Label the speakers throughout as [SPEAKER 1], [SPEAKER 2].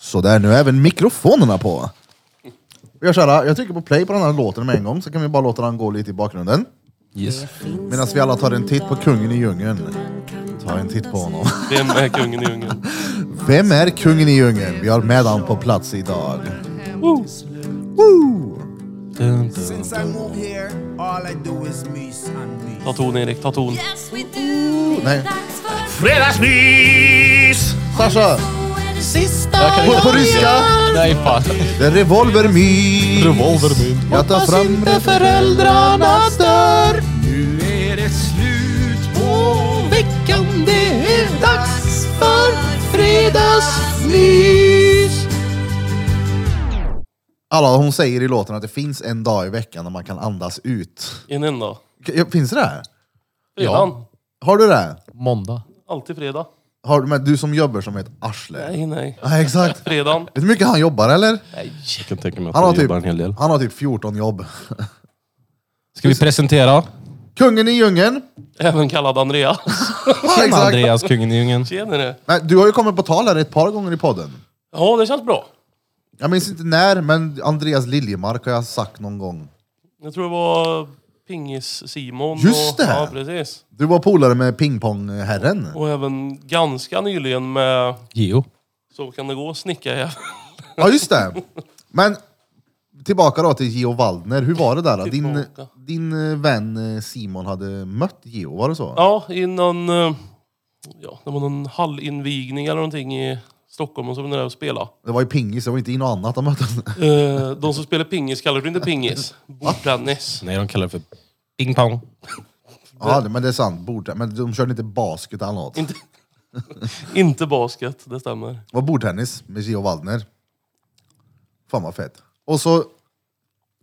[SPEAKER 1] Sådär, nu är även mikrofonerna på. Vi gör såhär, jag trycker på play på den här låten med en gång, så kan vi bara låta den gå lite i bakgrunden.
[SPEAKER 2] Yes.
[SPEAKER 1] Medan vi alla tar en titt på kungen i djungeln. Ta en titt på honom.
[SPEAKER 3] Vem är kungen i djungeln?
[SPEAKER 1] Vem är kungen i djungeln? Vi har med han på plats idag. Woo!
[SPEAKER 3] Dun, dun.
[SPEAKER 4] Since I moved here, all I do is mys and mys.
[SPEAKER 3] Ta ton Erik, ta ton.
[SPEAKER 5] Yes we do.
[SPEAKER 1] Nej.
[SPEAKER 5] Dags för
[SPEAKER 6] Fredagsmys!
[SPEAKER 1] Sasha,
[SPEAKER 2] Jag kan
[SPEAKER 1] på,
[SPEAKER 2] inte...
[SPEAKER 1] på ryska.
[SPEAKER 2] Nej fan.
[SPEAKER 1] Det är revolver mys.
[SPEAKER 2] Revolvermyn.
[SPEAKER 1] Jag tar fram
[SPEAKER 2] föräldrarna stör.
[SPEAKER 6] Nu är det slut på...
[SPEAKER 2] Veckan det är dags för fredagsmys.
[SPEAKER 1] Alla hon säger i låten att det finns en dag i veckan när man kan andas ut.
[SPEAKER 3] En enda.
[SPEAKER 1] K- Finns det det?
[SPEAKER 3] Fredagen.
[SPEAKER 1] Har du det?
[SPEAKER 2] Måndag.
[SPEAKER 3] Alltid fredag.
[SPEAKER 1] Har du, men du som jobbar som ett arsle?
[SPEAKER 3] Nej, nej.
[SPEAKER 1] Ja, exakt. Vet
[SPEAKER 3] Fredagen.
[SPEAKER 1] du hur mycket han jobbar eller?
[SPEAKER 3] Nej.
[SPEAKER 6] Jag kan tänka mig att
[SPEAKER 1] Han har,
[SPEAKER 6] han
[SPEAKER 1] typ,
[SPEAKER 6] jobbar en hel del.
[SPEAKER 1] han har typ 14 jobb.
[SPEAKER 2] Ska vi presentera?
[SPEAKER 1] Kungen i djungeln.
[SPEAKER 3] Även kallad Andrea.
[SPEAKER 1] Ja,
[SPEAKER 2] Tjena
[SPEAKER 1] exakt.
[SPEAKER 2] Andreas, kungen i djungeln.
[SPEAKER 3] Tjenare.
[SPEAKER 1] Nej, du har ju kommit på tal här ett par gånger i podden.
[SPEAKER 3] Ja, det känns bra.
[SPEAKER 1] Jag minns inte när, men Andreas Liljemark har jag sagt någon gång.
[SPEAKER 3] Jag tror det var Pingis-Simon.
[SPEAKER 1] Just
[SPEAKER 3] och,
[SPEAKER 1] det.
[SPEAKER 3] Ja, precis.
[SPEAKER 1] Du var polare med pingpongherren.
[SPEAKER 3] Och även ganska nyligen med
[SPEAKER 2] Geo.
[SPEAKER 3] Så kan det gå, snicka
[SPEAKER 1] Ja, just det. Men tillbaka då till Geo Waldner. Hur var det där? Då? Din,
[SPEAKER 3] Tillbaka.
[SPEAKER 1] din eh, vän eh, Simon hade mött Geo, var det så?
[SPEAKER 3] Ja, i någon, eh, ja, det var någon hallinvigning eller någonting i Stockholm och så var ni där och spelade.
[SPEAKER 1] Det var ju pingis, det var inte i något annat han mötte.
[SPEAKER 3] Eh, De som spelar pingis kallar det inte pingis. Bordtennis.
[SPEAKER 2] Nej, de kallar det för ping pong.
[SPEAKER 1] Ja, det- men det är sant. Bord, men de körde inte basket eller något.
[SPEAKER 3] Inte, inte basket, det stämmer.
[SPEAKER 1] Det var bordtennis med Geo Waldner. Fan vad fett. Och så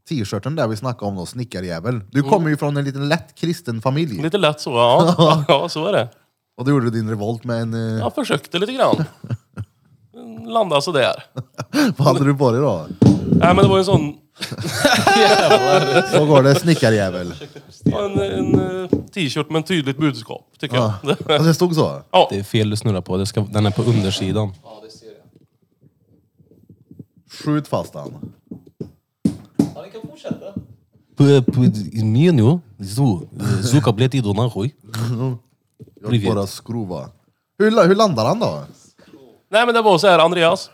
[SPEAKER 1] t-shirten där vi snackade om då, snickarjävel. Du kommer ju från en liten lätt kristen familj.
[SPEAKER 3] Lite lätt så, ja. Ja, så är det.
[SPEAKER 1] Och du gjorde din revolt med en... eh,
[SPEAKER 3] Jag försökte lite grann. Landade sådär.
[SPEAKER 1] Vad hade du på dig då?
[SPEAKER 3] Nej men det var en sån,
[SPEAKER 1] Så går det, snickarjävel.
[SPEAKER 3] en, en eh, t-shirt med en tydligt budskap, tycker jag.
[SPEAKER 1] Ja, det stod så.
[SPEAKER 2] Det är fel du snurrar på. Det ska, den är på undersidan.
[SPEAKER 1] Skjut fast han.
[SPEAKER 2] Мне не звук, звук облет иду нахуй.
[SPEAKER 1] Jag
[SPEAKER 2] Privet.
[SPEAKER 1] bara skruva. Hur, la- hur landar han då?
[SPEAKER 3] Nej men det var så här, Andreas.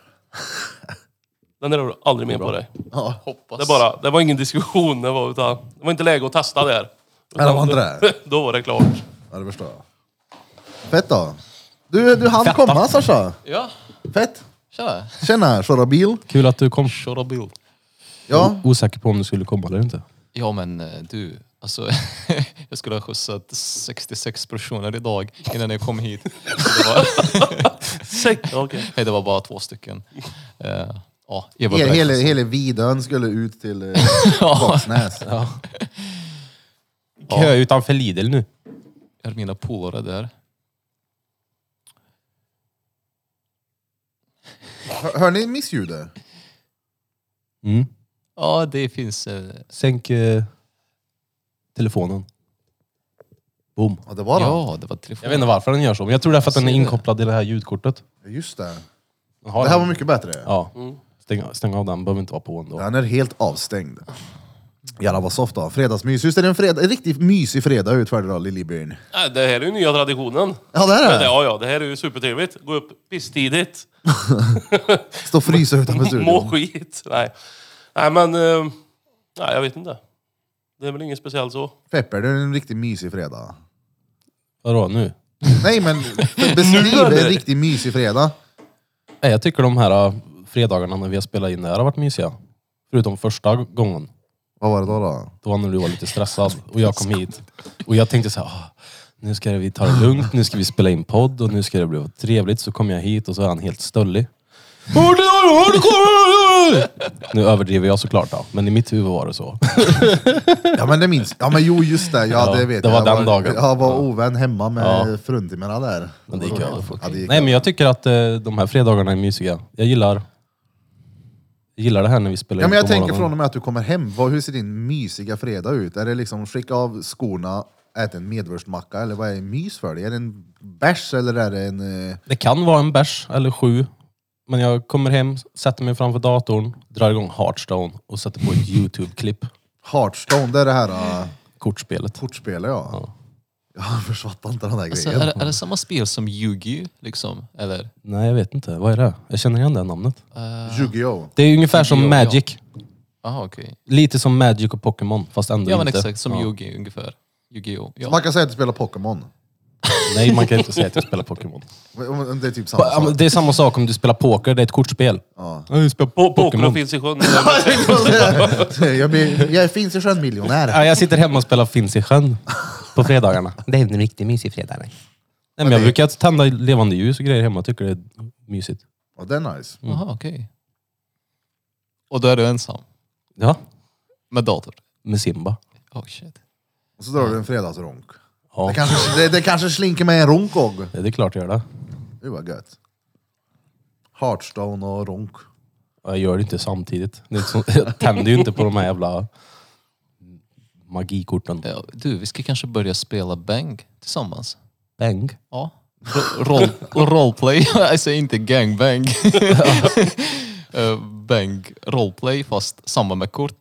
[SPEAKER 3] Den där har du aldrig med på dig.
[SPEAKER 1] Ja.
[SPEAKER 3] Det, bara, det var ingen diskussion, det var, utan, det var inte läge att testa där.
[SPEAKER 1] Nej, det var inte det.
[SPEAKER 3] Då var det klart.
[SPEAKER 1] Ja, det förstår jag. Fett då. Du, du hann komma Sasha.
[SPEAKER 7] Ja,
[SPEAKER 1] Fett.
[SPEAKER 7] tja.
[SPEAKER 1] Tjena, köra bil.
[SPEAKER 2] Kul att du kom.
[SPEAKER 7] Tjorrabil.
[SPEAKER 1] Ja.
[SPEAKER 2] Osäker på om du skulle komma eller inte.
[SPEAKER 7] Ja men eh, du, alltså jag skulle ha skjutsat 66 personer idag innan jag kom hit. Så Det var,
[SPEAKER 3] Säkert. Okej.
[SPEAKER 7] nej, det var bara två stycken. Eh, Ja, Eva
[SPEAKER 1] Hela,
[SPEAKER 7] berättade
[SPEAKER 1] hela,
[SPEAKER 7] sen.
[SPEAKER 1] hela Vidön skulle ut till eh, Koksnäs.
[SPEAKER 2] Kö utanför Lidl nu.
[SPEAKER 7] Är mina polare där?
[SPEAKER 1] Hör, hör ni missljudet?
[SPEAKER 2] Mm.
[SPEAKER 7] Ja, det finns... eh,
[SPEAKER 2] Sänk eh, telefonen. Boom.
[SPEAKER 1] Ja, det var det.
[SPEAKER 7] Ja, det var
[SPEAKER 2] Jag
[SPEAKER 7] telefon.
[SPEAKER 2] vet inte varför den gör så, men jag tror det är för att den är inkopplad i det här ljudkortet.
[SPEAKER 1] Just det.
[SPEAKER 2] Den har
[SPEAKER 1] Det här var
[SPEAKER 2] den.
[SPEAKER 1] mycket bättre.
[SPEAKER 2] Ja. Stäng, stäng av den, behöver inte vara på ändå.
[SPEAKER 1] Den är helt avstängd. Jävlar vad soft då. Fredagsmys. Hur ser en, fredag, en riktigt mysig fredag ut för dig då, Liljebyn?
[SPEAKER 3] Nej, Det här är ju nya traditionen.
[SPEAKER 1] Ja, det är det.
[SPEAKER 3] Ja, ja, det här är ju supertrevligt. Gå upp pisstidigt.
[SPEAKER 1] Stå och frysa utanför
[SPEAKER 3] Må
[SPEAKER 1] studion.
[SPEAKER 3] skit. Nej, nej men... eh, Nej, jag vet inte. Det är väl inget speciellt så.
[SPEAKER 1] Pepper, det är en riktigt mysig fredag.
[SPEAKER 2] Vadå nu?
[SPEAKER 1] Nej men beskriv
[SPEAKER 3] eller?
[SPEAKER 1] en riktigt mysig fredag.
[SPEAKER 2] Nej, jag tycker de här eh, fredagarna när vi har spelat in det här har varit mysiga. Förutom första gången.
[SPEAKER 1] Vad var det då? då?
[SPEAKER 2] Det var när du var lite stressad och jag kom hit. Och jag tänkte så här, "Ah, nu ska vi ta det lugnt, nu ska vi spela in podd och nu ska det bli trevligt. Så kom jag hit och så är han helt stöllig. Nu överdriver jag såklart då, men i mitt huvud var det så.
[SPEAKER 1] Ja men det minns Ja men jo just det, ja,
[SPEAKER 2] Ja,
[SPEAKER 1] det vet
[SPEAKER 2] det
[SPEAKER 1] jag.
[SPEAKER 2] var
[SPEAKER 1] jag.
[SPEAKER 2] den dagen.
[SPEAKER 1] Jag var ovän hemma med
[SPEAKER 2] Ja.
[SPEAKER 1] fruntimmerna där.
[SPEAKER 2] Men det gick
[SPEAKER 1] Ja,
[SPEAKER 2] över fort.
[SPEAKER 1] det gick
[SPEAKER 2] Nej men jag tycker att eh, de här fredagarna är mysiga. Jag gillar, jag gillar det här när vi spelar
[SPEAKER 1] Ja,
[SPEAKER 2] in
[SPEAKER 1] men jag
[SPEAKER 2] på
[SPEAKER 1] tänker
[SPEAKER 2] morgonen.
[SPEAKER 1] från och med att du kommer hem, vad, hur ser din mysiga fredag ut? Är det liksom skicka av skorna, äta en medvurstmacka eller vad är mys för dig? Är det en bärs eller är det en... eh,
[SPEAKER 2] Det kan vara en bärs eller sju. Men jag kommer hem, sätter mig framför datorn, drar igång Hearthstone och sätter på ett YouTube-klipp.
[SPEAKER 1] Hearthstone, det är det här äh,
[SPEAKER 2] Kortspelet.
[SPEAKER 1] kortspelet ja. Jag fattar inte den där
[SPEAKER 7] Alltså,
[SPEAKER 1] grejen.
[SPEAKER 7] är, det- är det samma spel som Yu-Gi-Oh? Liksom? Eller? Eh,
[SPEAKER 2] Nej, jag vet inte. Vad är det? Jag känner igen det här namnet.
[SPEAKER 1] Yu-Gi-Oh!
[SPEAKER 2] Det är ungefär som
[SPEAKER 7] Yu-Gi-Oh, ja.
[SPEAKER 2] Magic.
[SPEAKER 7] Jaha, okej.
[SPEAKER 2] Lite som Magic och Pokémon, fast ändå
[SPEAKER 7] Ja men
[SPEAKER 2] inte.
[SPEAKER 7] exakt, som
[SPEAKER 2] Ja.
[SPEAKER 7] Yu-Gi ungefär. Yu-Gi-Oh. Ja.
[SPEAKER 1] Man kan säga att du spelar Pokémon.
[SPEAKER 2] Nej, man kan inte säga att jag spelar Pokémon.
[SPEAKER 1] Men- men Det är typ samma
[SPEAKER 2] Ja, men
[SPEAKER 1] sak.
[SPEAKER 2] Det är samma sak om du spelar poker, det är ett kortspel. Ja. Du spelar
[SPEAKER 3] På, Pokerna
[SPEAKER 2] Pokémon.
[SPEAKER 3] finns i sjön.
[SPEAKER 1] jag, blir, jag finns i sjön miljonär.
[SPEAKER 2] Ja, jag sitter hemma och spelar Finns i sjön på fredagarna. Det är en riktigt mysig fredag. Nej. Nej, men jag
[SPEAKER 1] det-
[SPEAKER 2] brukar tända levande ljus och grejer hemma och tycker det är mysigt.
[SPEAKER 1] Ja, det är nice.
[SPEAKER 7] Jaha, okej. Och då är du ensam?
[SPEAKER 2] Ja,
[SPEAKER 7] Med dator?
[SPEAKER 2] med Simba.
[SPEAKER 7] Oh shit.
[SPEAKER 1] Och så drar du en fredagsronk.
[SPEAKER 2] Ja.
[SPEAKER 1] Det kanske, det, det kanske slinker med en ronk och.
[SPEAKER 2] Det är klart jag gör det.
[SPEAKER 1] Det var gött. Hearthstone och ronk.
[SPEAKER 2] Och Jag gör det inte samtidigt. Det är så, jag tänder ju inte på de här jävla magikorten.
[SPEAKER 7] Ja, Eh, du, vi ska kanske börja spela Bang tillsammans?
[SPEAKER 2] Bang.
[SPEAKER 7] Ja. Ro- Roll, roleplay, jag säger inte gangbang. Eh, bang, roleplay fast samma med kort.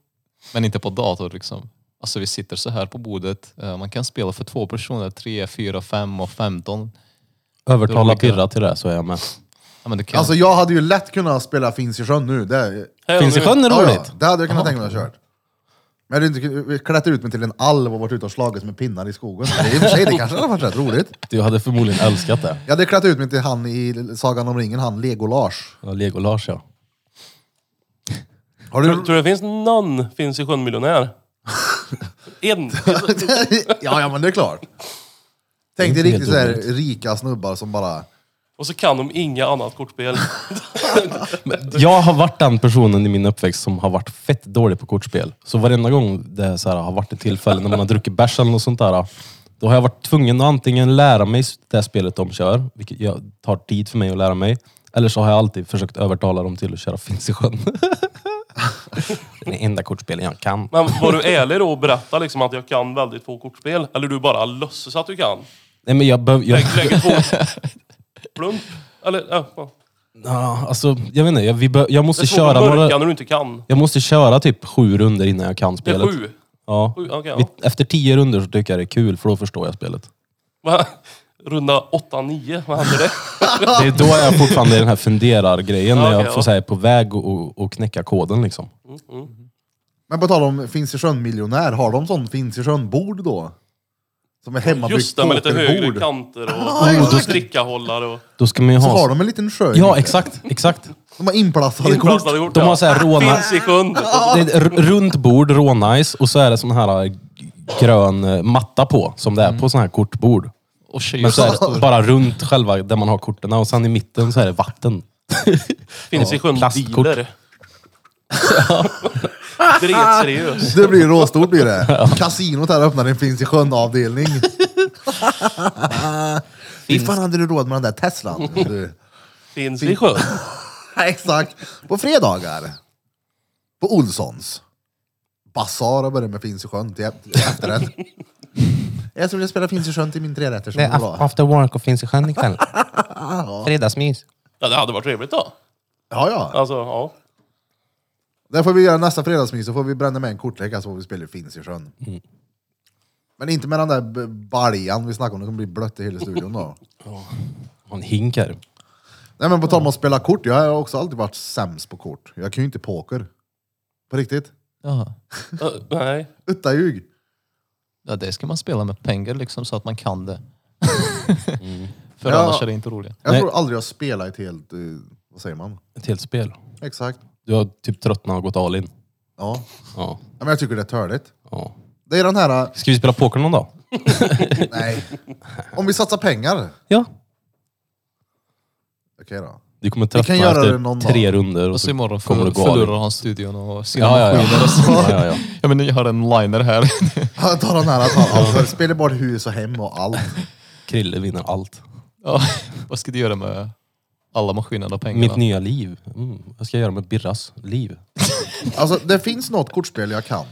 [SPEAKER 7] Men inte på dator liksom. Alltså vi sitter så här på bordet. Eh, Man kan spela för två personer, tre, fyra, fem och femton.
[SPEAKER 2] Övertala
[SPEAKER 7] Det är olika.
[SPEAKER 2] Pirra till det så är jag med.
[SPEAKER 7] Ja, men du kan.
[SPEAKER 1] Alltså jag hade ju lätt kunnat spela Finns i sjön nu. Det,
[SPEAKER 2] Finns i sjön är
[SPEAKER 1] Ja,
[SPEAKER 2] roligt.
[SPEAKER 1] ja, det hade jag kunnat tänka mig att ha kört. Men jag hade inte kun- klätt ut mig till en alv och varit ute och slagits med pinnar i skogen. Det, I och för sig, det kanske hade varit rätt roligt.
[SPEAKER 2] Du hade förmodligen älskat det.
[SPEAKER 1] Jag hade klätt ut mig till han i Sagan om ringen, han Lego-Lars.
[SPEAKER 2] Ja, Lego-Lars ja.
[SPEAKER 1] Har
[SPEAKER 3] Tror
[SPEAKER 1] du...
[SPEAKER 3] tror det finns någon Finns i sjön miljonär? En?
[SPEAKER 1] ja, ja, men det är klart. Tänk dig
[SPEAKER 2] inte
[SPEAKER 1] riktigt
[SPEAKER 2] helt
[SPEAKER 1] sådär rika snubbar som bara...
[SPEAKER 3] Och så kan de inga annat kortspel.
[SPEAKER 2] Jag har varit den personen i min uppväxt som har varit fett dålig på kortspel. Så varenda gång det så här, har varit ett tillfälle när man har druckit bärs eller något sånt där. Då har jag varit tvungen att antingen lära mig det här spelet de kör, vilket jag tar tid för mig att lära mig. Eller så har jag alltid försökt övertala dem till att köra Finns i sjön. det är det enda kortspelen jag kan.
[SPEAKER 3] Men var du ärlig då och berätta liksom att jag kan väldigt få kortspel? Eller du bara låtsas att du kan?
[SPEAKER 2] Nej men jag behöver... Jag,
[SPEAKER 3] Lägg- Lägger på plump? Eller? Ja, ja.
[SPEAKER 2] ja, alltså, jag vet inte, jag, vi bör, jag
[SPEAKER 3] Det är
[SPEAKER 2] måste
[SPEAKER 3] svårt att
[SPEAKER 2] köra
[SPEAKER 3] mörka
[SPEAKER 2] några...
[SPEAKER 3] när du inte kan.
[SPEAKER 2] Jag måste köra typ sju runder innan jag kan
[SPEAKER 3] Det är
[SPEAKER 2] spelet.
[SPEAKER 3] sju.
[SPEAKER 2] Ja.
[SPEAKER 3] sju okej,
[SPEAKER 2] Vi-
[SPEAKER 3] ja.
[SPEAKER 2] Efter tio runder så tycker jag det är kul, för då förstår jag spelet.
[SPEAKER 3] Va? Runda åtta, nio. Vad händer det?
[SPEAKER 2] Det är då jag fortfarande är den här funderar-grejen,
[SPEAKER 3] Ja,
[SPEAKER 2] när jag
[SPEAKER 3] okej,
[SPEAKER 2] får
[SPEAKER 3] ja.
[SPEAKER 2] säga på väg och- och, och knäcka koden liksom.
[SPEAKER 1] Men på tal om Finns i sjön-miljonär, har de sån Finns i sjön-bord då? Som är hemmabyggt
[SPEAKER 3] Just det, med lite högre
[SPEAKER 1] pokerbord.
[SPEAKER 3] kanter och, och drickahållare och
[SPEAKER 2] Då ska man ju
[SPEAKER 1] Så
[SPEAKER 2] ha...
[SPEAKER 1] har de en liten sjö.
[SPEAKER 2] Ja, exakt, exakt.
[SPEAKER 1] De har inplastade kort.
[SPEAKER 3] inplastade kort.
[SPEAKER 2] De har
[SPEAKER 3] ja.
[SPEAKER 2] så här råna...
[SPEAKER 3] Finns i sjön.
[SPEAKER 2] Det är ett r- runt bord, rånice, och så är det sån här eh, grön eh, matta på, som det är
[SPEAKER 3] Mm.
[SPEAKER 2] på sån här kortbord.
[SPEAKER 7] och tjejer
[SPEAKER 2] Men så
[SPEAKER 7] så
[SPEAKER 2] är det bara runt själva där man har korten, och sen i mitten så är det vatten.
[SPEAKER 3] Finns i sjön
[SPEAKER 2] plastkort.
[SPEAKER 3] dealer. Det är helt seriöst.
[SPEAKER 1] Det blir råstort blir det. Kasinot här öppnar en Finns i sjön-avdelning. Hur fan hade du råd med den där Teslan? Du.
[SPEAKER 3] Finns i sjön.
[SPEAKER 1] Ja, Exakt. På fredagar. På Olssons. Basar och börjar med Finns i sjön till till efterrätt. Jag skulle vilja spela Finns i sjön till min trerätter som det var.
[SPEAKER 2] after work och finns i sjön ikväll. Fredagsmys.
[SPEAKER 3] Ja, det hade varit trevligt då.
[SPEAKER 1] Ja, ja.
[SPEAKER 3] Alltså, ja.
[SPEAKER 1] Där får vi göra nästa fredagsmys, så får vi bränna med en kortlek, så får vi spela Finns i sjön. Men inte med den där b- baljan vi snackade om, det kommer bli blött i hela studion då.
[SPEAKER 2] Och en hink här.
[SPEAKER 1] Nej men på tal om att spela kort, jag har också alltid varit sämst på kort. Jag kan ju inte poker. På riktigt.
[SPEAKER 7] ja.
[SPEAKER 3] Ö, nej.
[SPEAKER 1] Utta ljug.
[SPEAKER 7] ja, det ska man spela med pengar liksom så att man kan det. För
[SPEAKER 1] Mm. Ja.
[SPEAKER 7] annars är det inte roligt.
[SPEAKER 1] Jag
[SPEAKER 2] Nej.
[SPEAKER 1] tror aldrig jag spelat ett helt, eh, vad säger man?
[SPEAKER 2] Ett helt spel.
[SPEAKER 1] Exakt.
[SPEAKER 2] Du har typ tröttnat och gått all in.
[SPEAKER 1] Ja.
[SPEAKER 2] Ja,
[SPEAKER 1] Ja, Men jag tycker det är törligt.
[SPEAKER 2] ja.
[SPEAKER 1] Det är den här, eh,
[SPEAKER 2] Ska vi spela poker någon dag?
[SPEAKER 1] nej. Om vi satsar pengar.
[SPEAKER 2] Ja.
[SPEAKER 1] Okej då.
[SPEAKER 2] Du kommer träffa
[SPEAKER 1] kan
[SPEAKER 2] mig
[SPEAKER 1] göra det
[SPEAKER 2] efter
[SPEAKER 1] någon
[SPEAKER 2] tre runder och,
[SPEAKER 7] Och så
[SPEAKER 2] så
[SPEAKER 7] imorgon
[SPEAKER 2] kommer du
[SPEAKER 7] för,
[SPEAKER 2] gå all in.
[SPEAKER 7] förlorar han studion och sina
[SPEAKER 2] Ja, ja, ja.
[SPEAKER 7] maskiner och så.
[SPEAKER 2] ja, ja, ja.
[SPEAKER 7] Ja, men jag har en liner här.
[SPEAKER 1] Jag tar den här, jag tar allt. Jag Spelar bort hus och hem och allt.
[SPEAKER 2] Krille vinner allt.
[SPEAKER 7] Ja, vad ska du göra med alla maskinerna och pengarna?
[SPEAKER 2] Mitt nya liv. Mm. Vad ska jag göra med Birras liv?
[SPEAKER 1] Alltså det finns något kortspel jag kan.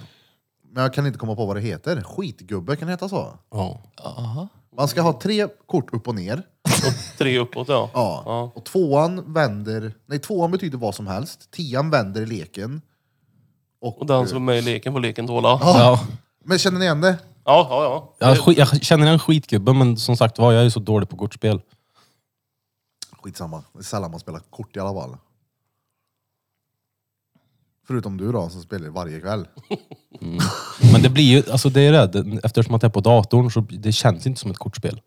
[SPEAKER 1] Men jag kan inte komma på vad det heter. Skitgubbe, kan det heta så?
[SPEAKER 2] Ja.
[SPEAKER 7] Aha.
[SPEAKER 1] Man ska ha tre kort upp och ner.
[SPEAKER 3] Och tre uppåt, ja.
[SPEAKER 1] Ja.
[SPEAKER 3] Ja.
[SPEAKER 1] Och tvåan vänder... Nej, tvåan betyder vad som helst. Tian vänder leken.
[SPEAKER 3] Och den som är med i leken får leken tåla. Ja,
[SPEAKER 2] Ja.
[SPEAKER 1] Men känner ni igen det?
[SPEAKER 3] ja, ja.
[SPEAKER 2] Jag, sk- jag känner en skitgubbe, men som sagt var, jag är ju så dålig på kortspel.
[SPEAKER 1] Skitsamma. Det är sällan man spelar kort i alla fall. Förutom du då, som spelar varje kväll.
[SPEAKER 2] Men det blir ju, alltså det är det, det- eftersom att det är på datorn så det känns inte som ett kortspel.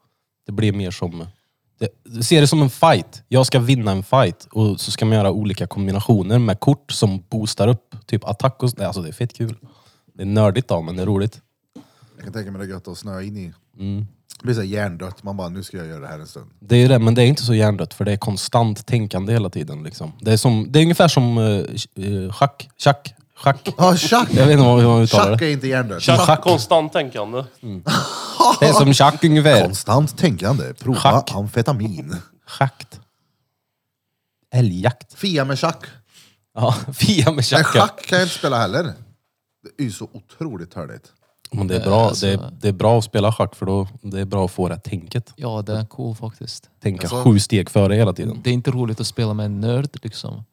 [SPEAKER 2] Det blir mer som, det, du ser det som en fight. Jag ska vinna en fight och så ska man göra olika kombinationer med kort som boostar upp typ attack och sånt. Alltså det är fett kul. Det är nördigt då, men det är roligt.
[SPEAKER 1] Jag kan tänka mig det är gött att snöa in i. Det blir så här hjärndött. Man bara, nu ska jag göra det här en stund.
[SPEAKER 2] Det är ju det, men det är inte så hjärndött för det är konstant tänkande hela tiden. Liksom. Det, är som, det är ungefär som eh, sch- eh, schack, schack, schack.
[SPEAKER 1] Ja, tjack!
[SPEAKER 2] Jag vet inte hur man uttalar
[SPEAKER 1] Tjack
[SPEAKER 2] det.
[SPEAKER 1] är inte hjärndött.
[SPEAKER 3] Tjack,
[SPEAKER 2] Schack.
[SPEAKER 3] konstant tänkande.
[SPEAKER 2] Det är som schack ungefär.
[SPEAKER 1] Konstant tänkande. Prova
[SPEAKER 2] Schack.
[SPEAKER 1] amfetamin.
[SPEAKER 2] Schakt. Älgjakt.
[SPEAKER 1] Fia med schack.
[SPEAKER 2] Ja, Fia med
[SPEAKER 1] Men
[SPEAKER 2] tjack. ja.
[SPEAKER 1] schack kan jag inte spela heller. Det är ju så otroligt törligt.
[SPEAKER 2] Men det är, bra,
[SPEAKER 7] Alltså-
[SPEAKER 2] det, är, det är bra att spela schack för då det är bra att få det här tänket.
[SPEAKER 7] Ja, det är cool faktiskt.
[SPEAKER 2] Tänka
[SPEAKER 1] Alltså-
[SPEAKER 2] sju steg före hela tiden.
[SPEAKER 7] Det är inte roligt att spela med en nörd liksom.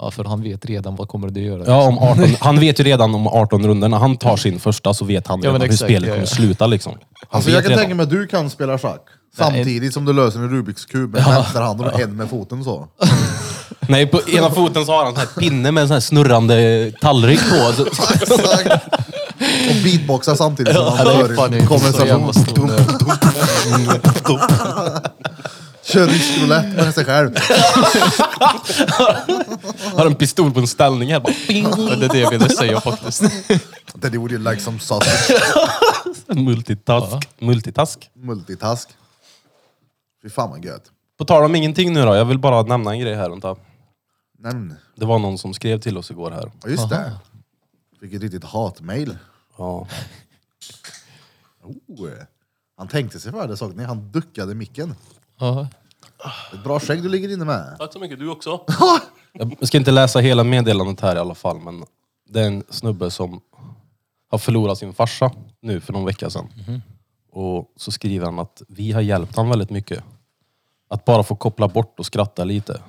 [SPEAKER 7] Ja, för han vet redan vad kommer du göra. liksom.
[SPEAKER 2] Ja, om 18, han vet ju redan om 18 rundor. När han tar sin första så vet han
[SPEAKER 7] Ja, men
[SPEAKER 2] redan hur
[SPEAKER 7] exakt,
[SPEAKER 2] spelet
[SPEAKER 7] ja,
[SPEAKER 2] kommer
[SPEAKER 7] ja.
[SPEAKER 2] sluta. Liksom. Han
[SPEAKER 1] Alltså
[SPEAKER 2] vet
[SPEAKER 1] jag kan
[SPEAKER 2] redan.
[SPEAKER 1] tänka mig att du kan spela schack, samtidigt som du löser en Rubiks kub med vänster hand och en med foten så.
[SPEAKER 2] Nej, på ena foten så har han en sån här pinne med en sån här snurrande tallrik på. Så,
[SPEAKER 1] Exakt. Och beatboxar samtidigt som han
[SPEAKER 7] Ja, det är fan
[SPEAKER 1] kör en
[SPEAKER 7] inte så jävla
[SPEAKER 1] konversation.
[SPEAKER 7] stor nörd.
[SPEAKER 1] Kör rysk roulette med sig själv.
[SPEAKER 2] har en pistol på en ställning här. Bara, ping,
[SPEAKER 7] Men det är det jag ville säga faktiskt.
[SPEAKER 1] That you would you like some sausage
[SPEAKER 2] multitask. multitask.
[SPEAKER 1] multitask. Fy fan vad gött.
[SPEAKER 2] På tal om ingenting nu då. Jag vill bara nämna en grej här. Vänta.
[SPEAKER 1] Nämn.
[SPEAKER 2] Det var någon som skrev till oss igår här.
[SPEAKER 1] Ja just det. Fick ett riktigt hatmail.
[SPEAKER 2] Ja.
[SPEAKER 1] Oh. Han tänkte sig för, det saknade jag. Han duckade micken.
[SPEAKER 7] Ja.
[SPEAKER 1] Ett bra skägg du ligger inne med.
[SPEAKER 3] Tack så mycket, du också.
[SPEAKER 2] Jag ska inte läsa hela meddelandet här i alla fall, men det är en snubbe som har förlorat sin farsa nu för någon vecka sedan.
[SPEAKER 1] Mhm.
[SPEAKER 2] Och så skriver han att vi har hjälpt han väldigt mycket. Att bara få koppla bort och skratta lite.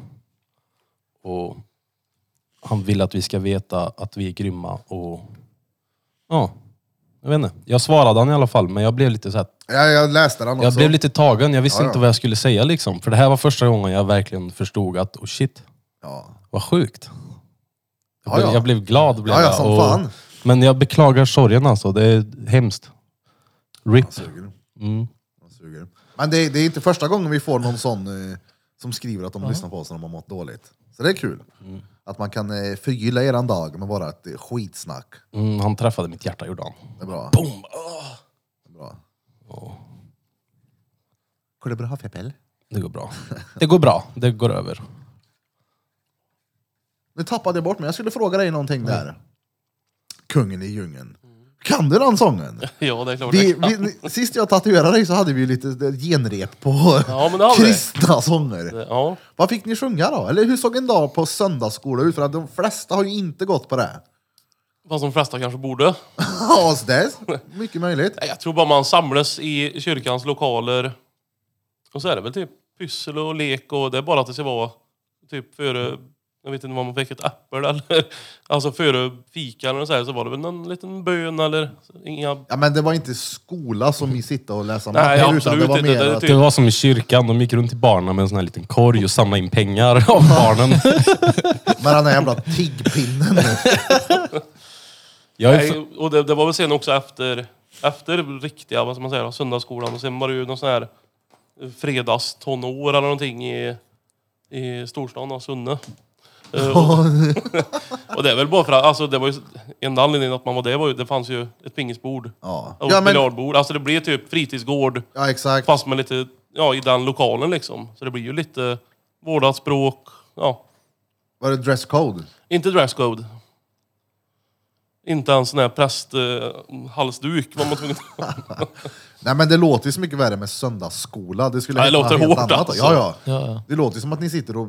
[SPEAKER 2] Och han vill att vi ska veta att vi är grymma och... Ja, jag vet inte. Jag svarade han i alla fall, men jag blev lite så här
[SPEAKER 1] Ja, jag läste den också.
[SPEAKER 2] jag blev lite tagen. Jag visste
[SPEAKER 1] Alltså- Ja, ja.
[SPEAKER 2] inte vad jag skulle säga liksom. För det här var första gången jag verkligen förstod att, oh shit,
[SPEAKER 1] Ja.
[SPEAKER 2] vad sjukt. Jag,
[SPEAKER 1] Ja,
[SPEAKER 2] blev,
[SPEAKER 1] ja.
[SPEAKER 2] jag blev glad. Blev
[SPEAKER 1] Ja, ja,
[SPEAKER 2] jag,
[SPEAKER 1] som fan.
[SPEAKER 2] Men jag beklagar sorgen alltså. Det är hemskt. RIP.
[SPEAKER 1] Suger.
[SPEAKER 3] Mm.
[SPEAKER 1] Han Suger. Men det, det är inte första gången vi får någon sån eh, som skriver att de lyssnar på oss när de har mått dåligt. Så det är kul.
[SPEAKER 3] Mm.
[SPEAKER 1] Att man kan eh, förgylla eran dag med bara ett eh, skitsnack.
[SPEAKER 2] Mm, han träffade mitt hjärta gjorde han.
[SPEAKER 1] Det är bra.
[SPEAKER 2] Boom!
[SPEAKER 1] Det är bra. Går det bra för Pelle?
[SPEAKER 2] Det går bra. Det går bra. Det går över.
[SPEAKER 1] Nu tappade jag bort mig, jag skulle fråga dig
[SPEAKER 3] Mm.
[SPEAKER 1] någonting där. Kungen i djungeln. Kan du den sången?
[SPEAKER 3] Ja, det är klart.
[SPEAKER 1] Vi, vi, ni- sist jag tatuerade dig så hade vi ju lite eh, genrep på
[SPEAKER 3] Ja, men det hade vi.
[SPEAKER 1] kristna sånger.
[SPEAKER 3] Ja.
[SPEAKER 1] Vad fick ni sjunga då? Eller hur såg en dag på söndagsskola ut? För att de flesta har ju inte gått på det.
[SPEAKER 3] Fast de flesta kanske borde.
[SPEAKER 1] Ja, så det är mycket möjligt.
[SPEAKER 3] Nej, Jag tror bara man samlas i kyrkans lokaler. Och så är det väl typ pyssel och lek och det är bara att det ska vara typ före, jag vet inte vad man fick, ett äpple eller alltså före fika eller så här så var det väl någon liten bön eller inga...
[SPEAKER 1] Ja, men det var inte skola som vi sitter och läser
[SPEAKER 3] Nej,
[SPEAKER 1] mappar, utan
[SPEAKER 3] absolut
[SPEAKER 1] det var
[SPEAKER 3] inte.
[SPEAKER 1] mer
[SPEAKER 3] Det är
[SPEAKER 1] att...
[SPEAKER 2] Det var som i kyrkan. De gick runt till barnen med en sån här liten korg och samlade in pengar av barnen.
[SPEAKER 1] Med den där jävla tiggpinnen.
[SPEAKER 2] Jag är för...
[SPEAKER 3] Nej, och det, det var väl sen också efter, efter riktiga, vad ska man säga, söndagsskolan och sen var det ju någon sån här eh, fredagstonår eller någonting i, i storstan, då, Sunne. Eh, och- Och det är väl bara för att, alltså det var ju, enda anledningen att man var det var ju, det fanns ju ett pingisbord.
[SPEAKER 1] Ja.
[SPEAKER 3] Och
[SPEAKER 1] Ja,
[SPEAKER 3] ett
[SPEAKER 1] men-
[SPEAKER 3] biljardbord. Alltså det blir typ fritidsgård,
[SPEAKER 1] Ja, exakt.
[SPEAKER 3] fast med lite, ja i den lokalen liksom. Så det blir ju lite vårdat språk, ja.
[SPEAKER 1] Var det dresscode?
[SPEAKER 3] Inte dresscode. Inte en sån här prästhalsduk var man tvungen
[SPEAKER 1] Nej, men det låter ju så mycket värre med söndagsskola. Det skulle
[SPEAKER 3] Ja, det
[SPEAKER 1] heta något
[SPEAKER 3] låter
[SPEAKER 1] helt
[SPEAKER 3] hårt
[SPEAKER 1] annat.
[SPEAKER 3] alltså.
[SPEAKER 1] Ja, ja.
[SPEAKER 7] Ja, ja.
[SPEAKER 1] Det låter ju som att ni sitter och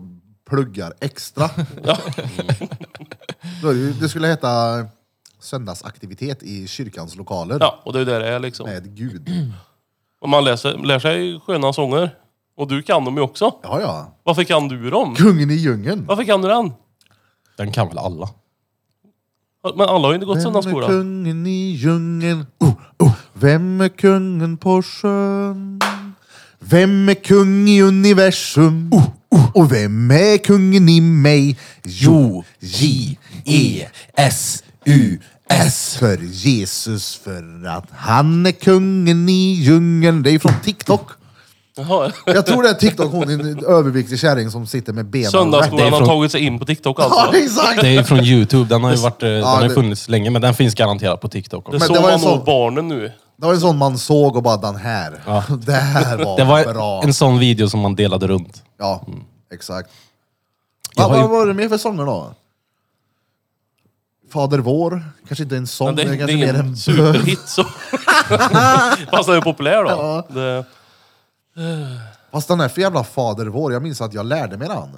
[SPEAKER 1] pluggar extra. Då är det ju- Det skulle heta söndagsaktivitet i kyrkans lokaler.
[SPEAKER 3] Ja, och det är ju det det är liksom.
[SPEAKER 1] Med Gud.
[SPEAKER 3] Men man läser, lär sig sköna sånger. Och du kan dem ju också.
[SPEAKER 1] Ja, ja.
[SPEAKER 3] Varför kan du dem?
[SPEAKER 1] Kungen i djungeln.
[SPEAKER 3] Varför kan du den?
[SPEAKER 2] Den kan väl alla?
[SPEAKER 3] Men alla har ju inte gått
[SPEAKER 1] är
[SPEAKER 3] söndagsskola.
[SPEAKER 1] kungen i djungeln? Oh, oh. Vem är kungen på sjön? Vem är kung i universum? Oh, oh. Och vem är kungen i mig? Jo, E J-E-S-U-S. För Jesus, för att han är kungen i djungeln. Det är från TikTok.
[SPEAKER 3] Jaha.
[SPEAKER 1] Jag tror det är TikTok, hon är en överviktig kärring som sitter med benen
[SPEAKER 2] Det är
[SPEAKER 3] Söndagsskolan har
[SPEAKER 2] från-
[SPEAKER 3] tagit sig in på TikTok
[SPEAKER 1] Ja,
[SPEAKER 3] alltså.
[SPEAKER 1] exakt!
[SPEAKER 2] Det är från Youtube, den har ju varit, eh, den har ju
[SPEAKER 1] det-
[SPEAKER 2] funnits länge, men den finns garanterat på TikTok
[SPEAKER 3] Det
[SPEAKER 2] också.
[SPEAKER 1] Men
[SPEAKER 3] såg
[SPEAKER 1] det var
[SPEAKER 3] man
[SPEAKER 1] ju så-
[SPEAKER 3] nog barnen nu.
[SPEAKER 1] Det var en sån man såg och bara den här. Det här var,
[SPEAKER 2] Det var
[SPEAKER 1] bra.
[SPEAKER 2] en sån video som man delade runt.
[SPEAKER 1] Ja, exakt.
[SPEAKER 2] Jag
[SPEAKER 1] Vad
[SPEAKER 2] har
[SPEAKER 1] vad
[SPEAKER 2] ju-
[SPEAKER 1] var det mer för sånger då? Fader vår, kanske inte en sång,
[SPEAKER 3] Men
[SPEAKER 1] det,
[SPEAKER 3] det, det
[SPEAKER 1] kanske
[SPEAKER 3] är
[SPEAKER 1] mer en
[SPEAKER 3] ingen
[SPEAKER 1] bön.
[SPEAKER 3] superhit så. Fast den är populär då.
[SPEAKER 1] Ja.
[SPEAKER 3] Det,
[SPEAKER 1] Fast den här för jävla Fader vår, jag minns att jag lärde mig den.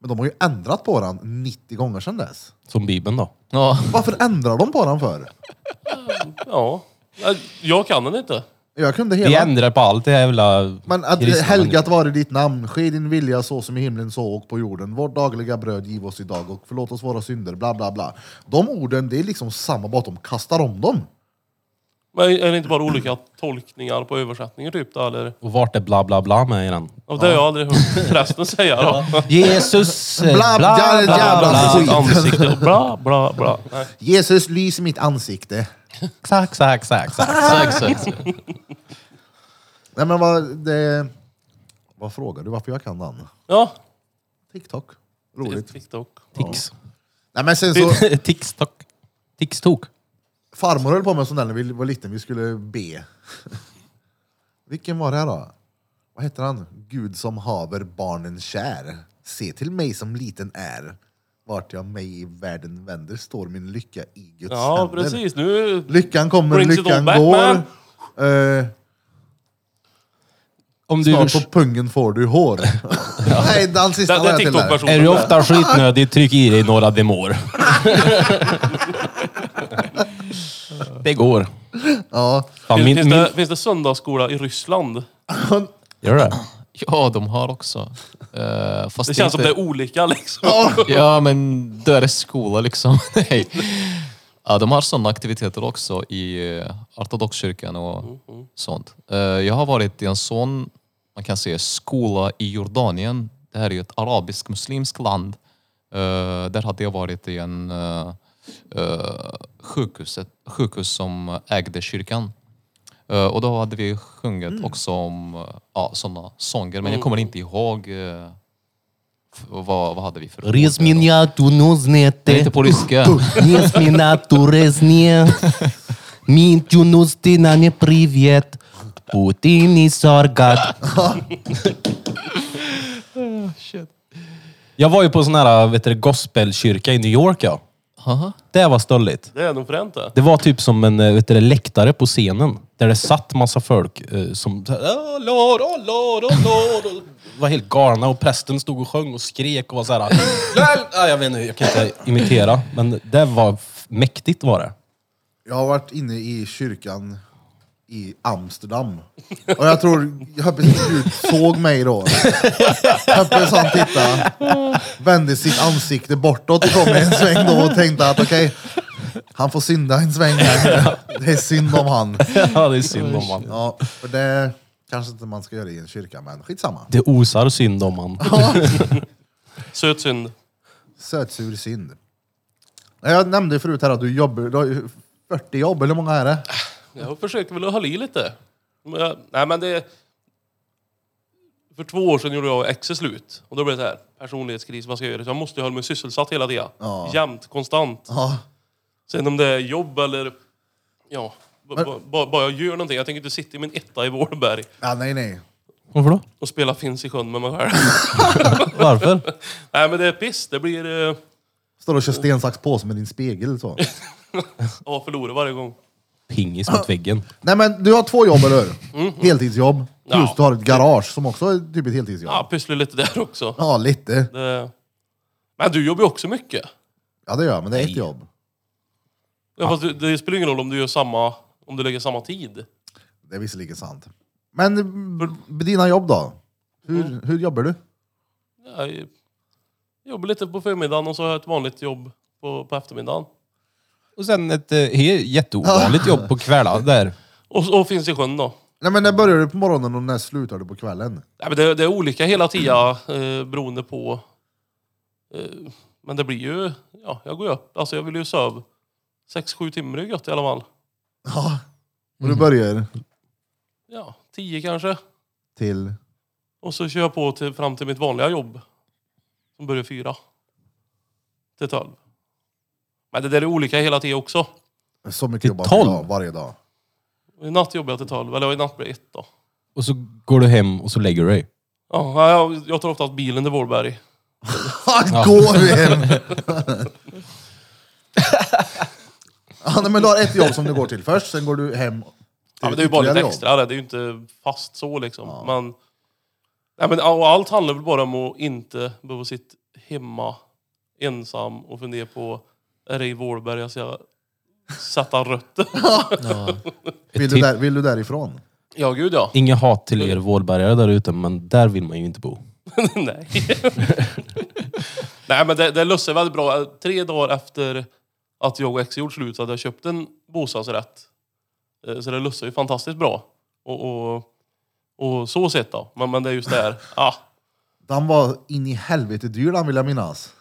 [SPEAKER 1] Men de har ju ändrat på den 90 gånger sedan dess.
[SPEAKER 2] Som Bibeln då.
[SPEAKER 7] Ja,
[SPEAKER 1] Varför ändrar de på den för?
[SPEAKER 3] ja. Jag kan den inte.
[SPEAKER 1] Jag kunde
[SPEAKER 2] Vi
[SPEAKER 1] hela.
[SPEAKER 2] ändrar på allt det jävla...
[SPEAKER 1] Men att
[SPEAKER 2] kristna
[SPEAKER 1] helgat var det ditt namn, ske din vilja så som i himlen så och på jorden. Vårt dagliga bröd giv oss idag och förlåt oss våra synder, bla bla bla. De orden, det är liksom samma, bara att de kastar om dem.
[SPEAKER 3] Men är det inte bara olika tolkningar på översättningar typ då, eller?
[SPEAKER 2] Och vart är bla bla bla med i den?
[SPEAKER 3] Ja, Det har jag aldrig hört prästen säga då.
[SPEAKER 2] Jesus, eh,
[SPEAKER 1] Bla,
[SPEAKER 2] bla
[SPEAKER 1] bla,
[SPEAKER 2] bla bla,
[SPEAKER 1] jävla
[SPEAKER 2] bla,
[SPEAKER 1] skit.
[SPEAKER 3] Sitt ansikte och bla bla bla. Nej.
[SPEAKER 1] Jesus, lys i mitt ansikte.
[SPEAKER 2] Exakt, exakt, exakt, exakt.
[SPEAKER 7] exakt.
[SPEAKER 1] Nej men vad, det... Vad frågar du varför jag kan den?
[SPEAKER 3] Ja,
[SPEAKER 1] TikTok. Roligt.
[SPEAKER 3] TikTok.
[SPEAKER 2] Tix.
[SPEAKER 1] Nej men sen så,
[SPEAKER 2] Tixtok. Tixtok.
[SPEAKER 1] farmor höll på med en sån där när vi var liten, vi skulle be. Vilken var det här då? Vad heter han? Gud som haver barnen kär. Se till mig som liten är. Vart jag mig i världen vänder står min lycka i Guds
[SPEAKER 3] Ja,
[SPEAKER 1] händer.
[SPEAKER 3] precis. Nu...
[SPEAKER 1] Lyckan kommer,
[SPEAKER 3] Brings it
[SPEAKER 1] lyckan
[SPEAKER 3] all back,
[SPEAKER 1] går.
[SPEAKER 3] man.
[SPEAKER 1] Eh,
[SPEAKER 2] Om du
[SPEAKER 1] snart på pungen får du hår. Nej, den sista
[SPEAKER 3] Den,
[SPEAKER 1] la
[SPEAKER 3] den
[SPEAKER 1] jag till där.
[SPEAKER 2] är du
[SPEAKER 3] TikTok-versionen.
[SPEAKER 2] ofta skitnödig, tryck i dig några demor. Det går.
[SPEAKER 1] Ja.
[SPEAKER 2] Fan,
[SPEAKER 3] Finns,
[SPEAKER 2] min,
[SPEAKER 3] finns,
[SPEAKER 2] min,
[SPEAKER 3] det, finns det söndagsskola i Ryssland?
[SPEAKER 2] gör det?
[SPEAKER 7] Ja, de har också. Eh, fast
[SPEAKER 3] Det känns som det
[SPEAKER 7] inte-
[SPEAKER 3] är olika liksom.
[SPEAKER 7] Ja, men då är det skola liksom. Nej. Ja, de har sådana aktiviteter också i eh, ortodoxkyrkan och sånt. Eh, Jag har varit i en sån, man kan säga skola i Jordanien. Det här är ju ett arabiskt muslimskt land. Eh, Där hade jag varit i en eh, eh, sjukhus, ett sjukhus som ägde kyrkan. Eh, Och då hade vi sjungit också om eh, ja, sådana sånger, men jag kommer inte ihåg eh, f- vad, vad hade vi för ord?
[SPEAKER 2] меня
[SPEAKER 7] Det är
[SPEAKER 2] тунознете,
[SPEAKER 7] inte på ryska.
[SPEAKER 2] Нес меня турезне, мин тюнустина не привет, Putin i sorgat. Jag var ju på sån här vet du, gospelkyrka i New York. Ja.
[SPEAKER 7] Aha.
[SPEAKER 2] Det var stöldigt.
[SPEAKER 3] Det är nog fränt det.
[SPEAKER 2] Det var typ som en eh, vet du, läktare på scenen. Där det satt massa folk eh, som så här, "Åh, Lord, åh, Lord, åh, Lord", och var helt galna. Och prästen stod och sjöng och skrek och var så här. "Läl-" Ja, jag vet inte, jag kan inte imitera. Men det var f- mäktigt var det.
[SPEAKER 1] Jag har varit inne i kyrkan i Amsterdam. Och jag tror Höppes Gud såg mig då. Höppes han tittade, vände sitt ansikte bortåt ifrån mig en sväng då och tänkte att okej, han får synda en sväng här. Det är synd om han.
[SPEAKER 2] Ja, det är synd om man.
[SPEAKER 1] Ja, för det kanske inte man ska göra i en kyrka, men skitsamma.
[SPEAKER 2] Det osar synd om man.
[SPEAKER 3] Söt synd.
[SPEAKER 1] Sötsur synd. Jag nämnde ju förut här att du jobbar, du har ju 40 jobb, eller hur många är det?
[SPEAKER 3] Jag försöker väl att hålla i lite. Men jag, nej men det... För två år sedan gjorde jag och Exe slut. Och då blev det så här, personlighetskris, vad ska jag göra? Så jag måste ju hålla mig sysselsatt hela tiden. Jämt, konstant.
[SPEAKER 1] Ja.
[SPEAKER 3] Sen om det är jobb eller... Ja, b- b- bara bara jag gör någonting. Jag tänker inte sitta i min etta i Vårberg
[SPEAKER 1] Ja, nej, nej.
[SPEAKER 2] Varför då?
[SPEAKER 3] och spela Finns i sjön med mig själv.
[SPEAKER 2] Varför?
[SPEAKER 3] nej men det är piss. Det blir... eh,
[SPEAKER 1] Står och kör sten, sax, påse med din spegel så.
[SPEAKER 3] Ja, förlora varje gång.
[SPEAKER 2] Pingis mot väggen.
[SPEAKER 1] Nej men du har två jobb eller hur? Heltidsjobb. Plus
[SPEAKER 3] Mm. Ja.
[SPEAKER 1] du har ett garage som också är typ ett heltidsjobb.
[SPEAKER 3] Ja,
[SPEAKER 1] Ja,
[SPEAKER 3] pysslar lite där också.
[SPEAKER 1] lite.
[SPEAKER 3] Det... Men du jobbar ju också mycket.
[SPEAKER 1] Ja det gör jag, men det är ett jobb.
[SPEAKER 3] Ja, fast det, det spelar ingen roll om du gör samma... Om du lägger samma tid.
[SPEAKER 1] Det är visserligen sant. Men med dina jobb då? Hur,
[SPEAKER 3] Mm.
[SPEAKER 1] hur jobbar du?
[SPEAKER 3] Jag jobbar lite på förmiddagen och så har jag ett vanligt jobb på, på eftermiddagen.
[SPEAKER 2] Och sen ett eh, he- jätteovanligt jobb på kvällar där.
[SPEAKER 3] Och, och finns i sjön då.
[SPEAKER 1] Nej men när börjar du på morgonen och när slutar du på kvällen?
[SPEAKER 3] Nej, men det, det är olika hela tiden eh, beroende på... Eh, men det blir ju... Ja, jag går ju upp. Alltså jag vill ju sova 6-7 timmar är gött i alla fall.
[SPEAKER 1] Ja. Och
[SPEAKER 3] Mm.
[SPEAKER 1] du börjar
[SPEAKER 3] Ja, 10 kanske.
[SPEAKER 1] till...
[SPEAKER 3] Och så kör jag på till, fram till mitt vanliga jobb. Som börjar fyra. Till tolv. Men det där är olika hela tiden också.
[SPEAKER 1] Så mycket
[SPEAKER 2] Till
[SPEAKER 1] jobbar
[SPEAKER 2] tolv?
[SPEAKER 1] dag, varje dag.
[SPEAKER 3] I natt jobbar jag till tolv, eller i natt blir det ett då.
[SPEAKER 2] Och så går du hem och så lägger du dig.
[SPEAKER 3] Ja, jag, jag tar oftast bilen till Vårberg.
[SPEAKER 1] Han går du hem! ja, nej, men du har ett jobb som du går till först, sen går du hem. till
[SPEAKER 3] Ja, men det är ju bara lite
[SPEAKER 1] ytterligare jobb.
[SPEAKER 3] extra, det är ju inte fast så liksom. Men, nej, men, och allt handlar väl bara om att inte behöva sitta hemma ensam och fundera på, är det i Vårberg jag ska sätta rötter?
[SPEAKER 1] Vill du, där, vill du därifrån?
[SPEAKER 3] ja, gud ja.
[SPEAKER 2] Inga hat till er vårdbärgare där ute, men där vill man ju inte bo.
[SPEAKER 3] nej. nej, men det, det löser väldigt bra. Tre dagar efter att jag och ex gjort slut så hade jag köpt en bostadsrätt. Eh, Så det löser ju fantastiskt bra. Och, och, och så sett då. Men, men det är just det här, ah,
[SPEAKER 1] Den var in i helvete dyr den vill jag minnas.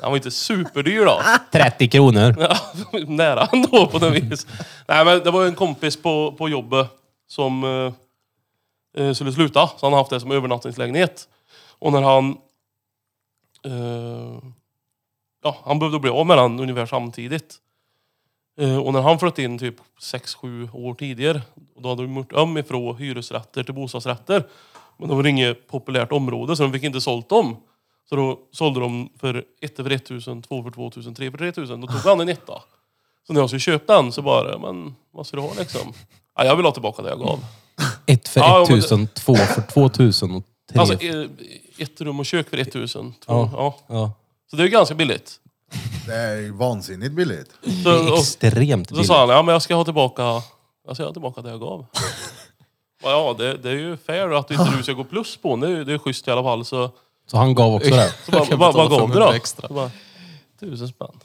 [SPEAKER 3] Han var inte superdyr då.
[SPEAKER 2] 30 kronor!
[SPEAKER 3] Ja, Nära ändå på något vis. Nej men det var ju en kompis på, på jobbet som eh, eh, skulle sluta. Så han har haft det som övernattningslägenhet. Och när han... Eh, ja, han behövde bli av med den ungefär samtidigt. Eh, och när han flyttade in typ 6-7 år tidigare. och Då hade de gjort om ifrån hyresrätter till bostadsrätter. Men de var inget populärt område så de fick inte sålt dem. Så då sålde de för ett för 1000, två för 2000, tre för 3000. Då tog han en etta. Så när jag skulle köpa den så bara, men vad ska du ha liksom? Ja, jag vill ha tillbaka det jag gav.
[SPEAKER 2] Ett för
[SPEAKER 3] Ja, men-
[SPEAKER 2] 1000, två för 2000 och tre
[SPEAKER 3] Alltså
[SPEAKER 2] för...
[SPEAKER 3] eh, ett rum och kök för 1000. Två,
[SPEAKER 2] Ja.
[SPEAKER 3] ja.
[SPEAKER 2] Ja.
[SPEAKER 3] Så det är ju ganska billigt.
[SPEAKER 1] Det är ju vansinnigt billigt.
[SPEAKER 2] Det
[SPEAKER 3] Så,
[SPEAKER 2] är
[SPEAKER 3] och,
[SPEAKER 2] extremt
[SPEAKER 3] så
[SPEAKER 2] billigt.
[SPEAKER 3] sa han, ja men jag ska ha tillbaka, jag ska ha tillbaka det jag gav. Ja, ja det, det är ju fair att inte du ska gå plus på. Det är, ju- det är schysst i alla fall. Så,
[SPEAKER 2] Så han gav också det.
[SPEAKER 3] så
[SPEAKER 7] Jag
[SPEAKER 3] bara,
[SPEAKER 7] kan
[SPEAKER 3] vad
[SPEAKER 7] betala
[SPEAKER 3] vad gav du
[SPEAKER 7] 500
[SPEAKER 3] då?
[SPEAKER 7] extra.
[SPEAKER 3] Så bara, Tusen spänn.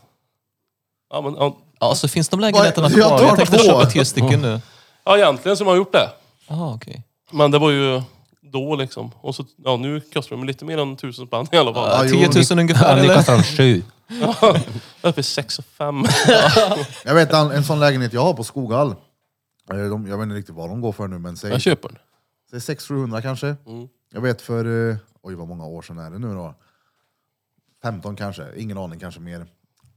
[SPEAKER 3] Ja, men, ja,
[SPEAKER 7] Ja, så finns de lägenheterna
[SPEAKER 1] Vad-
[SPEAKER 7] kvar?
[SPEAKER 1] jag
[SPEAKER 7] Jag,
[SPEAKER 1] tar
[SPEAKER 7] tänkte
[SPEAKER 1] två.
[SPEAKER 7] köpa tio stycken nu.
[SPEAKER 3] ja, egentligen så har man gjort det.
[SPEAKER 7] Jaha, Ah, okej.
[SPEAKER 3] Men det var ju då liksom. Och så, ja, nu kostar de lite mer än tusen spänn i alla fall.
[SPEAKER 1] Ja, jo,
[SPEAKER 7] 10 000
[SPEAKER 2] Ja,
[SPEAKER 7] ungefär
[SPEAKER 2] det
[SPEAKER 7] eller?
[SPEAKER 2] kostar han sju.
[SPEAKER 3] Uppe i sex och fem.
[SPEAKER 1] Jag vet en, en sån lägenhet jag har på Skoghall. Eh, De, jag vet inte riktigt vad de går för nu, men säg,
[SPEAKER 3] Jag Mm. köper den.
[SPEAKER 1] säg 600-700 kanske. Jag vet för, eh, oj vad många år sedan är det nu då? 15 kanske, ingen aning, kanske mer.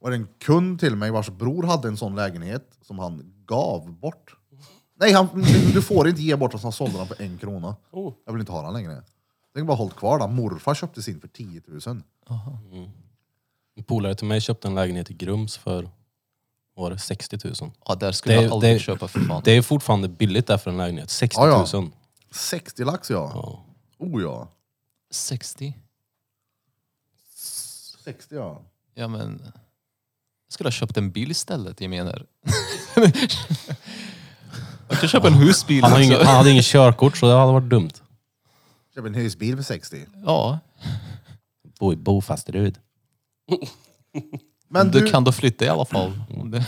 [SPEAKER 1] Och det är en kund till mig vars bror hade en sån lägenhet som han gav bort. Nej, han, du- du får inte ge bort den, så han sålde den för en krona.
[SPEAKER 3] Oh.
[SPEAKER 1] Jag vill inte ha den längre. Den bara hållit kvar den. Morfar köpte sin för 10 000.
[SPEAKER 2] En polare till mig köpte en lägenhet i Grums för var det 60 000.
[SPEAKER 7] Ja, där skulle jag
[SPEAKER 2] Det-
[SPEAKER 7] aldrig
[SPEAKER 2] det-
[SPEAKER 7] köpa för fan.
[SPEAKER 2] Det är fortfarande billigt där för en lägenhet. 60 000.
[SPEAKER 1] Ja, ja. 60 lax ja.
[SPEAKER 2] Ja.
[SPEAKER 1] Oh ja.
[SPEAKER 7] 60?
[SPEAKER 1] 60 ja.
[SPEAKER 7] Ja, men... Jag skulle ha köpt en bil istället, jag menar. Man kan köpa en husbil
[SPEAKER 2] Han, har ingen,
[SPEAKER 7] också.
[SPEAKER 2] han hade ingen körkort så det hade varit dumt.
[SPEAKER 1] Köpte en husbil för 60.
[SPEAKER 7] Ja.
[SPEAKER 2] Bo i Bofasterud.
[SPEAKER 1] Men
[SPEAKER 7] Du,
[SPEAKER 1] du,
[SPEAKER 7] kan då flytta i alla fall. Om det-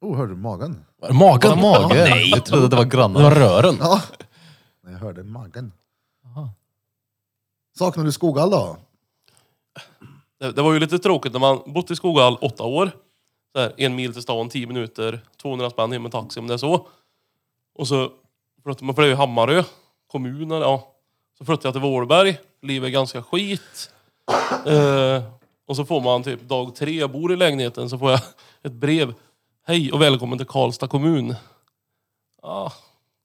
[SPEAKER 1] Oh, hörde du magen?
[SPEAKER 2] Magen!
[SPEAKER 7] Bara mage? Jag trodde det var
[SPEAKER 2] Det var
[SPEAKER 7] grannar.
[SPEAKER 2] rören.
[SPEAKER 1] Ja. Nej, Jag hörde magen. Saknar du Skoghall då?
[SPEAKER 3] Det, det var ju lite tråkigt när man bott i Skoghall åtta år. Så här, en mil till stan, tio minuter, 200 spänn hem med taxi om det är så. Och så flyttade man, för det är ju Hammarö kommun, eller, ja. Så flyttade jag till Vårberg, livet är ganska skit. Eh, och så får man typ dag tre, jag bor i lägenheten, så får jag ett brev. Hej och välkommen till Karlstad kommun. Ah,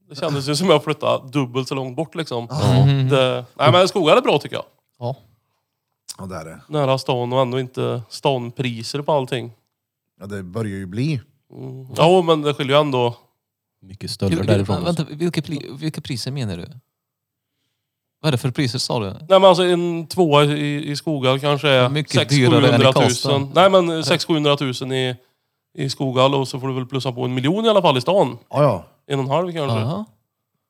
[SPEAKER 3] det kändes ju som jag flyttade dubbelt så långt bort liksom. Det, nej men Skoghall är bra tycker jag
[SPEAKER 7] Ja.
[SPEAKER 1] Ja, det är det.
[SPEAKER 3] nära stan och ändå inte stanpriser på allting.
[SPEAKER 1] Ja, det börjar ju bli.
[SPEAKER 3] Mm. Ja, men det skiljer ju ändå.
[SPEAKER 2] Mycket stölder
[SPEAKER 7] Vil-
[SPEAKER 2] därifrån. alltså.
[SPEAKER 7] Vänta, vilka, pli- vilka priser menar du? Vad är det för priser sa du?
[SPEAKER 3] Nej men alltså en tvåa i, i Skoghall kanske är
[SPEAKER 7] Mycket dyrare än i
[SPEAKER 3] 600
[SPEAKER 7] Karlstad.
[SPEAKER 3] 000. Nej men 600-700 000 i, i Skoghall och så får du väl plussa på en miljon i alla fall i stan.
[SPEAKER 1] Ja, ja.
[SPEAKER 3] En och en halv kanske.
[SPEAKER 7] Aha.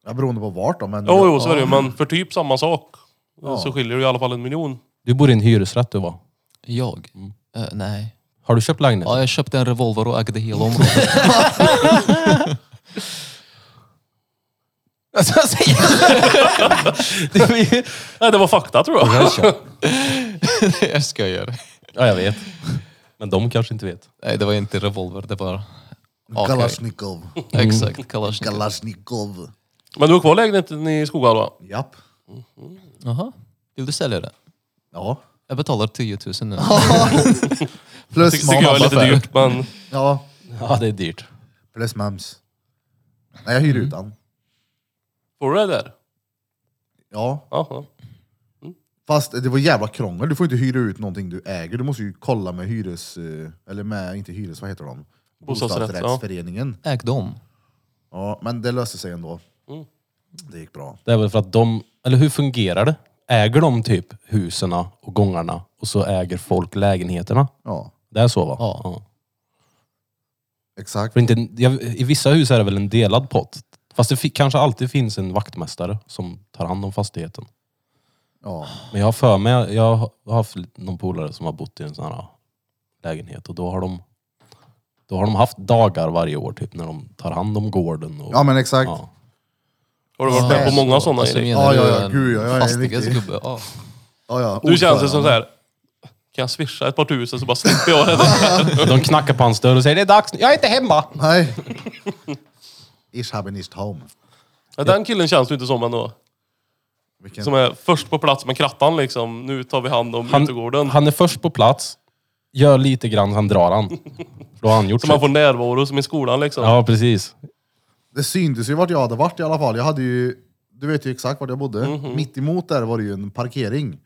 [SPEAKER 1] Ja, beroende på vart då. Men,
[SPEAKER 3] Jo, jo, så är det ju, men för typ samma sak så skiljer det i alla fall en miljon.
[SPEAKER 2] Du bor i en hyresrätt du va?
[SPEAKER 7] Jag? Eh, nej.
[SPEAKER 2] Har du köpt lägenhet?
[SPEAKER 7] Ja, jag köpte en revolver och ägde hela området.
[SPEAKER 2] Alltså, jag säger- Det var ju-
[SPEAKER 3] Nej, det var fakta tror jag.
[SPEAKER 7] jag skojar.
[SPEAKER 2] ja, jag vet. Men de kanske inte vet.
[SPEAKER 7] Nej, det var inte revolver, det var... AK.
[SPEAKER 1] Kalashnikov.
[SPEAKER 7] Exakt, Kalashnikov.
[SPEAKER 1] Kalashnikov.
[SPEAKER 3] Men du har kvar lägenheten i Skoghall
[SPEAKER 1] Japp.
[SPEAKER 7] Jaha. Vill du sälja det?
[SPEAKER 1] Ja.
[SPEAKER 7] Jag betalar 10 000 nu.
[SPEAKER 1] Plus
[SPEAKER 3] Tycker jag är
[SPEAKER 1] moms.
[SPEAKER 3] lite dyrt, men
[SPEAKER 1] Ja.
[SPEAKER 2] Ja, det är dyrt.
[SPEAKER 1] Plus moms. Nej, jag hyr
[SPEAKER 3] Mm.
[SPEAKER 1] ut den.
[SPEAKER 3] får du det där?
[SPEAKER 1] Ja.
[SPEAKER 3] Ja, ja.
[SPEAKER 1] Fast det var jävla krångel. Du får inte hyra ut någonting du äger. Du måste ju kolla med hyres... eh, Eller med, inte hyres, vad heter de?
[SPEAKER 3] Bostadsrätt, ja.
[SPEAKER 1] Bostadsrättsföreningen.
[SPEAKER 7] Äg dem.
[SPEAKER 1] Ja, men det löste sig ändå.
[SPEAKER 3] Mm.
[SPEAKER 1] Det gick bra.
[SPEAKER 2] Det är väl för att de, eller hur fungerar det? Äger de typ husen och gångarna och så äger folk lägenheterna?
[SPEAKER 1] Ja,
[SPEAKER 2] Det är så va?
[SPEAKER 7] Ja.
[SPEAKER 1] exakt.
[SPEAKER 2] För inte, jag, I vissa hus är det väl en delad pott? Fast det fi, kanske alltid finns en vaktmästare som tar hand om fastigheten.
[SPEAKER 1] Ja.
[SPEAKER 2] Men jag har för mig, jag har haft någon polare som har bott i en sån här lägenhet och då har de då har de haft dagar varje år typ när de tar hand om gården. Och,
[SPEAKER 1] ja, men exakt.
[SPEAKER 2] ja.
[SPEAKER 3] Har du varit med på många sådana
[SPEAKER 7] Alltså,
[SPEAKER 3] grejer?
[SPEAKER 7] menar
[SPEAKER 1] Ja,
[SPEAKER 7] du
[SPEAKER 1] ja, ja,
[SPEAKER 7] en
[SPEAKER 1] gud, ja, jag är en
[SPEAKER 7] Fastighetsgubbe. Ja.
[SPEAKER 1] Ja, ja.
[SPEAKER 3] Du känns det som
[SPEAKER 1] Ordförande.
[SPEAKER 3] så här. kan jag swisha ett par tusen så bara slipper jag det där?
[SPEAKER 2] De knackar på hans dörr och säger det är dags, nu. jag är inte hemma!
[SPEAKER 1] Nej. Ich habe nicht home.
[SPEAKER 3] Ja, Den killen känns du inte som ändå.
[SPEAKER 1] Vilken...
[SPEAKER 3] Som är först på plats med krattan liksom. Nu tar vi hand om utegården.
[SPEAKER 2] Han, han är först på plats, gör lite grann, sen drar han. För då har han gjort
[SPEAKER 3] så man
[SPEAKER 2] sitt.
[SPEAKER 3] får närvaro som i skolan liksom.
[SPEAKER 2] Ja, precis.
[SPEAKER 1] Det syntes ju vart jag hade varit i alla fall. Jag hade ju... Du vet ju exakt vart jag bodde.
[SPEAKER 3] Mhm.
[SPEAKER 1] Mitt emot där var det ju en parkering.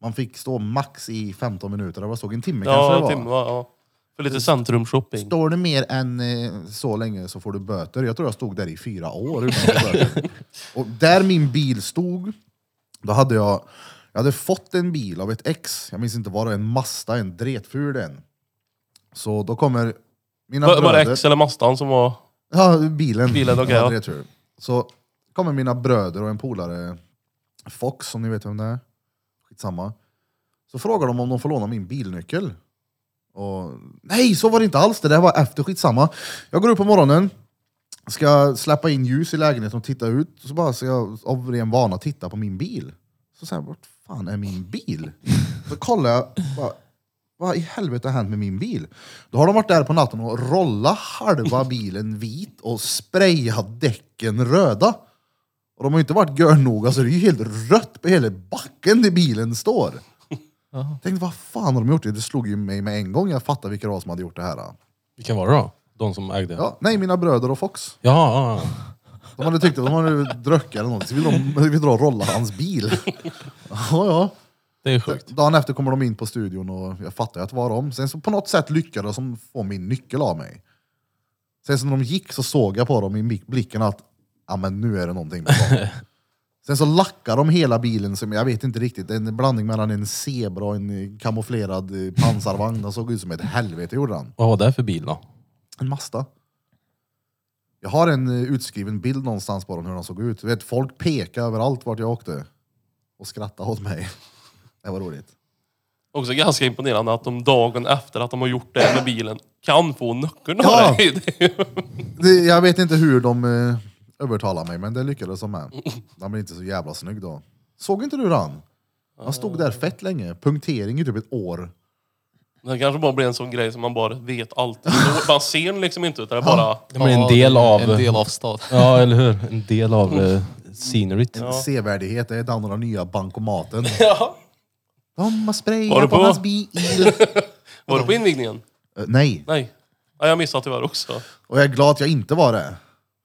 [SPEAKER 1] Man fick stå max i 15 minuter. Det var såg en timme kanske det
[SPEAKER 3] ja
[SPEAKER 1] var.
[SPEAKER 3] timme, ja. För lite centrumshopping.
[SPEAKER 1] Står du mer än eh, så länge så får du böter. Jag tror jag stod där i fyra år utan att få böter. Och där min bil stod, då hade jag, jag hade fått en bil av ett ex. Jag minns inte vad det var, en Mazda, en dretful en. Så då kommer mina
[SPEAKER 3] Var var det
[SPEAKER 1] bröder...
[SPEAKER 3] X eller Mastan som var...
[SPEAKER 1] Ja, bilen.
[SPEAKER 3] Bilen, okej, ja.
[SPEAKER 1] dretful. Så kommer mina bröder och en polare, Fox, om ni vet vem det är. Skitsamma. Så frågar de om de får låna min bilnyckel. Och, nej, så var det inte alls. Det där var efter, skitsamma. Jag går upp på morgonen, ska släppa in ljus i lägenheten och titta ut. Så bara ska jag av ren vana titta på min bil. Så säger jag, vart fan är min bil? Så kollar jag, bara, vad i helvete har hänt med min bil? Då har de varit där på natten och rollat halva bilen vit och sprayat däcken röda. Och de har ju inte varit görnoga så det är ju helt rött på hela backen där bilen står. Jag tänkte, vad fan har de gjort? Det Det slog ju mig med en gång. Jag fattade vilka det var som hade gjort det här.
[SPEAKER 2] Vilken var det då? De som ägde? Ja,
[SPEAKER 1] Ja, nej, mina bröder och Fox.
[SPEAKER 2] ja, ja.
[SPEAKER 1] De hade tyckt att de hade druckit eller något, så vill de vill dra och rolla hans bil. Ja, ja.
[SPEAKER 2] Det är sjukt.
[SPEAKER 1] Dagen efter kommer de in på studion och jag fattar ju att det var de. Sen så på något sätt lyckades de få min nyckel av mig. Sen så när de gick så såg jag på dem i mi- blicken att ja men nu är det någonting på gång. Sen så lackade de hela bilen som, jag vet inte riktigt, en blandning mellan en zebra och en kamouflerad eh, pansarvagn. Den såg ut som ett helvete gjorde den.
[SPEAKER 2] Vad var det för bil då?
[SPEAKER 1] En Mazda. Jag har en eh, utskriven bild någonstans på den hur den såg ut. Du vet, folk pekade överallt vart jag åkte och skrattade åt mig. Det var roligt.
[SPEAKER 3] Också ganska imponerande att de dagen efter att de har gjort det här med bilen kan få nyckeln av
[SPEAKER 1] Ja.
[SPEAKER 3] dig. Det är ju-
[SPEAKER 1] Det, jag vet inte hur de eh, övertalade mig, men det lyckades de med. Han blev inte så jävla snygg då. Såg inte du han? Han stod där fett länge. Punktering i typ ett år.
[SPEAKER 3] Det kanske bara blir en sån grej som man bara vet alltid. Man ser den liksom inte utan det är bara...
[SPEAKER 2] Det blir en del av...
[SPEAKER 7] En del av stad.
[SPEAKER 2] Ja, eller hur? En del av eh, sceneryt.
[SPEAKER 1] Sevärdighet, det är den och den nya bankomaten.
[SPEAKER 3] Ja.
[SPEAKER 1] De har
[SPEAKER 3] Var du
[SPEAKER 1] sprayat på
[SPEAKER 3] på?
[SPEAKER 1] hans bil.
[SPEAKER 3] Var du på invigningen?
[SPEAKER 1] Eh, Nej.
[SPEAKER 3] Nej. Ja, jag missade tyvärr också.
[SPEAKER 1] Och jag är glad att jag inte var det.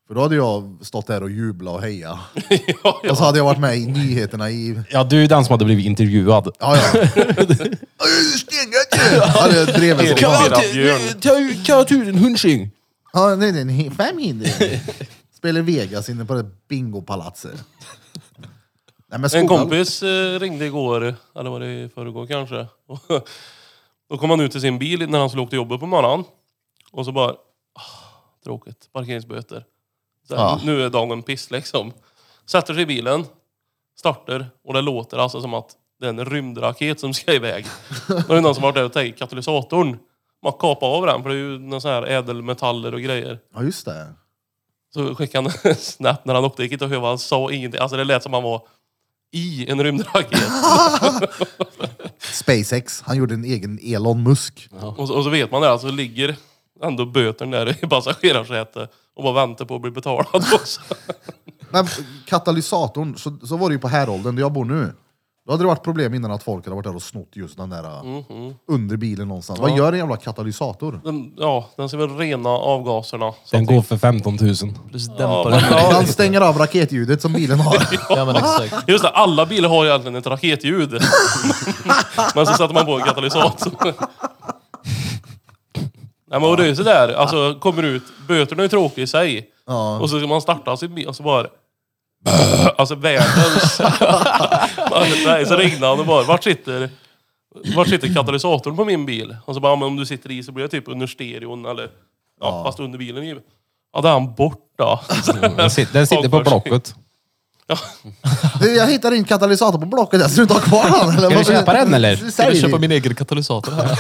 [SPEAKER 1] För då hade jag stått där och jublat och hejat.
[SPEAKER 3] ja, ja.
[SPEAKER 1] Och så hade jag varit med i nyheterna i...
[SPEAKER 2] Ja, du är den som hade blivit intervjuad.
[SPEAKER 1] Ja, ja. Stengött ju! Ja, det drev en
[SPEAKER 3] Kan
[SPEAKER 1] sån.
[SPEAKER 3] jag ta- Björn.
[SPEAKER 2] Kan jag ta ut en hundtjing?
[SPEAKER 1] Ja, nej, nej, nej, fem hinder. Spelar Vegas inne på det bingopalatset. Nej, men
[SPEAKER 3] En
[SPEAKER 1] skolan-
[SPEAKER 3] kompis eh, ringde igår, eller var det i förrgår kanske. Och Då kom han ut till sin bil när han skulle åka till jobbet på morgonen. Och så bara, ah, tråkigt, parkeringsböter. Det-
[SPEAKER 7] Ja.
[SPEAKER 3] Nu är dagen piss liksom. Sätter sig i bilen, startar och det låter alltså som att det är en rymdraket som ska iväg. Då är det någon som har varit där och tagit katalysatorn. Man kapar av den för det är ju några sån här ädelmetaller och grejer.
[SPEAKER 1] Ja, just det.
[SPEAKER 3] Så skickade han en snap när han upptäckte inte hur han sa ingenting. Alltså det lät som han var i en rymdraket.
[SPEAKER 1] SpaceX, han gjorde en egen Elon Musk.
[SPEAKER 3] Och, så, och så vet man det, alltså ligger ändå böten där i passagerarsätet och bara väntar på att bli betalad också.
[SPEAKER 1] Men katalysatorn, så, så var det ju på häråldern där jag bor nu. Då hade det varit problem innan att folk hade varit där och snott just den där eh, under bilen någonstans. Vad gör en jävla katalysator?
[SPEAKER 3] Den, ja, den ser väl rena avgaserna. Så
[SPEAKER 2] Den
[SPEAKER 3] att det-
[SPEAKER 2] går för 15 000.
[SPEAKER 7] Plus
[SPEAKER 3] Ja,
[SPEAKER 7] dämpare.
[SPEAKER 3] men- ja,
[SPEAKER 1] Den stänger av raketljudet som bilen har.
[SPEAKER 7] Ja men exakt.
[SPEAKER 3] just det, alla bilar har ju egentligen ett raketljud. men så sätter man på en katalysator. Nej men och det är ju sådär, alltså kommer ut, böterna är ju tråkiga i sig.
[SPEAKER 1] Ja.
[SPEAKER 3] Och så ska man starta sin bil och så bara... Alltså världens... Nej, så ringde han och bara, vart sitter, vart sitter katalysatorn på min bil? Och så bara, ja, men om du sitter i så blir det typ under stereon eller... Ja, fast under bilen ju. Ja, där är han borta.
[SPEAKER 2] Den sitter, den sitter på Blocket.
[SPEAKER 1] Du, jag hittade din katalysator på Blocket, jag ska du inte ha kvar den? Eller
[SPEAKER 2] Ska du
[SPEAKER 1] vad-
[SPEAKER 2] köpa den, eller?
[SPEAKER 1] Sälj
[SPEAKER 7] Ska jag köpa
[SPEAKER 1] den.
[SPEAKER 7] min egen katalysator här?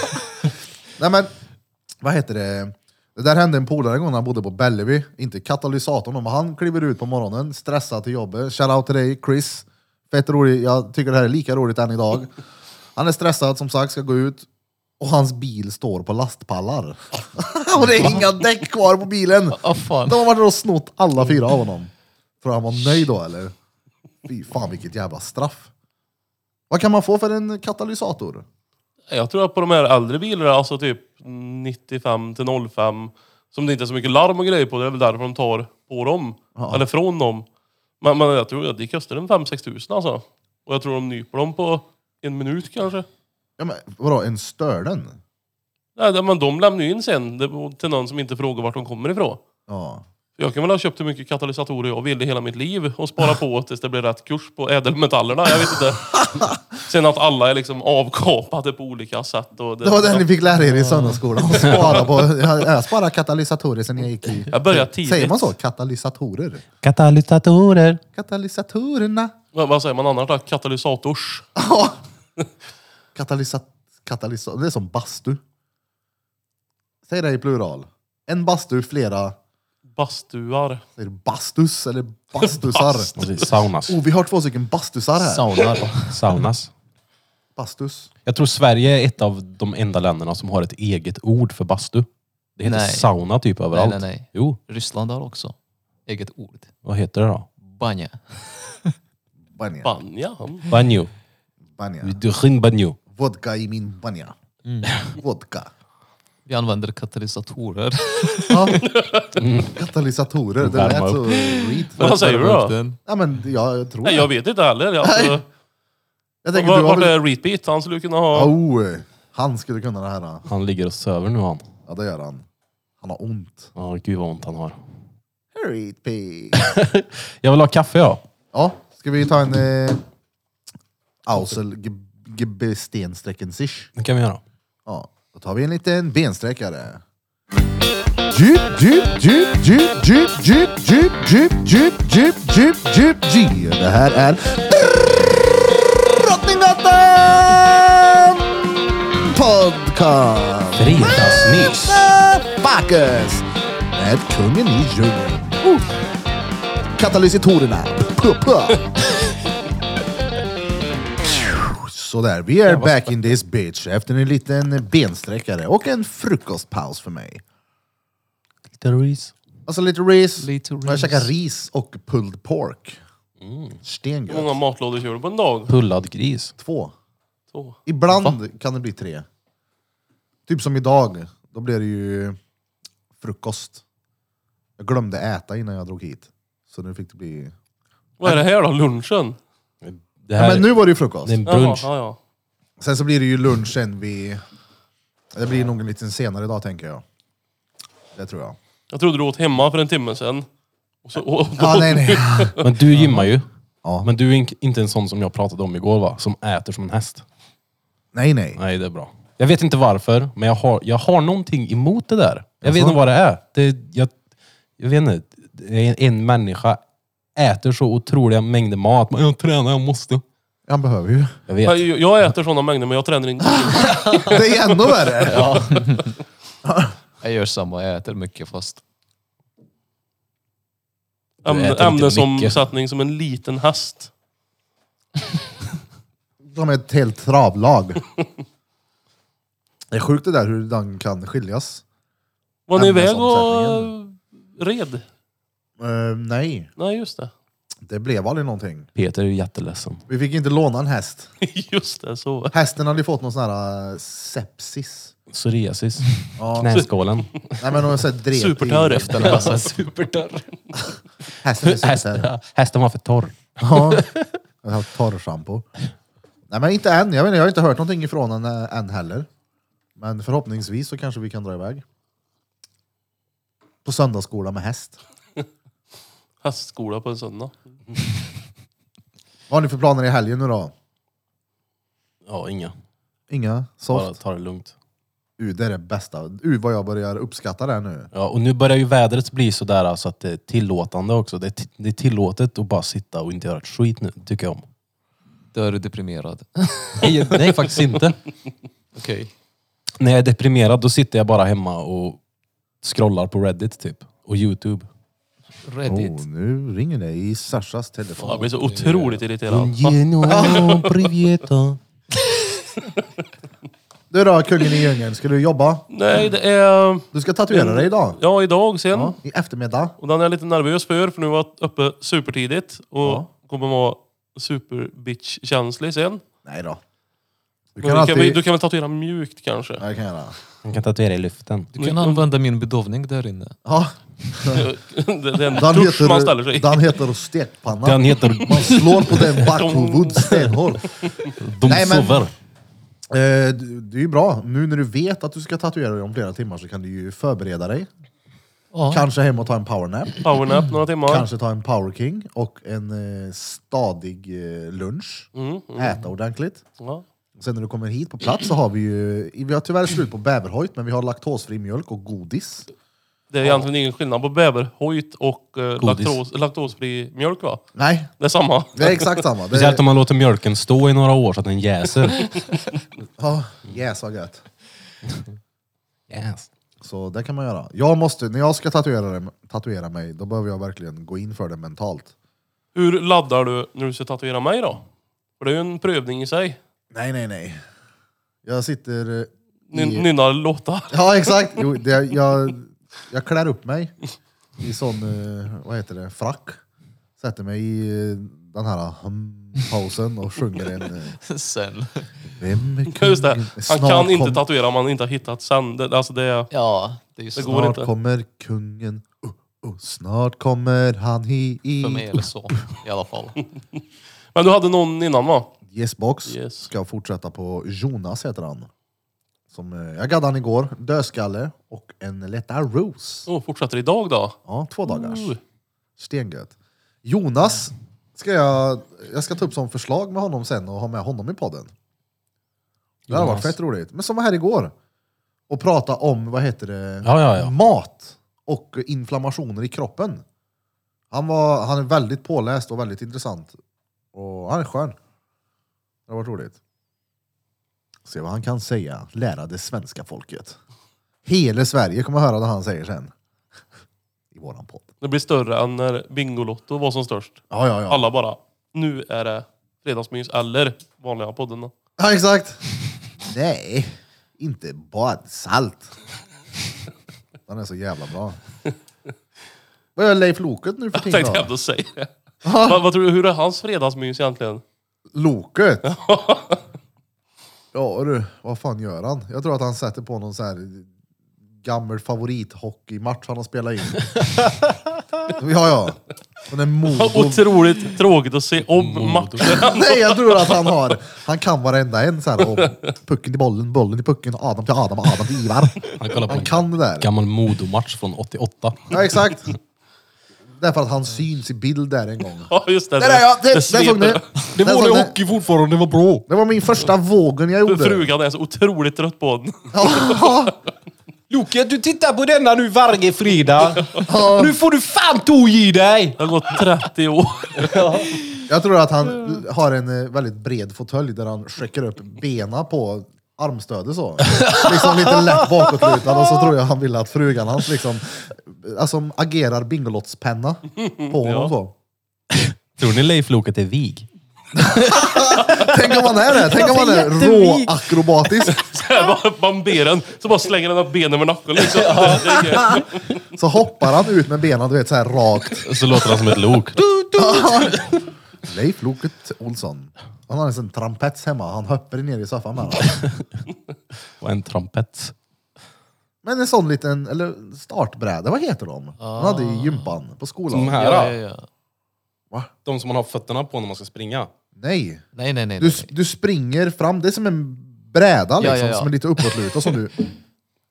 [SPEAKER 1] Nej men, vad heter det? Det där hände en polare en gång när han bodde på Bellevue. Inte katalysatorn, men han kliver ut på morgonen, stressad till jobbet. Shoutout till dig Chris. Fett rolig. Jag tycker det här är lika roligt än idag. Han är stressad som sagt, ska gå ut. Och hans bil står på lastpallar. och det är inga däck kvar på bilen.
[SPEAKER 7] Ja fan.
[SPEAKER 1] De har varit och snott alla fyra av honom. Tror han var nöjd då eller? Fy fan vilket jävla straff. Vad kan man få för en katalysator?
[SPEAKER 3] Jag tror att på de här äldre bilarna, alltså typ 95 till 05, som det inte är så mycket larm och grejer på, det är väl därför de tar på dem. Eller från dem. Men, men jag tror att det kostar en 5-6 tusen alltså. Och jag tror de nyper dem på en minut kanske.
[SPEAKER 1] Ja, men, vadå, en störden?
[SPEAKER 3] Nej, det- men de lämnar ju in sen det- till någon som inte frågar vart de kommer ifrån.
[SPEAKER 1] Ja.
[SPEAKER 3] Jag kan väl ha köpt hur mycket katalysatorer jag vill i hela mitt liv och spara på tills det blir rätt kurs på ädelmetallerna. Jag vet inte. Sen att alla är liksom avkapade på olika sätt. Och
[SPEAKER 1] Det var den ni fick lära er i söndagsskolan. Att spara på, jag, jag sparar katalysatorer sen jag gick i...
[SPEAKER 3] Jag började tidigt.
[SPEAKER 1] Säger man så? Katalysatorer?
[SPEAKER 2] Katalysatorer.
[SPEAKER 1] Katalysatorerna.
[SPEAKER 3] Vad, vad säger man annars då? Katalysators?
[SPEAKER 1] Ja. Katalysat... Katalysa, det är som bastu. Säg det i plural. En bastu, flera...
[SPEAKER 3] Bastuar?
[SPEAKER 1] Säger du bastus eller bastusar?
[SPEAKER 2] Precis, saunas.
[SPEAKER 1] Oh, vi har två stycken bastusar här.
[SPEAKER 7] Saunar.
[SPEAKER 2] Saunas.
[SPEAKER 1] Bastus.
[SPEAKER 2] Jag tror Sverige är ett av de enda länderna som har ett eget ord för bastu. Det heter
[SPEAKER 7] Nej.
[SPEAKER 2] sauna typ överallt.
[SPEAKER 7] nej, nej.
[SPEAKER 2] Jo,
[SPEAKER 7] Ryssland har också eget ord.
[SPEAKER 2] vad heter det då?
[SPEAKER 7] Banja.
[SPEAKER 1] Banja.
[SPEAKER 3] Banja?
[SPEAKER 2] Banjo.
[SPEAKER 1] Banja.
[SPEAKER 3] Mm.
[SPEAKER 2] Duchin banjo.
[SPEAKER 1] Vodka i min banja. Vodka.
[SPEAKER 7] Vi använder katalysatorer.
[SPEAKER 1] Ja.
[SPEAKER 3] Mm.
[SPEAKER 1] Katalysatorer. Det lät
[SPEAKER 2] Värma
[SPEAKER 1] så...
[SPEAKER 2] upp.
[SPEAKER 1] Reet.
[SPEAKER 3] Vad säger du då?
[SPEAKER 1] Ja, men jag tror
[SPEAKER 3] Nej, jag vet inte heller. Alltså,
[SPEAKER 1] Jag tänker
[SPEAKER 3] var,
[SPEAKER 1] du har
[SPEAKER 3] vart
[SPEAKER 1] väl...
[SPEAKER 3] är repeat? Han skulle kunna ha...
[SPEAKER 1] Oh, han skulle kunna det här.
[SPEAKER 2] Han ligger och söver nu han.
[SPEAKER 1] Ja, det gör han. Han har ont.
[SPEAKER 2] Ja, gud vad ont han har.
[SPEAKER 1] Harry P.
[SPEAKER 2] Jag vill ha kaffe ja.
[SPEAKER 1] Ja, ska vi ta en... Eh, Ausel gebstenstrecken sich.
[SPEAKER 2] Det kan vi göra.
[SPEAKER 1] Ja, då tar vi en liten bensträckare. Djup, djup, djup, djup, djup, djup, djup, djup, djup, djup, djup, djup, djup. Det här är Drottninggatan Podcast.
[SPEAKER 2] Fredagsmys.
[SPEAKER 1] Motherfuckers! Med kungen i djungeln. Uh. Katalysatorerna. Puh, puh. Sådär, vi är back in this bitch efter en liten bensträckare och en frukostpaus för mig.
[SPEAKER 2] Lite ris.
[SPEAKER 1] Alltså lite ris.
[SPEAKER 7] Lite
[SPEAKER 1] Jag
[SPEAKER 7] ris. Mm.
[SPEAKER 1] käkar ris och pulled pork.
[SPEAKER 3] Hur många
[SPEAKER 1] Stengött.
[SPEAKER 3] matlådor kör du på en dag?
[SPEAKER 2] Pullad gris.
[SPEAKER 1] Två.
[SPEAKER 3] Två.
[SPEAKER 1] Ibland kan det bli tre. Typ som idag, då blev det ju frukost. Jag glömde äta innan jag drog hit. Så nu fick det bli...
[SPEAKER 3] Vad är det här då? Lunchen?
[SPEAKER 2] Det
[SPEAKER 1] Ja,
[SPEAKER 2] här
[SPEAKER 1] men nu var det ju frukost.
[SPEAKER 2] det är en
[SPEAKER 3] Jaha,
[SPEAKER 2] brunch.
[SPEAKER 3] ja, ja.
[SPEAKER 1] Sen så blir det ju lunchen vid... Det blir nog en liten senare idag tänker jag. Det tror jag.
[SPEAKER 3] Jag trodde du åt hemma för en timme sedan. Och så, och,
[SPEAKER 1] Ja, nej, nej.
[SPEAKER 2] Men du gymmar ju.
[SPEAKER 1] Ja.
[SPEAKER 2] Men du är in- inte en sån som jag pratade om igår va? Som äter som en häst.
[SPEAKER 1] nej, nej.
[SPEAKER 2] Nej, det är bra. Jag vet inte varför, men jag har, jag har någonting emot det där. Jag vet
[SPEAKER 1] Jaså?
[SPEAKER 2] inte vad det är. Det, jag, jag vet inte. Det- en, en människa äter så otroliga mängder mat. Men jag tränar, jag måste.
[SPEAKER 1] Han behöver ju.
[SPEAKER 2] Jag vet.
[SPEAKER 3] Jag, jag äter sådana mängder men jag tränar inte.
[SPEAKER 1] Det är ännu värre.
[SPEAKER 7] Ja. jag gör samma, jag äter mycket fast.
[SPEAKER 2] äter
[SPEAKER 3] Ämne,
[SPEAKER 2] inte
[SPEAKER 3] ämnesomsättning som en liten häst.
[SPEAKER 1] Som ett helt travlag. Det är sjukt det där hur den kan skiljas.
[SPEAKER 3] Var ni iväg och
[SPEAKER 1] Ämnesomsättningen.
[SPEAKER 3] red?
[SPEAKER 1] Eh, nej,
[SPEAKER 3] Nej, just det.
[SPEAKER 1] det blev aldrig någonting.
[SPEAKER 2] Peter är ju jätteledsen.
[SPEAKER 1] Vi fick inte låna en häst.
[SPEAKER 3] Just det, så.
[SPEAKER 1] Hästen hade ju fått någon sån här eh, sepsis.
[SPEAKER 2] Psoriasis.
[SPEAKER 1] Ja.
[SPEAKER 2] Knäskålen.
[SPEAKER 1] Nej men hon har sett drev
[SPEAKER 3] Supertör efter
[SPEAKER 1] i-
[SPEAKER 3] den.
[SPEAKER 2] Superdörr.
[SPEAKER 1] Hästen är supertör.
[SPEAKER 2] Hästen, hästen var för torr.
[SPEAKER 1] Ja. Jag har torrschampo. Nej men inte än. Jag, vet inte, jag har inte hört någonting ifrån henne än heller. Men förhoppningsvis så kanske vi kan dra iväg. På söndagsskola med häst.
[SPEAKER 3] Hästskola på en söndag.
[SPEAKER 1] Vad har ni för planer i helgen nu då?
[SPEAKER 2] Ja, inga.
[SPEAKER 1] Inga?
[SPEAKER 2] Bara
[SPEAKER 1] Soft?
[SPEAKER 2] ta det lugnt.
[SPEAKER 1] U, det är det bästa. U, vad jag börjar uppskatta det här nu.
[SPEAKER 2] Ja, och nu börjar ju vädret bli sådär alltså att det är tillåtande också. Det är, ti- det är tillåtet att bara sitta och inte göra ett skit nu, tycker jag om.
[SPEAKER 7] Då är du deprimerad.
[SPEAKER 2] Nej, nej faktiskt inte.
[SPEAKER 7] Okej.
[SPEAKER 2] När jag är deprimerad då sitter jag bara hemma och scrollar på Reddit typ. Och Youtube.
[SPEAKER 7] Reddit.
[SPEAKER 1] Oh, nu ringer det i Sashas
[SPEAKER 3] Jag
[SPEAKER 1] telefon.
[SPEAKER 3] blir så otroligt irriterad.
[SPEAKER 2] Buongiorno, Privieta.
[SPEAKER 1] Du då, kungen i djungeln, ska du jobba?
[SPEAKER 3] Nej, det är...
[SPEAKER 1] Du ska tatuera dig idag?
[SPEAKER 3] Ja, idag sen.
[SPEAKER 1] Ja, I eftermiddag?
[SPEAKER 3] Och den är jag lite nervös för, för nu var jag uppe supertidigt. Och kommer vara superbitch-känslig sen.
[SPEAKER 1] Nej då. Du
[SPEAKER 3] Men Du
[SPEAKER 1] kan
[SPEAKER 3] kan, väl- du
[SPEAKER 1] alltid...
[SPEAKER 3] kan väl tatuera mjukt kanske?
[SPEAKER 1] Ja, det kan jag göra.
[SPEAKER 2] Man kan tatuera i luften.
[SPEAKER 7] Du kan använda min bedövning där inne.
[SPEAKER 1] Ja,
[SPEAKER 3] det, det är en
[SPEAKER 1] den
[SPEAKER 3] dusch man
[SPEAKER 1] heter,
[SPEAKER 3] ställer sig i.
[SPEAKER 1] den heter stekpanna.
[SPEAKER 2] Den heter
[SPEAKER 1] Man slår på den bakhuvudet stenhårt.
[SPEAKER 2] De
[SPEAKER 1] Nej, men-
[SPEAKER 2] sover.
[SPEAKER 1] Eh, d- Det är ju bra. Nu när du vet att du ska tatuera dig om flera timmar så kan du ju förbereda dig. Kanske hem och ta en powernap.
[SPEAKER 3] Powernap några timmar.
[SPEAKER 1] Mm, Kanske ta en power king och en eh, stadig eh, lunch. Äta ordentligt.
[SPEAKER 3] Mm, Ja.
[SPEAKER 1] Sen när du kommer hit på plats så har vi ju... Vi har tyvärr slut på bäverhojt, men vi har laktosfri mjölk och godis.
[SPEAKER 3] Det är egentligen ingen skillnad på bäverhojt och eh,
[SPEAKER 2] Godis.
[SPEAKER 3] laktos, laktosfri mjölk va?
[SPEAKER 1] Nej,
[SPEAKER 3] Det är samma.
[SPEAKER 1] det är exakt samma. Det
[SPEAKER 2] Speciellt
[SPEAKER 1] är,
[SPEAKER 2] om man låter mjölken stå i några år så att den jäser.
[SPEAKER 1] ja, yes, vad gött.
[SPEAKER 2] Yes.
[SPEAKER 1] Så det kan man göra. Jag måste, när jag ska tatuera, det- tatuera mig, då behöver jag verkligen gå in för det mentalt.
[SPEAKER 3] Hur laddar du när du ska tatuera mig då? För det är ju en prövning i sig.
[SPEAKER 1] Nej, nej, nej. Jag sitter... eh,
[SPEAKER 3] Ny,
[SPEAKER 1] I-
[SPEAKER 3] Nynnar låtar.
[SPEAKER 1] Ja, exakt. Jo, det, jag, jag klär upp mig i sån, eh, vad heter det, frack. Sätter mig i eh, den här hum, pausen och sjunger en... eh,
[SPEAKER 7] Sen.
[SPEAKER 1] Vem är
[SPEAKER 3] Ja, Just det. Han
[SPEAKER 1] Snart
[SPEAKER 3] kan inte
[SPEAKER 1] kom-
[SPEAKER 3] tatuera om han inte har hittat sen. Det, alltså det är...
[SPEAKER 7] Ja, det är ju så.
[SPEAKER 3] Det går
[SPEAKER 1] Snart
[SPEAKER 3] inte.
[SPEAKER 1] kommer kungen, oh, oh, snart kommer han
[SPEAKER 7] För mig
[SPEAKER 1] hit.
[SPEAKER 7] eller så. I alla fall.
[SPEAKER 3] Men du hade någon innan va?
[SPEAKER 1] Yesbox
[SPEAKER 3] Yes.
[SPEAKER 1] ska fortsätta på Jonas heter han. Som, eh, jag gaddade han igår, dödskalle och en Letta Rose.
[SPEAKER 3] Oh, fortsätter idag då?
[SPEAKER 1] Ja, två dagars.
[SPEAKER 3] Oh.
[SPEAKER 1] Stengött. Jonas ska jag, jag ska ta upp som förslag med honom sen och ha med honom i podden. Det har varit
[SPEAKER 2] Jonas.
[SPEAKER 1] fett roligt. Men som var här igår och prata om, vad heter det,
[SPEAKER 2] Ja, ja, ja.
[SPEAKER 1] mat och inflammationer i kroppen. Han, var, han är väldigt påläst och väldigt intressant. Och han är skön. Det har varit roligt. Se vad han kan säga, lära det svenska folket. Hela Sverige kommer höra vad han säger sen. I våran podd.
[SPEAKER 3] Det blir större än när Bingolotto var som störst.
[SPEAKER 1] Ja, ja, ja.
[SPEAKER 3] Alla bara, nu är det fredagsmys eller vanliga podden då.
[SPEAKER 1] Ja, exakt. Nej, inte badsalt. Den är så jävla bra. Vad gör Leif Loket nu för
[SPEAKER 3] Jag
[SPEAKER 1] tiden
[SPEAKER 3] tänkte jag
[SPEAKER 1] då?
[SPEAKER 3] ändå säga det. Vad, vad tror du, hur är hans fredagsmys egentligen?
[SPEAKER 1] Loket? Ja du, vad fan gör han? Jag tror att han sätter på någon sån här gammal favorithockeymatch han har spelat in. ja, ja. Och när Modo
[SPEAKER 3] Otroligt tråkigt att se om matchen.
[SPEAKER 1] Nej, jag tror att han har. Han kan varenda en så här om pucken till bollen, bollen till pucken, Adam till Adam och Adam till Ivar.
[SPEAKER 2] Han kollar på
[SPEAKER 1] Han
[SPEAKER 2] en
[SPEAKER 1] kan det där.
[SPEAKER 2] gammal Modo-match från 88.
[SPEAKER 1] Ja, exakt. Därför att han syns i bild där en gång.
[SPEAKER 3] Ja just det.
[SPEAKER 1] Där är jag! Det, där såg ni!
[SPEAKER 3] sveper.
[SPEAKER 1] Det var det hockey.
[SPEAKER 2] fortfarande, det var bra!
[SPEAKER 1] Det var min första vågen jag gjorde.
[SPEAKER 3] Frugan är så otroligt trött på den.
[SPEAKER 1] Ja.
[SPEAKER 2] Loke, du tittar på denna nu varje fredag. Nu får du fan tog i dig!
[SPEAKER 3] Det har gått 30 år.
[SPEAKER 1] Jag tror att han har en eh, väldigt bred fåtölj där han sträcker upp bena på armstödet så. Liksom lite lätt bakåtlutad och så tror jag han vill att frugan hans liksom, alltså agerar bingolottspenna på honom så.
[SPEAKER 2] Tror ni Leif Loket är vig?
[SPEAKER 1] Tänk om han är det! Tänk om han är råakrobatisk!
[SPEAKER 3] Där bara Bamberan, så bara slänger han upp benen över nacken liksom. Det är gött.
[SPEAKER 1] Så hoppar han ut med benen, du vet så här rakt.
[SPEAKER 2] Så låter han som ett lok.
[SPEAKER 1] Leif Loket Olsson. Han har en sån trampets hemma, han hoppar ner i soffan med den.
[SPEAKER 2] Och en trampett.
[SPEAKER 1] Men en sån liten, eller startbräda, vad heter de? Han hade i gympan på skolan.
[SPEAKER 2] De här,
[SPEAKER 7] Ja, ja, ja.
[SPEAKER 1] Va?
[SPEAKER 2] de som man har fötterna på när man ska springa.
[SPEAKER 1] Nej!
[SPEAKER 7] Nej, nej, nej.
[SPEAKER 1] Du,
[SPEAKER 7] nej.
[SPEAKER 1] du springer fram, det är som en bräda liksom,
[SPEAKER 7] ja, ja.
[SPEAKER 1] som är lite uppåtlutad som du...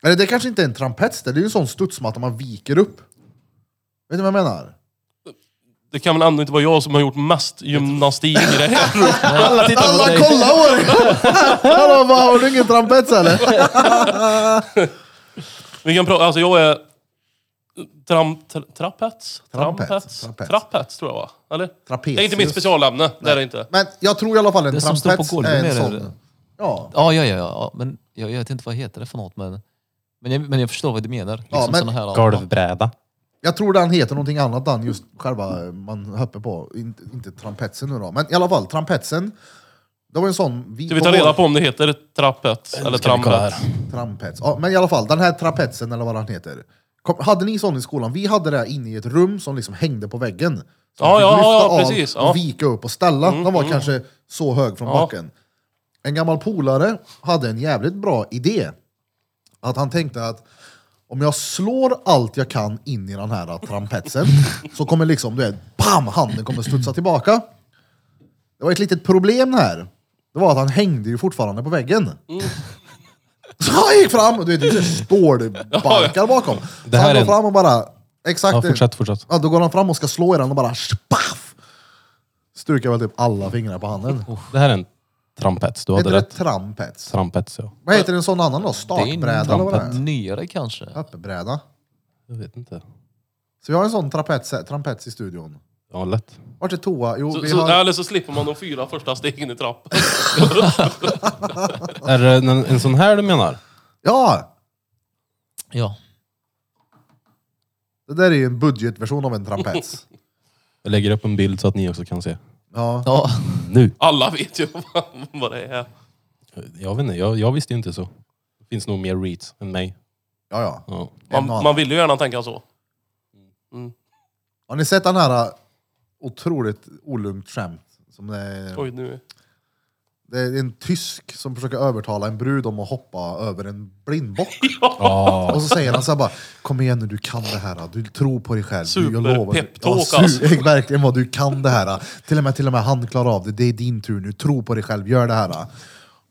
[SPEAKER 1] Eller det kanske inte är en trampets, det är ju en sån studsmatta man viker upp. Vet du vad jag menar?
[SPEAKER 3] Det kan väl ändå inte vara jag som har gjort mest gymnastikgrejer.
[SPEAKER 2] Alla tittar
[SPEAKER 1] Alla kolla Åre! Hallå, vad, har du ingen trampets eller?
[SPEAKER 3] Vi kan prata, alltså jag är... Tram, tra, trappets?
[SPEAKER 1] Trampets.
[SPEAKER 3] Trampets.
[SPEAKER 1] Trampets.
[SPEAKER 3] Trappets tror jag va? Eller?
[SPEAKER 1] Trapetius.
[SPEAKER 3] Det är inte mitt specialämne, det är det inte.
[SPEAKER 1] Men jag tror i alla fall en
[SPEAKER 7] Det som står
[SPEAKER 1] trampets
[SPEAKER 7] på golvet
[SPEAKER 1] är en
[SPEAKER 7] med det,
[SPEAKER 1] sån.
[SPEAKER 7] eller?
[SPEAKER 1] Ja.
[SPEAKER 7] Ja, ja, ja, ja. Men jag, jag vet inte vad heter det för något, men... Men jag, men jag förstår vad du menar. Liksom
[SPEAKER 1] men-
[SPEAKER 7] såna här,
[SPEAKER 2] Golvbräda.
[SPEAKER 1] Jag tror den heter någonting annat än just själva eh, man hoppar på. Inte, inte trampetsen nu då, men i alla fall trampetsen. Det var en sån...
[SPEAKER 3] Ska vi ta reda på om det heter trappets eller
[SPEAKER 2] Ska vi kolla här?
[SPEAKER 3] trampets?
[SPEAKER 1] Trampets. Ja, men i alla fall, den här trapetsen eller vad den heter. Kom, hade ni sån i skolan? Vi hade det inne i ett rum som liksom hängde på väggen. Som
[SPEAKER 3] Ja,
[SPEAKER 1] vi
[SPEAKER 3] ja,
[SPEAKER 1] lyfte
[SPEAKER 3] ja,
[SPEAKER 1] av
[SPEAKER 3] precis, ja. Mm,
[SPEAKER 1] Och vika upp och ställa. den var kanske så hög från backen. En gammal polare hade en jävligt bra idé. Att han tänkte att om jag slår allt jag kan in i den här trampetsen så kommer liksom, du vet, bam, handen kommer studsa tillbaka. Det var ett litet problem här. Det var att han hängde ju fortfarande på väggen.
[SPEAKER 2] Mm.
[SPEAKER 1] Så han gick fram, och du vet, det stålbalkar bakom. Så
[SPEAKER 2] Det här
[SPEAKER 1] han
[SPEAKER 2] är
[SPEAKER 1] går
[SPEAKER 2] en-
[SPEAKER 1] fram och bara... Exakt.
[SPEAKER 2] Ja,
[SPEAKER 1] det.
[SPEAKER 2] fortsätt, fortsätt.
[SPEAKER 1] Ja, då går han fram och ska slå i den och bara... Spaff! Stukar väl typ alla fingrar på handen.
[SPEAKER 2] Det här är en trampets. Du
[SPEAKER 1] Heter
[SPEAKER 2] hade
[SPEAKER 1] det
[SPEAKER 2] rätt.
[SPEAKER 1] trampets?
[SPEAKER 2] Trampets, ja.
[SPEAKER 1] Vad heter en sån annan då?
[SPEAKER 7] det är
[SPEAKER 1] Startbräda
[SPEAKER 7] en
[SPEAKER 1] eller vad det
[SPEAKER 7] trampett
[SPEAKER 1] är?
[SPEAKER 7] nyare kanske.
[SPEAKER 1] Trappbräda.
[SPEAKER 2] Jag vet inte.
[SPEAKER 1] Så vi har en sån trapets, trampets i studion.
[SPEAKER 2] Ja, lätt.
[SPEAKER 1] Vart är toa? Jo,
[SPEAKER 3] Så,
[SPEAKER 1] vi
[SPEAKER 3] så,
[SPEAKER 1] har...
[SPEAKER 3] eller så slipper man de fyra första stegen i trappan.
[SPEAKER 2] Är det en, en sån här du menar?
[SPEAKER 1] Ja!
[SPEAKER 7] Ja.
[SPEAKER 1] Det där är ju en budgetversion av en trampets.
[SPEAKER 2] Jag lägger upp en bild så att ni också kan se.
[SPEAKER 1] Ja.
[SPEAKER 7] ja.
[SPEAKER 2] Nu.
[SPEAKER 3] Alla vet ju vad, vad det är.
[SPEAKER 2] Jag vet inte, jag, jag visste ju inte så. Det finns nog mer reads än mig.
[SPEAKER 1] Ja, ja.
[SPEAKER 2] Ja.
[SPEAKER 3] Man,
[SPEAKER 1] En och
[SPEAKER 3] man vill ju gärna tänka så.
[SPEAKER 1] Har ni sett den här äh, otroligt olugnt skämt? Som det, är,
[SPEAKER 3] Oj, nu.
[SPEAKER 1] det är en tysk som försöker övertala en brud om att hoppa över en blindbock. Och så säger han så här bara, kom igen nu, du kan det här. Du tror på dig själv. du, jag lovar."
[SPEAKER 3] Superpeptalk,
[SPEAKER 1] Ja, su-
[SPEAKER 3] alltså.
[SPEAKER 1] Verkligen vad du kan det här. Till och med, till och med han klarar av det. Det är din tur nu. Tro på dig själv, gör det här.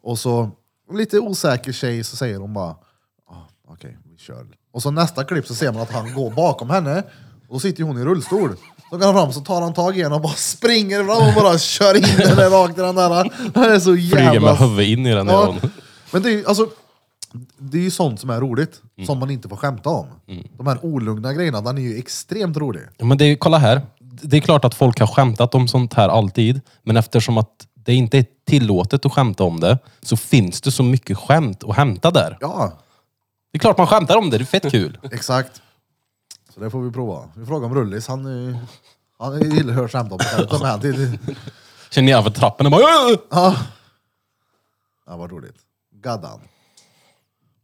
[SPEAKER 1] Och så, lite osäker tjej, så säger hon bara, "Ah, okej, vi kör. Och så nästa klipp så ser man att han går bakom henne. Och då sitter ju hon i rullstol. Så går han fram, så tar han tag i henne och bara springer fram och bara kör in henne rakt i den där. Det är så jävla
[SPEAKER 2] Flyger med huvudet in i den här
[SPEAKER 1] Ja,
[SPEAKER 2] dagen.
[SPEAKER 1] men det är, ju- alltså, det är ju sånt som är roligt,
[SPEAKER 2] Mm.
[SPEAKER 1] som man inte får skämta om. De här olugna grejerna, den är ju extremt rolig.
[SPEAKER 2] Ja, Men det är, kolla här. Det är klart att folk har skämtat om sånt här alltid. Men eftersom att det inte är tillåtet att skämta om det så finns det så mycket skämt att hämta där.
[SPEAKER 1] Ja,
[SPEAKER 2] Det är klart man skämtar om det, det är fett kul.
[SPEAKER 1] exakt. Så det får vi prova. Vi frågar om Rullis, han, är ju- han gillar att höra skämt om skämt om han. Det, det,
[SPEAKER 2] Känner jag över trappen och bara... "Åh!"
[SPEAKER 1] ja. ja, vad roligt. Gaddan.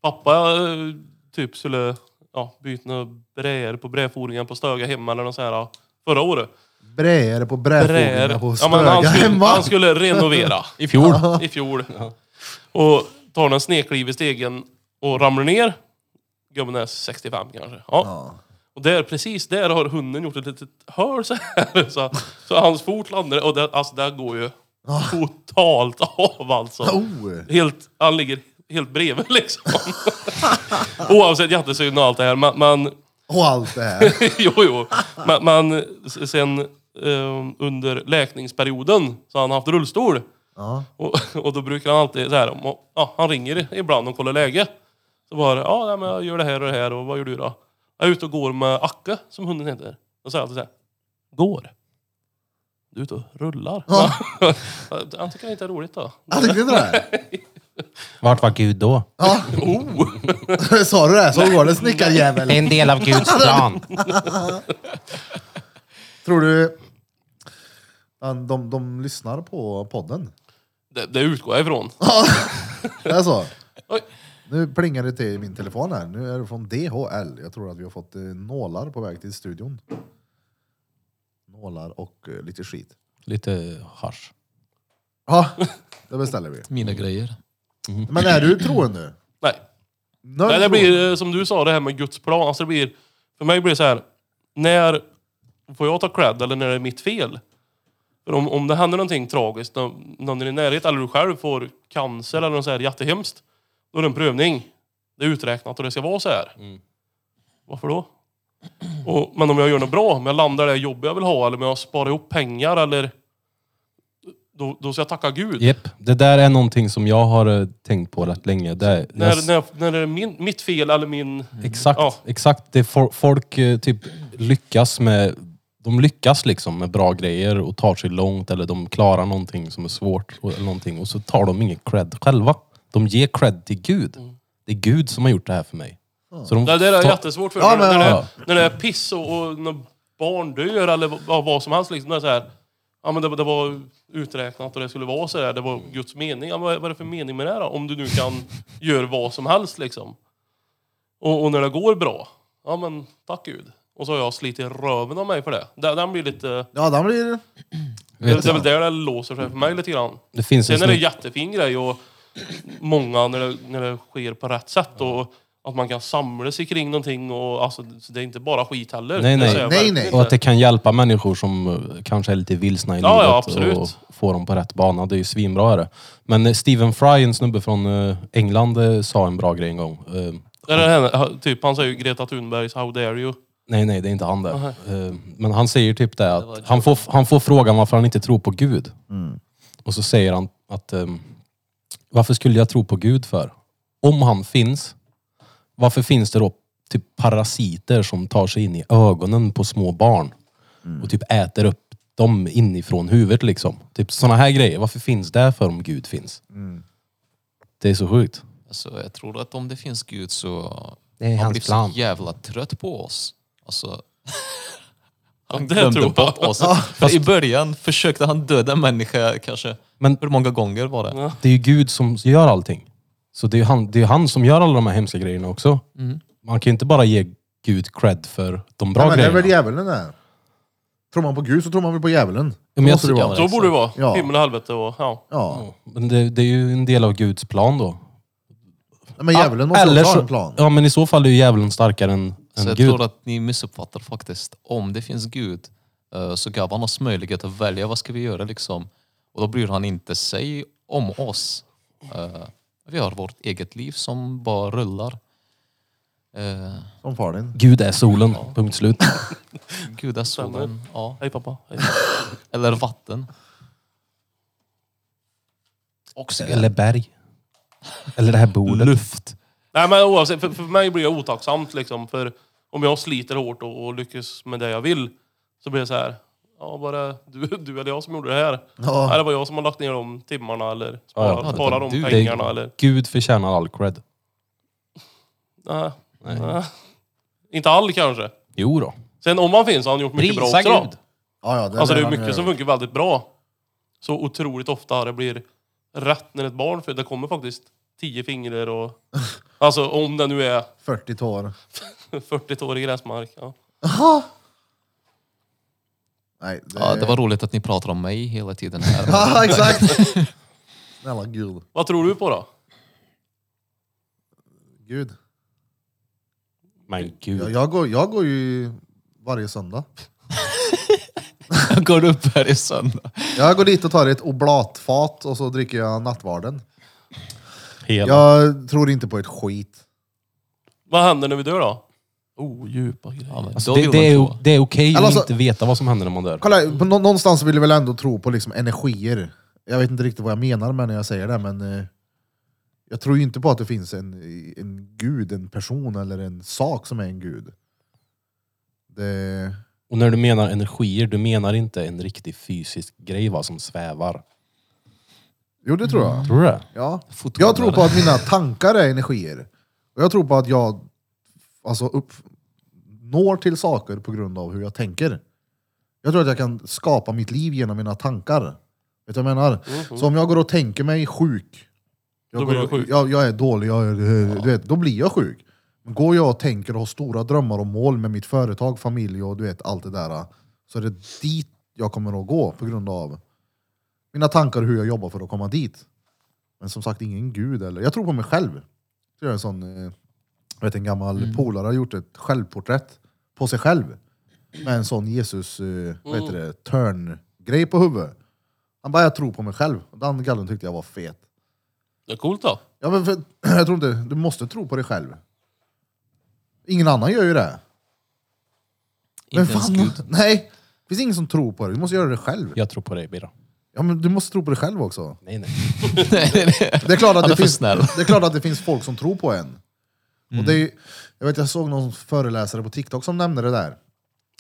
[SPEAKER 3] Pappa eh, typ skulle ja, byta några brädor på brädfodringen på Stöga hemma eller något sånt här förra året.
[SPEAKER 1] Bräer på
[SPEAKER 3] Brädor.
[SPEAKER 1] brädfodringar på
[SPEAKER 3] Ja, men
[SPEAKER 1] Stöga
[SPEAKER 3] han, skulle,
[SPEAKER 1] hemma.
[SPEAKER 3] han skulle renovera.
[SPEAKER 2] I fjol.
[SPEAKER 3] i fjol. Och tar en snedkliv i stegen och ramlar ner. Gubben är 65 kanske. Ja. Och där, precis där har hunden gjort ett litet hål så här. Så, så hans fot landar och det, alltså det går ju totalt av alltså.
[SPEAKER 1] Oh.
[SPEAKER 3] Helt, han ligger helt bredvid liksom. Oavsett jättesynd och allt det här. Men, men
[SPEAKER 1] Och allt det här.
[SPEAKER 3] jo, jo. Men, men s- sen eh, under läkningsperioden så har han haft rullstol. Och, och då brukar han alltid så här, om- ja, han ringer ibland och kollar läge. Så var det, ja nej, men jag gör det här och det här och vad gör du då? Jag är ute och går med Acke, som hunden heter. Då säger jag alltid så här, går. Du är ute och rullar.
[SPEAKER 1] Ja.
[SPEAKER 3] Han tycker inte det är roligt då.
[SPEAKER 1] Jag tyckte inte det.
[SPEAKER 5] Vart var Gud då?
[SPEAKER 1] Ja.
[SPEAKER 3] Oh!
[SPEAKER 1] Sa du det? Så går det snickarjävel.
[SPEAKER 5] En del av Guds plan.
[SPEAKER 1] Tror du de, de, de lyssnar på podden?
[SPEAKER 3] Det, det utgår jag ifrån.
[SPEAKER 1] Det är så?
[SPEAKER 3] Oj.
[SPEAKER 1] Nu plingar det till i min telefon här. Nu är det från DHL. Jag tror att vi har fått eh, nålar på väg till studion. Nålar och eh, lite skit.
[SPEAKER 2] Lite hasch.
[SPEAKER 1] Ja, det beställer vi.
[SPEAKER 7] Mina
[SPEAKER 2] Mm.
[SPEAKER 7] grejer.
[SPEAKER 1] Men är du troende?
[SPEAKER 3] Nej.
[SPEAKER 1] Nöjd
[SPEAKER 3] Nej,
[SPEAKER 1] troende?
[SPEAKER 3] det blir eh, som du sa, det här med Guds plan. Alltså det blir, för mig blir det så här, när får jag ta cred eller när det är mitt fel? För om, om det händer någonting tragiskt, nå- någon i din närhet eller du själv får cancer eller något så här jättehemskt, då är det en prövning. Det är uträknat och det ska vara så här. Varför då? Och, men om jag gör något bra, om jag landar det jobb jag vill ha eller om jag sparar ihop pengar eller... Då, då ska jag tacka Gud.
[SPEAKER 2] Jep. Det där är någonting som jag har eh, tänkt på rätt länge. Det, är- jag s-
[SPEAKER 3] När, när, när det är min, mitt fel eller min...
[SPEAKER 2] Exakt,
[SPEAKER 3] Ja.
[SPEAKER 2] exakt. Det är for, folk eh, typ lyckas med de lyckas liksom med bra grejer och tar sig långt eller de klarar någonting som är svårt och, eller någonting, och så tar de ingen cred själva. De ger cred till Gud. Det är Gud som har gjort det här för mig. Så de
[SPEAKER 3] Mm. Det där är
[SPEAKER 2] tar-
[SPEAKER 3] jättesvårt för
[SPEAKER 1] Ja,
[SPEAKER 3] när,
[SPEAKER 1] men-
[SPEAKER 3] när, det,
[SPEAKER 2] ja.
[SPEAKER 3] när det är piss och, och när barn dör eller vad, vad som helst. Liksom, det, är så här, ja, men det, det var uträknat och det skulle vara så här. Det var Guds mening. Ja, men vad vad är det för mening med det här då? Om du nu kan göra vad som helst liksom. Och, och när det går bra, ja men tack Gud. Och så har jag slitit röven av mig för det. Den, den blir lite...
[SPEAKER 1] Ja, den blir...
[SPEAKER 3] Det, det är väl där det låser sig för mig lite grann.
[SPEAKER 2] Det finns liksom en
[SPEAKER 3] Sen är det en
[SPEAKER 2] snubbe,
[SPEAKER 3] jättefin grej och många när det, när det sker på rätt sätt och att man kan samla sig kring någonting och alltså, så det är inte bara skit heller.
[SPEAKER 2] Nej, nej.
[SPEAKER 3] Det säger jag
[SPEAKER 1] Nej,
[SPEAKER 3] verkligen
[SPEAKER 1] nej.
[SPEAKER 3] inte.
[SPEAKER 2] och att det kan hjälpa människor som eh, kanske är lite vilsna i
[SPEAKER 3] Ja, ja,
[SPEAKER 2] livet
[SPEAKER 3] absolut.
[SPEAKER 2] och få dem på rätt bana. Det är ju svinbra är det. Men eh, Stephen Fry, en snubbe från eh, England, eh, sa en bra grej en gång. Eh,
[SPEAKER 3] Det är det här, ha- typ, han säger ju Greta Thunbergs How dare you?
[SPEAKER 2] Nej, nej, det är inte han där. Eh, Men han säger typ det att han får, han får frågan varför han inte tror på Gud. Och så säger han att ehm, varför skulle jag tro på Gud för? Om han finns, varför finns det då typ parasiter som tar sig in i ögonen på små barn och typ äter upp dem inifrån huvudet liksom? Typ sådana här grejer. Varför finns det för om Gud finns? Det är så sjukt.
[SPEAKER 7] Alltså, jag tror att om det finns Gud så...
[SPEAKER 5] Det är
[SPEAKER 7] han
[SPEAKER 5] hans
[SPEAKER 7] blir
[SPEAKER 5] plan.
[SPEAKER 7] så jävla trött på oss. Alltså, han
[SPEAKER 3] det
[SPEAKER 7] glömde
[SPEAKER 3] tror jag.
[SPEAKER 7] bort oss. För I början försökte han döda en människa kanske.
[SPEAKER 2] Men-
[SPEAKER 7] Hur många gånger var det?
[SPEAKER 2] Det är ju Gud som gör allting. Så det är ju han, det är ju han som gör alla de här hemska grejerna också.
[SPEAKER 7] Mm.
[SPEAKER 2] Man kan ju inte bara ge Gud cred för de bra
[SPEAKER 1] Ja, men det är
[SPEAKER 2] grejerna.
[SPEAKER 1] väl djävulen det. Tror man på Gud så tror man väl på djävulen.
[SPEAKER 2] men jag
[SPEAKER 1] måste det
[SPEAKER 2] tror-
[SPEAKER 1] vara.
[SPEAKER 7] ja,
[SPEAKER 3] Så borde det vara.
[SPEAKER 1] Ja.
[SPEAKER 3] Himmel och helvete och ja.
[SPEAKER 1] Ja.
[SPEAKER 2] Men det, det är ju en del av Guds plan då.
[SPEAKER 1] Men djävulen måste också ha
[SPEAKER 2] så-
[SPEAKER 1] en plan.
[SPEAKER 2] Ja, men i så fall är ju djävulen starkare än,
[SPEAKER 7] Så
[SPEAKER 2] än
[SPEAKER 7] jag
[SPEAKER 2] Gud.
[SPEAKER 7] tror att ni missuppfattar faktiskt. Om det finns Gud eh, så gav han oss möjlighet att välja vad ska vi göra liksom. Och då bryr han inte sig om oss. Eh, Vi har vårt eget liv som bara rullar. Eh,
[SPEAKER 1] Som far din.
[SPEAKER 2] Gud är solen, punkt slut.
[SPEAKER 7] Gud är solen, ja.
[SPEAKER 3] Hej pappa. Hej.
[SPEAKER 7] Eller vatten. Oxygen.
[SPEAKER 5] Eller berg. Eller det här bordet. Luft.
[SPEAKER 3] Nej men oavsett, för, för mig blir det otacksamt liksom. För om jag sliter hårt och, och lyckas med det jag vill så blir det så här. Ja, var det du, du eller jag som gjorde det här?
[SPEAKER 1] Ja.
[SPEAKER 3] Eller var jag som har lagt ner de timmarna eller sparat,
[SPEAKER 2] Ja,
[SPEAKER 3] sparat de
[SPEAKER 7] du- det-
[SPEAKER 3] pengarna eller?
[SPEAKER 2] Gud förtjänar all cred.
[SPEAKER 3] Nej. Nej. Inte all kanske.
[SPEAKER 2] Jo då.
[SPEAKER 3] Sen om han finns har han gjort mycket bra
[SPEAKER 5] Prisa
[SPEAKER 3] också. då.
[SPEAKER 5] Gud.
[SPEAKER 1] Ja, ja, det
[SPEAKER 3] Alltså det är
[SPEAKER 1] redan
[SPEAKER 3] mycket
[SPEAKER 1] nu.
[SPEAKER 3] som funkar väldigt bra. Så otroligt ofta det blir rätt när ett barn föds. Det kommer faktiskt tio fingrar och... Alltså om det nu är
[SPEAKER 1] 40 tår.
[SPEAKER 3] 40 tår i gräsmark. Ja.
[SPEAKER 1] Nej, det...
[SPEAKER 7] Ja, det var roligt att ni pratar om mig hela tiden här.
[SPEAKER 1] Ja, exakt. Snälla Gud.
[SPEAKER 3] Vad tror du på då?
[SPEAKER 1] Gud.
[SPEAKER 2] Men
[SPEAKER 1] Jag,
[SPEAKER 2] Gud.
[SPEAKER 1] jag, går, jag går ju varje söndag.
[SPEAKER 7] Jag går upp här i söndag.
[SPEAKER 1] Jag går dit och tar ett oblatfat och så dricker jag nattvarden.
[SPEAKER 2] Hela.
[SPEAKER 1] Jag tror inte på ett skit.
[SPEAKER 3] Vad händer när vi dör då? Oh, djupa
[SPEAKER 7] Ja,
[SPEAKER 3] grejer.
[SPEAKER 7] men
[SPEAKER 2] Alltså,
[SPEAKER 7] då
[SPEAKER 2] det,
[SPEAKER 7] vill
[SPEAKER 2] det,
[SPEAKER 7] man
[SPEAKER 2] är,
[SPEAKER 7] tro.
[SPEAKER 2] o- det är okej att
[SPEAKER 1] Alltså-
[SPEAKER 2] inte veta vad som händer när man dör.
[SPEAKER 1] Kolla, på, nå- någonstans vill jag väl ändå tro på liksom energier. Jag vet inte riktigt vad jag menar med när jag säger det, men eh, jag tror ju inte på att det finns en, en gud, en person eller en sak som är en gud. Det...
[SPEAKER 2] Och när du menar energier, du menar inte en riktig fysisk grej va, som svävar?
[SPEAKER 1] Jo, det tror jag.
[SPEAKER 2] Tror du det?
[SPEAKER 1] Ja.
[SPEAKER 2] Fortfarande.
[SPEAKER 1] Jag tror på att mina tankar är energier. Och jag tror på att jag alltså, upp, når till saker på grund av hur jag tänker. Jag tror att jag kan skapa mitt liv genom mina tankar. Vet du vad jag menar? Så om jag går och tänker mig sjuk. Jag
[SPEAKER 3] Mm-hmm. Då blir
[SPEAKER 1] går
[SPEAKER 3] du
[SPEAKER 1] och,
[SPEAKER 3] sjuk.
[SPEAKER 1] Jag, jag är dålig, jag, är- du vet, då blir jag sjuk. Men går jag och tänker och har stora drömmar och mål med mitt företag, familj och du vet allt det där. Så är det dit jag kommer att gå på grund av mina tankar och hur jag jobbar för att komma dit. Men som sagt, ingen gud. Eller. Jag tror på mig själv. Jag, är en, sån, eh, jag vet, en gammal
[SPEAKER 7] Mm.
[SPEAKER 1] polare har gjort ett självporträtt på sig själv. Med en sån Jesus, eh, vad
[SPEAKER 7] Mm.
[SPEAKER 1] heter det, törn-grej på huvudet. Han bara, jag tror på mig själv. Den gallen tyckte jag var fet.
[SPEAKER 3] Det är coolt då.
[SPEAKER 1] Ja, men för, jag tror inte, du måste tro på dig själv. Ingen annan gör ju det. Men
[SPEAKER 7] Inte ens
[SPEAKER 1] fan,
[SPEAKER 7] Gud.
[SPEAKER 1] nej. Det finns ingen som tror på dig, du måste göra det själv.
[SPEAKER 2] Jag tror på dig Bira.
[SPEAKER 1] Ja, men du måste tro på dig själv också.
[SPEAKER 2] Nej, nej.
[SPEAKER 7] Nej, nej, nej.
[SPEAKER 1] Det är klart att
[SPEAKER 7] Han
[SPEAKER 1] det
[SPEAKER 7] är för
[SPEAKER 1] finns,
[SPEAKER 7] snäll. Mm.
[SPEAKER 1] det är klart att det finns folk som tror på en. Och det är, ju- jag, vet, jag såg någon föreläsare på TikTok som nämnde det där.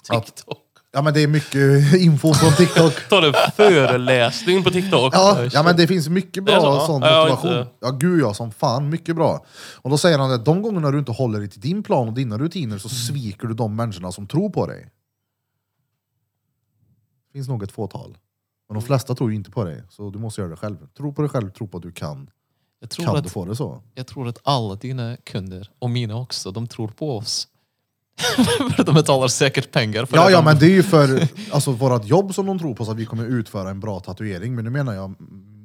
[SPEAKER 3] TikTok.
[SPEAKER 1] Ja men det är mycket info från TikTok.
[SPEAKER 3] Tar en föreläsning på TikTok.
[SPEAKER 1] Ja, ja men det finns mycket
[SPEAKER 3] Det är
[SPEAKER 1] bra
[SPEAKER 3] så, va?
[SPEAKER 1] sån
[SPEAKER 3] Ja, jag har
[SPEAKER 1] motivation.
[SPEAKER 3] inte-
[SPEAKER 1] Ja gud ja, som fan. Mycket bra. Och då säger han att de gångerna du inte håller dig till din plan och dina rutiner
[SPEAKER 3] Mm.
[SPEAKER 1] så sviker du de människorna som tror på dig. Det finns nog ett fåtal.
[SPEAKER 3] Mm.
[SPEAKER 1] Men de flesta tror ju inte på dig, så du måste göra det själv. Tro på dig själv, tro på att du kan.
[SPEAKER 7] Jag tror
[SPEAKER 1] Kan du
[SPEAKER 7] att
[SPEAKER 1] få det så?
[SPEAKER 7] Jag tror att alla dina kunder, och mina också, de tror på oss. För de betalar säkert pengar för
[SPEAKER 1] Ja,
[SPEAKER 7] det.
[SPEAKER 1] ja, men det är ju för alltså, vårt jobb som de tror på, så att vi kommer utföra en bra tatuering. Men nu menar jag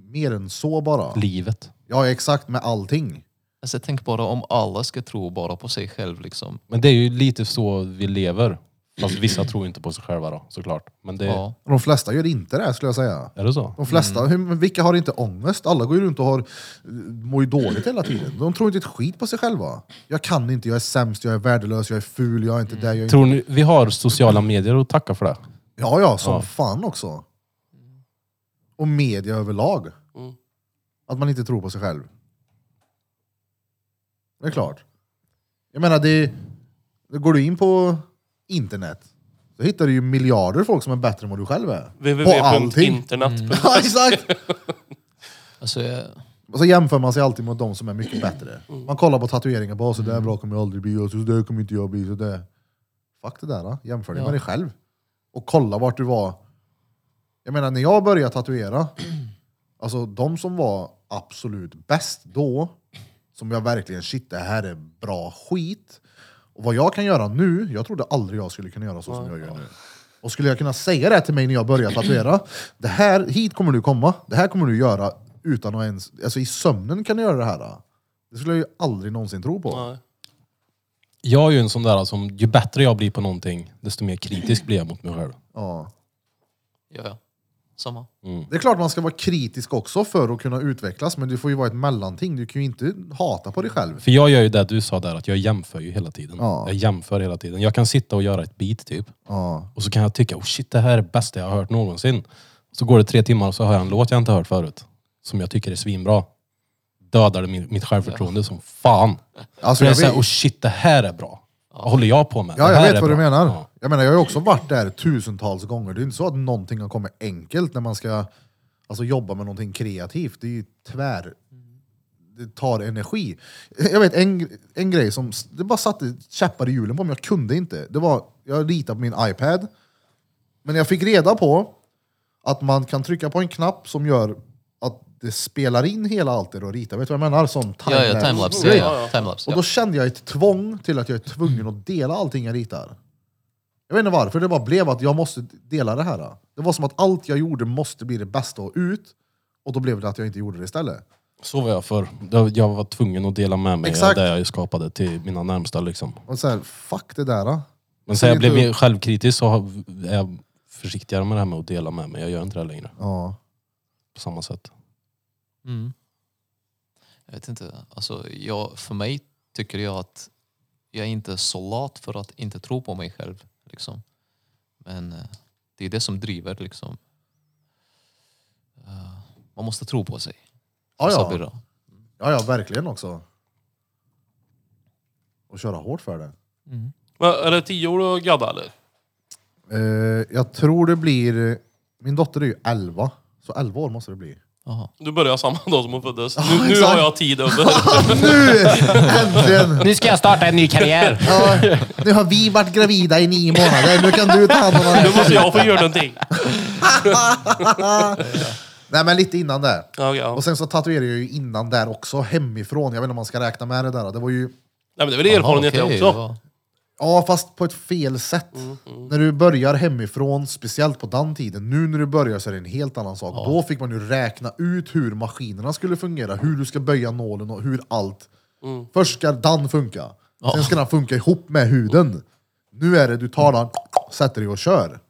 [SPEAKER 1] mer än så bara.
[SPEAKER 2] Livet.
[SPEAKER 1] Ja, exakt, med allting.
[SPEAKER 7] Alltså, tänk bara om alla ska tro bara på sig själv. Liksom.
[SPEAKER 2] Men det är ju lite så vi lever. Fast vissa tror inte på sig själva då, såklart. Men det,
[SPEAKER 7] Ja.
[SPEAKER 1] De flesta gör inte det, skulle jag säga.
[SPEAKER 2] är det så?
[SPEAKER 1] De flesta,
[SPEAKER 2] Mm.
[SPEAKER 1] hur, men vilka har inte ångest? Alla går ju runt och har, mår ju dåligt hela tiden. De tror inte ett skit på sig själva. Jag kan inte, jag är sämst, jag är värdelös, jag är ful, jag är inte där, jag är inte...
[SPEAKER 2] Mm. Tror ni vi har sociala medier att tacka för det?
[SPEAKER 1] Ja, ja, som
[SPEAKER 2] Ja.
[SPEAKER 1] fan också. Och media överlag.
[SPEAKER 3] Mm.
[SPEAKER 1] Att man inte tror på sig själv. Det är klart. Jag menar, det, det går du in på internet så hittar du ju miljarder folk som är bättre än vad du själv är. På Mm. allting.
[SPEAKER 3] www.internet.
[SPEAKER 1] Ja, exakt!
[SPEAKER 7] Alltså, jag,
[SPEAKER 1] Och så jämför man sig alltid mot de som är mycket bättre. Man kollar på tatueringar, bara så där bra kommer jag aldrig bli, och så där kommer inte jag bli, så där. Fuck det där, då. jämför dig med dig själv. Och kolla vart du var. Jag menar, när jag började tatuera, alltså de som var absolut bäst då, som jag verkligen, shit det här är bra skit. Och vad jag kan göra nu, jag trodde aldrig jag skulle kunna göra så som jag gör nu. Och skulle jag kunna säga det här till mig när jag börjar tatuera, det här, hit kommer du komma, det här kommer du göra utan att ens, alltså i sömnen kan du göra det här. då. Det skulle jag ju aldrig någonsin tro på.
[SPEAKER 3] Nej.
[SPEAKER 2] Jag är ju en sån där som, ju bättre jag blir på någonting, desto mer kritisk blir jag mot mig själv.
[SPEAKER 1] Ja.
[SPEAKER 7] ja, ja. Samma.
[SPEAKER 1] Det är klart man ska vara kritisk också för att kunna utvecklas, men det får ju vara ett mellanting. Du kan ju inte hata på dig själv.
[SPEAKER 2] För jag gör ju det du sa där, att jag jämför ju hela tiden.
[SPEAKER 1] Ja.
[SPEAKER 2] Jag jämför hela tiden. Jag kan sitta och göra ett beat typ.
[SPEAKER 1] Ja.
[SPEAKER 2] Och så kan jag tycka, oh shit det här är det bästa jag har hört någonsin. Så går det tre timmar och så hör jag en låt jag inte hört förut. Som jag tycker är svinbra. Dödar det min, mitt självförtroende som fan.
[SPEAKER 1] Alltså,
[SPEAKER 2] Så jag
[SPEAKER 1] jag
[SPEAKER 2] säger, oh
[SPEAKER 1] vet,
[SPEAKER 2] shit det här är bra. Vad håller jag på med?
[SPEAKER 1] ja,
[SPEAKER 2] Det
[SPEAKER 1] jag
[SPEAKER 2] här
[SPEAKER 1] vet
[SPEAKER 2] är
[SPEAKER 1] vad du
[SPEAKER 2] bra.
[SPEAKER 1] menar.
[SPEAKER 2] Ja.
[SPEAKER 1] Jag menar, jag har ju också varit där tusentals gånger. Det är ju inte så att någonting har kommit enkelt när man ska alltså, jobba med någonting kreativt. Det är ju tvär... Det tar energi. Jag vet en, en grej som det bara satte käppar i hjulen på mig. Jag kunde inte. Det var, jag ritade på min iPad. Men jag fick reda på att man kan trycka på en knapp som gör att det spelar in hela allt det du har ritat. Vet du vad jag menar? Som
[SPEAKER 7] Ja, ja, timelapse. Ja, ja. Timelapse,
[SPEAKER 1] Och
[SPEAKER 7] ja.
[SPEAKER 1] då kände jag ett tvång till att jag är tvungen att dela allting jag ritar. Jag vet inte varför, det bara blev att jag måste dela det här. Det var som att allt jag gjorde måste bli det bästa och ut, och då blev det att jag inte gjorde det istället.
[SPEAKER 2] Så var jag för. Jag var tvungen att dela med mig
[SPEAKER 1] Exakt.
[SPEAKER 2] av det jag skapade till mina närmsta. Liksom.
[SPEAKER 1] Och så här, fuck det där.
[SPEAKER 2] Men sen jag
[SPEAKER 1] Säger
[SPEAKER 2] blev
[SPEAKER 1] du-
[SPEAKER 2] mer självkritisk så har- är jag försiktigare med det här med att dela med mig. Jag gör inte det längre
[SPEAKER 1] Ja.
[SPEAKER 2] på samma sätt.
[SPEAKER 7] Mm. Jag vet inte. Alltså, jag, för mig tycker jag att jag är inte så lat för att inte tro på mig själv. Liksom. Men eh, det är det som driver. Liksom. Eh, Man måste tro på sig. Alltså,
[SPEAKER 1] Ja,
[SPEAKER 7] sa
[SPEAKER 1] ja.
[SPEAKER 7] Birra.
[SPEAKER 1] ja, ja, verkligen också. och köra hårt för det.
[SPEAKER 3] Men är det tio år du gadda eller?
[SPEAKER 1] Eh, jag tror det blir... Min dotter är ju 11, så 11 år måste det bli.
[SPEAKER 3] Du börjar samma dag som hon föddes. nu, nu
[SPEAKER 1] exakt.
[SPEAKER 3] har jag tid över.
[SPEAKER 1] Nu! Äntligen!
[SPEAKER 5] Nu ska jag starta en ny karriär.
[SPEAKER 1] Ja, nu har vi varit gravida i nio månader, nu kan du ta hand om
[SPEAKER 3] nu
[SPEAKER 1] henne.
[SPEAKER 3] måste jag få göra någonting.
[SPEAKER 1] Nej men lite innan det.
[SPEAKER 3] Ja, okej, ja.
[SPEAKER 1] Och sen så tatuerade jag ju innan där också, hemifrån. Jag vet inte om man ska räkna med det där. Det var ju...
[SPEAKER 3] Nej, men det är väl erfarenhet det också.
[SPEAKER 1] Ja, fast på ett fel sätt. När du börjar hemifrån, speciellt på den tiden. Nu när du börjar så är det en helt annan sak. Då fick man ju räkna ut hur maskinerna skulle fungera, hur du ska böja nålen och hur allt. Först ska den funka, sen ska den funka ihop med huden. Nu är det du tar den, sätter dig och kör.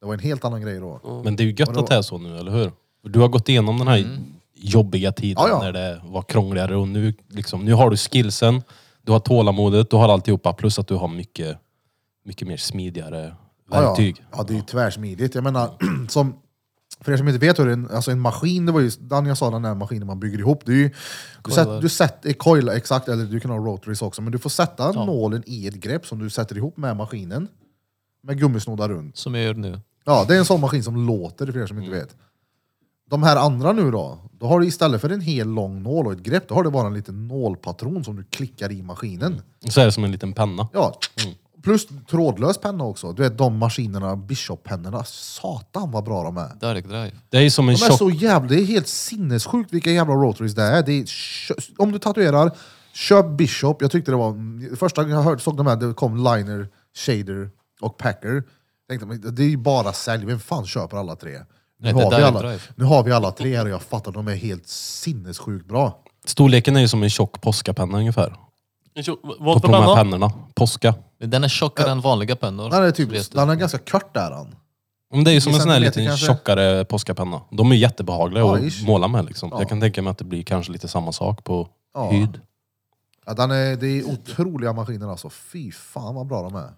[SPEAKER 1] Det var en helt annan grej då.
[SPEAKER 2] Men det är ju gött att det är så nu, eller hur? Du har gått igenom den här jobbiga tiden
[SPEAKER 1] Mm. Ja, ja.
[SPEAKER 2] när det var krångligare och nu, liksom, nu har du skillsen, du har tålamodet, du har alltihopa. Plus att du har mycket, mycket mer smidigare
[SPEAKER 1] Ja, ja.
[SPEAKER 2] verktyg.
[SPEAKER 1] Ja, det är ju tvärsmidigt. Jag menar, som, för er som inte vet hur en, alltså en maskin, det var ju den jag sa, den där maskinen man bygger ihop. Det är ju, du, sätt, du sätter, coil, exakt, eller du kan ha rotaries också, men du får sätta nålen i ett grepp som du sätter ihop med maskinen. Med gummisnoddar runt.
[SPEAKER 7] Som jag gör nu.
[SPEAKER 1] Ja, det är en sån maskin som låter för er som inte vet. De här andra nu då, då har du istället för en hel lång nål och ett grepp, då har du bara en liten nålpatron som du klickar i maskinen.
[SPEAKER 2] Så är det som en liten penna.
[SPEAKER 1] Ja,
[SPEAKER 7] Mm.
[SPEAKER 1] plus trådlös penna också. Du vet de maskinerna, Bishop-pennorna. Satan vad bra de är.
[SPEAKER 7] Direct drive.
[SPEAKER 2] Det är ju som en
[SPEAKER 1] De är
[SPEAKER 2] tjock...
[SPEAKER 1] så jävla, det är helt sinnessjukt vilka jävla rotaries det är. Det är kö- om du tatuerar, köp Bishop. Jag tyckte det var, första gången jag hörde, såg de här, det kom liner, shader och packer. Jag tänkte, men det är ju bara sälj, vem fan köper alla tre? Nu,
[SPEAKER 7] Nej, det
[SPEAKER 1] har,
[SPEAKER 7] där
[SPEAKER 1] vi
[SPEAKER 7] är
[SPEAKER 1] alla,
[SPEAKER 7] drive.
[SPEAKER 1] nu har vi alla tre här och jag fattar, de är helt sinnessjukt bra.
[SPEAKER 2] Storleken är ju som en tjock påskapenna ungefär. På
[SPEAKER 3] Vad för
[SPEAKER 2] de här
[SPEAKER 3] penna?
[SPEAKER 2] pennorna. Påska.
[SPEAKER 7] Den är tjockare än vanliga pennor.
[SPEAKER 1] Den är,
[SPEAKER 7] Så
[SPEAKER 1] typ,
[SPEAKER 7] vet du.
[SPEAKER 1] den är ganska kort där. Han.
[SPEAKER 2] Men det är ju som en sån här
[SPEAKER 1] centimeter
[SPEAKER 2] liten
[SPEAKER 1] kanske?
[SPEAKER 2] tjockare påskapenna. De är jättebehagliga
[SPEAKER 1] Ja,
[SPEAKER 2] att
[SPEAKER 1] ish.
[SPEAKER 2] måla med liksom.
[SPEAKER 1] Ja.
[SPEAKER 2] Jag kan tänka mig att det blir kanske lite samma sak på
[SPEAKER 1] Ja.
[SPEAKER 2] hud.
[SPEAKER 1] Ja, den är, det är otroliga maskiner alltså. Fy fan vad bra de är.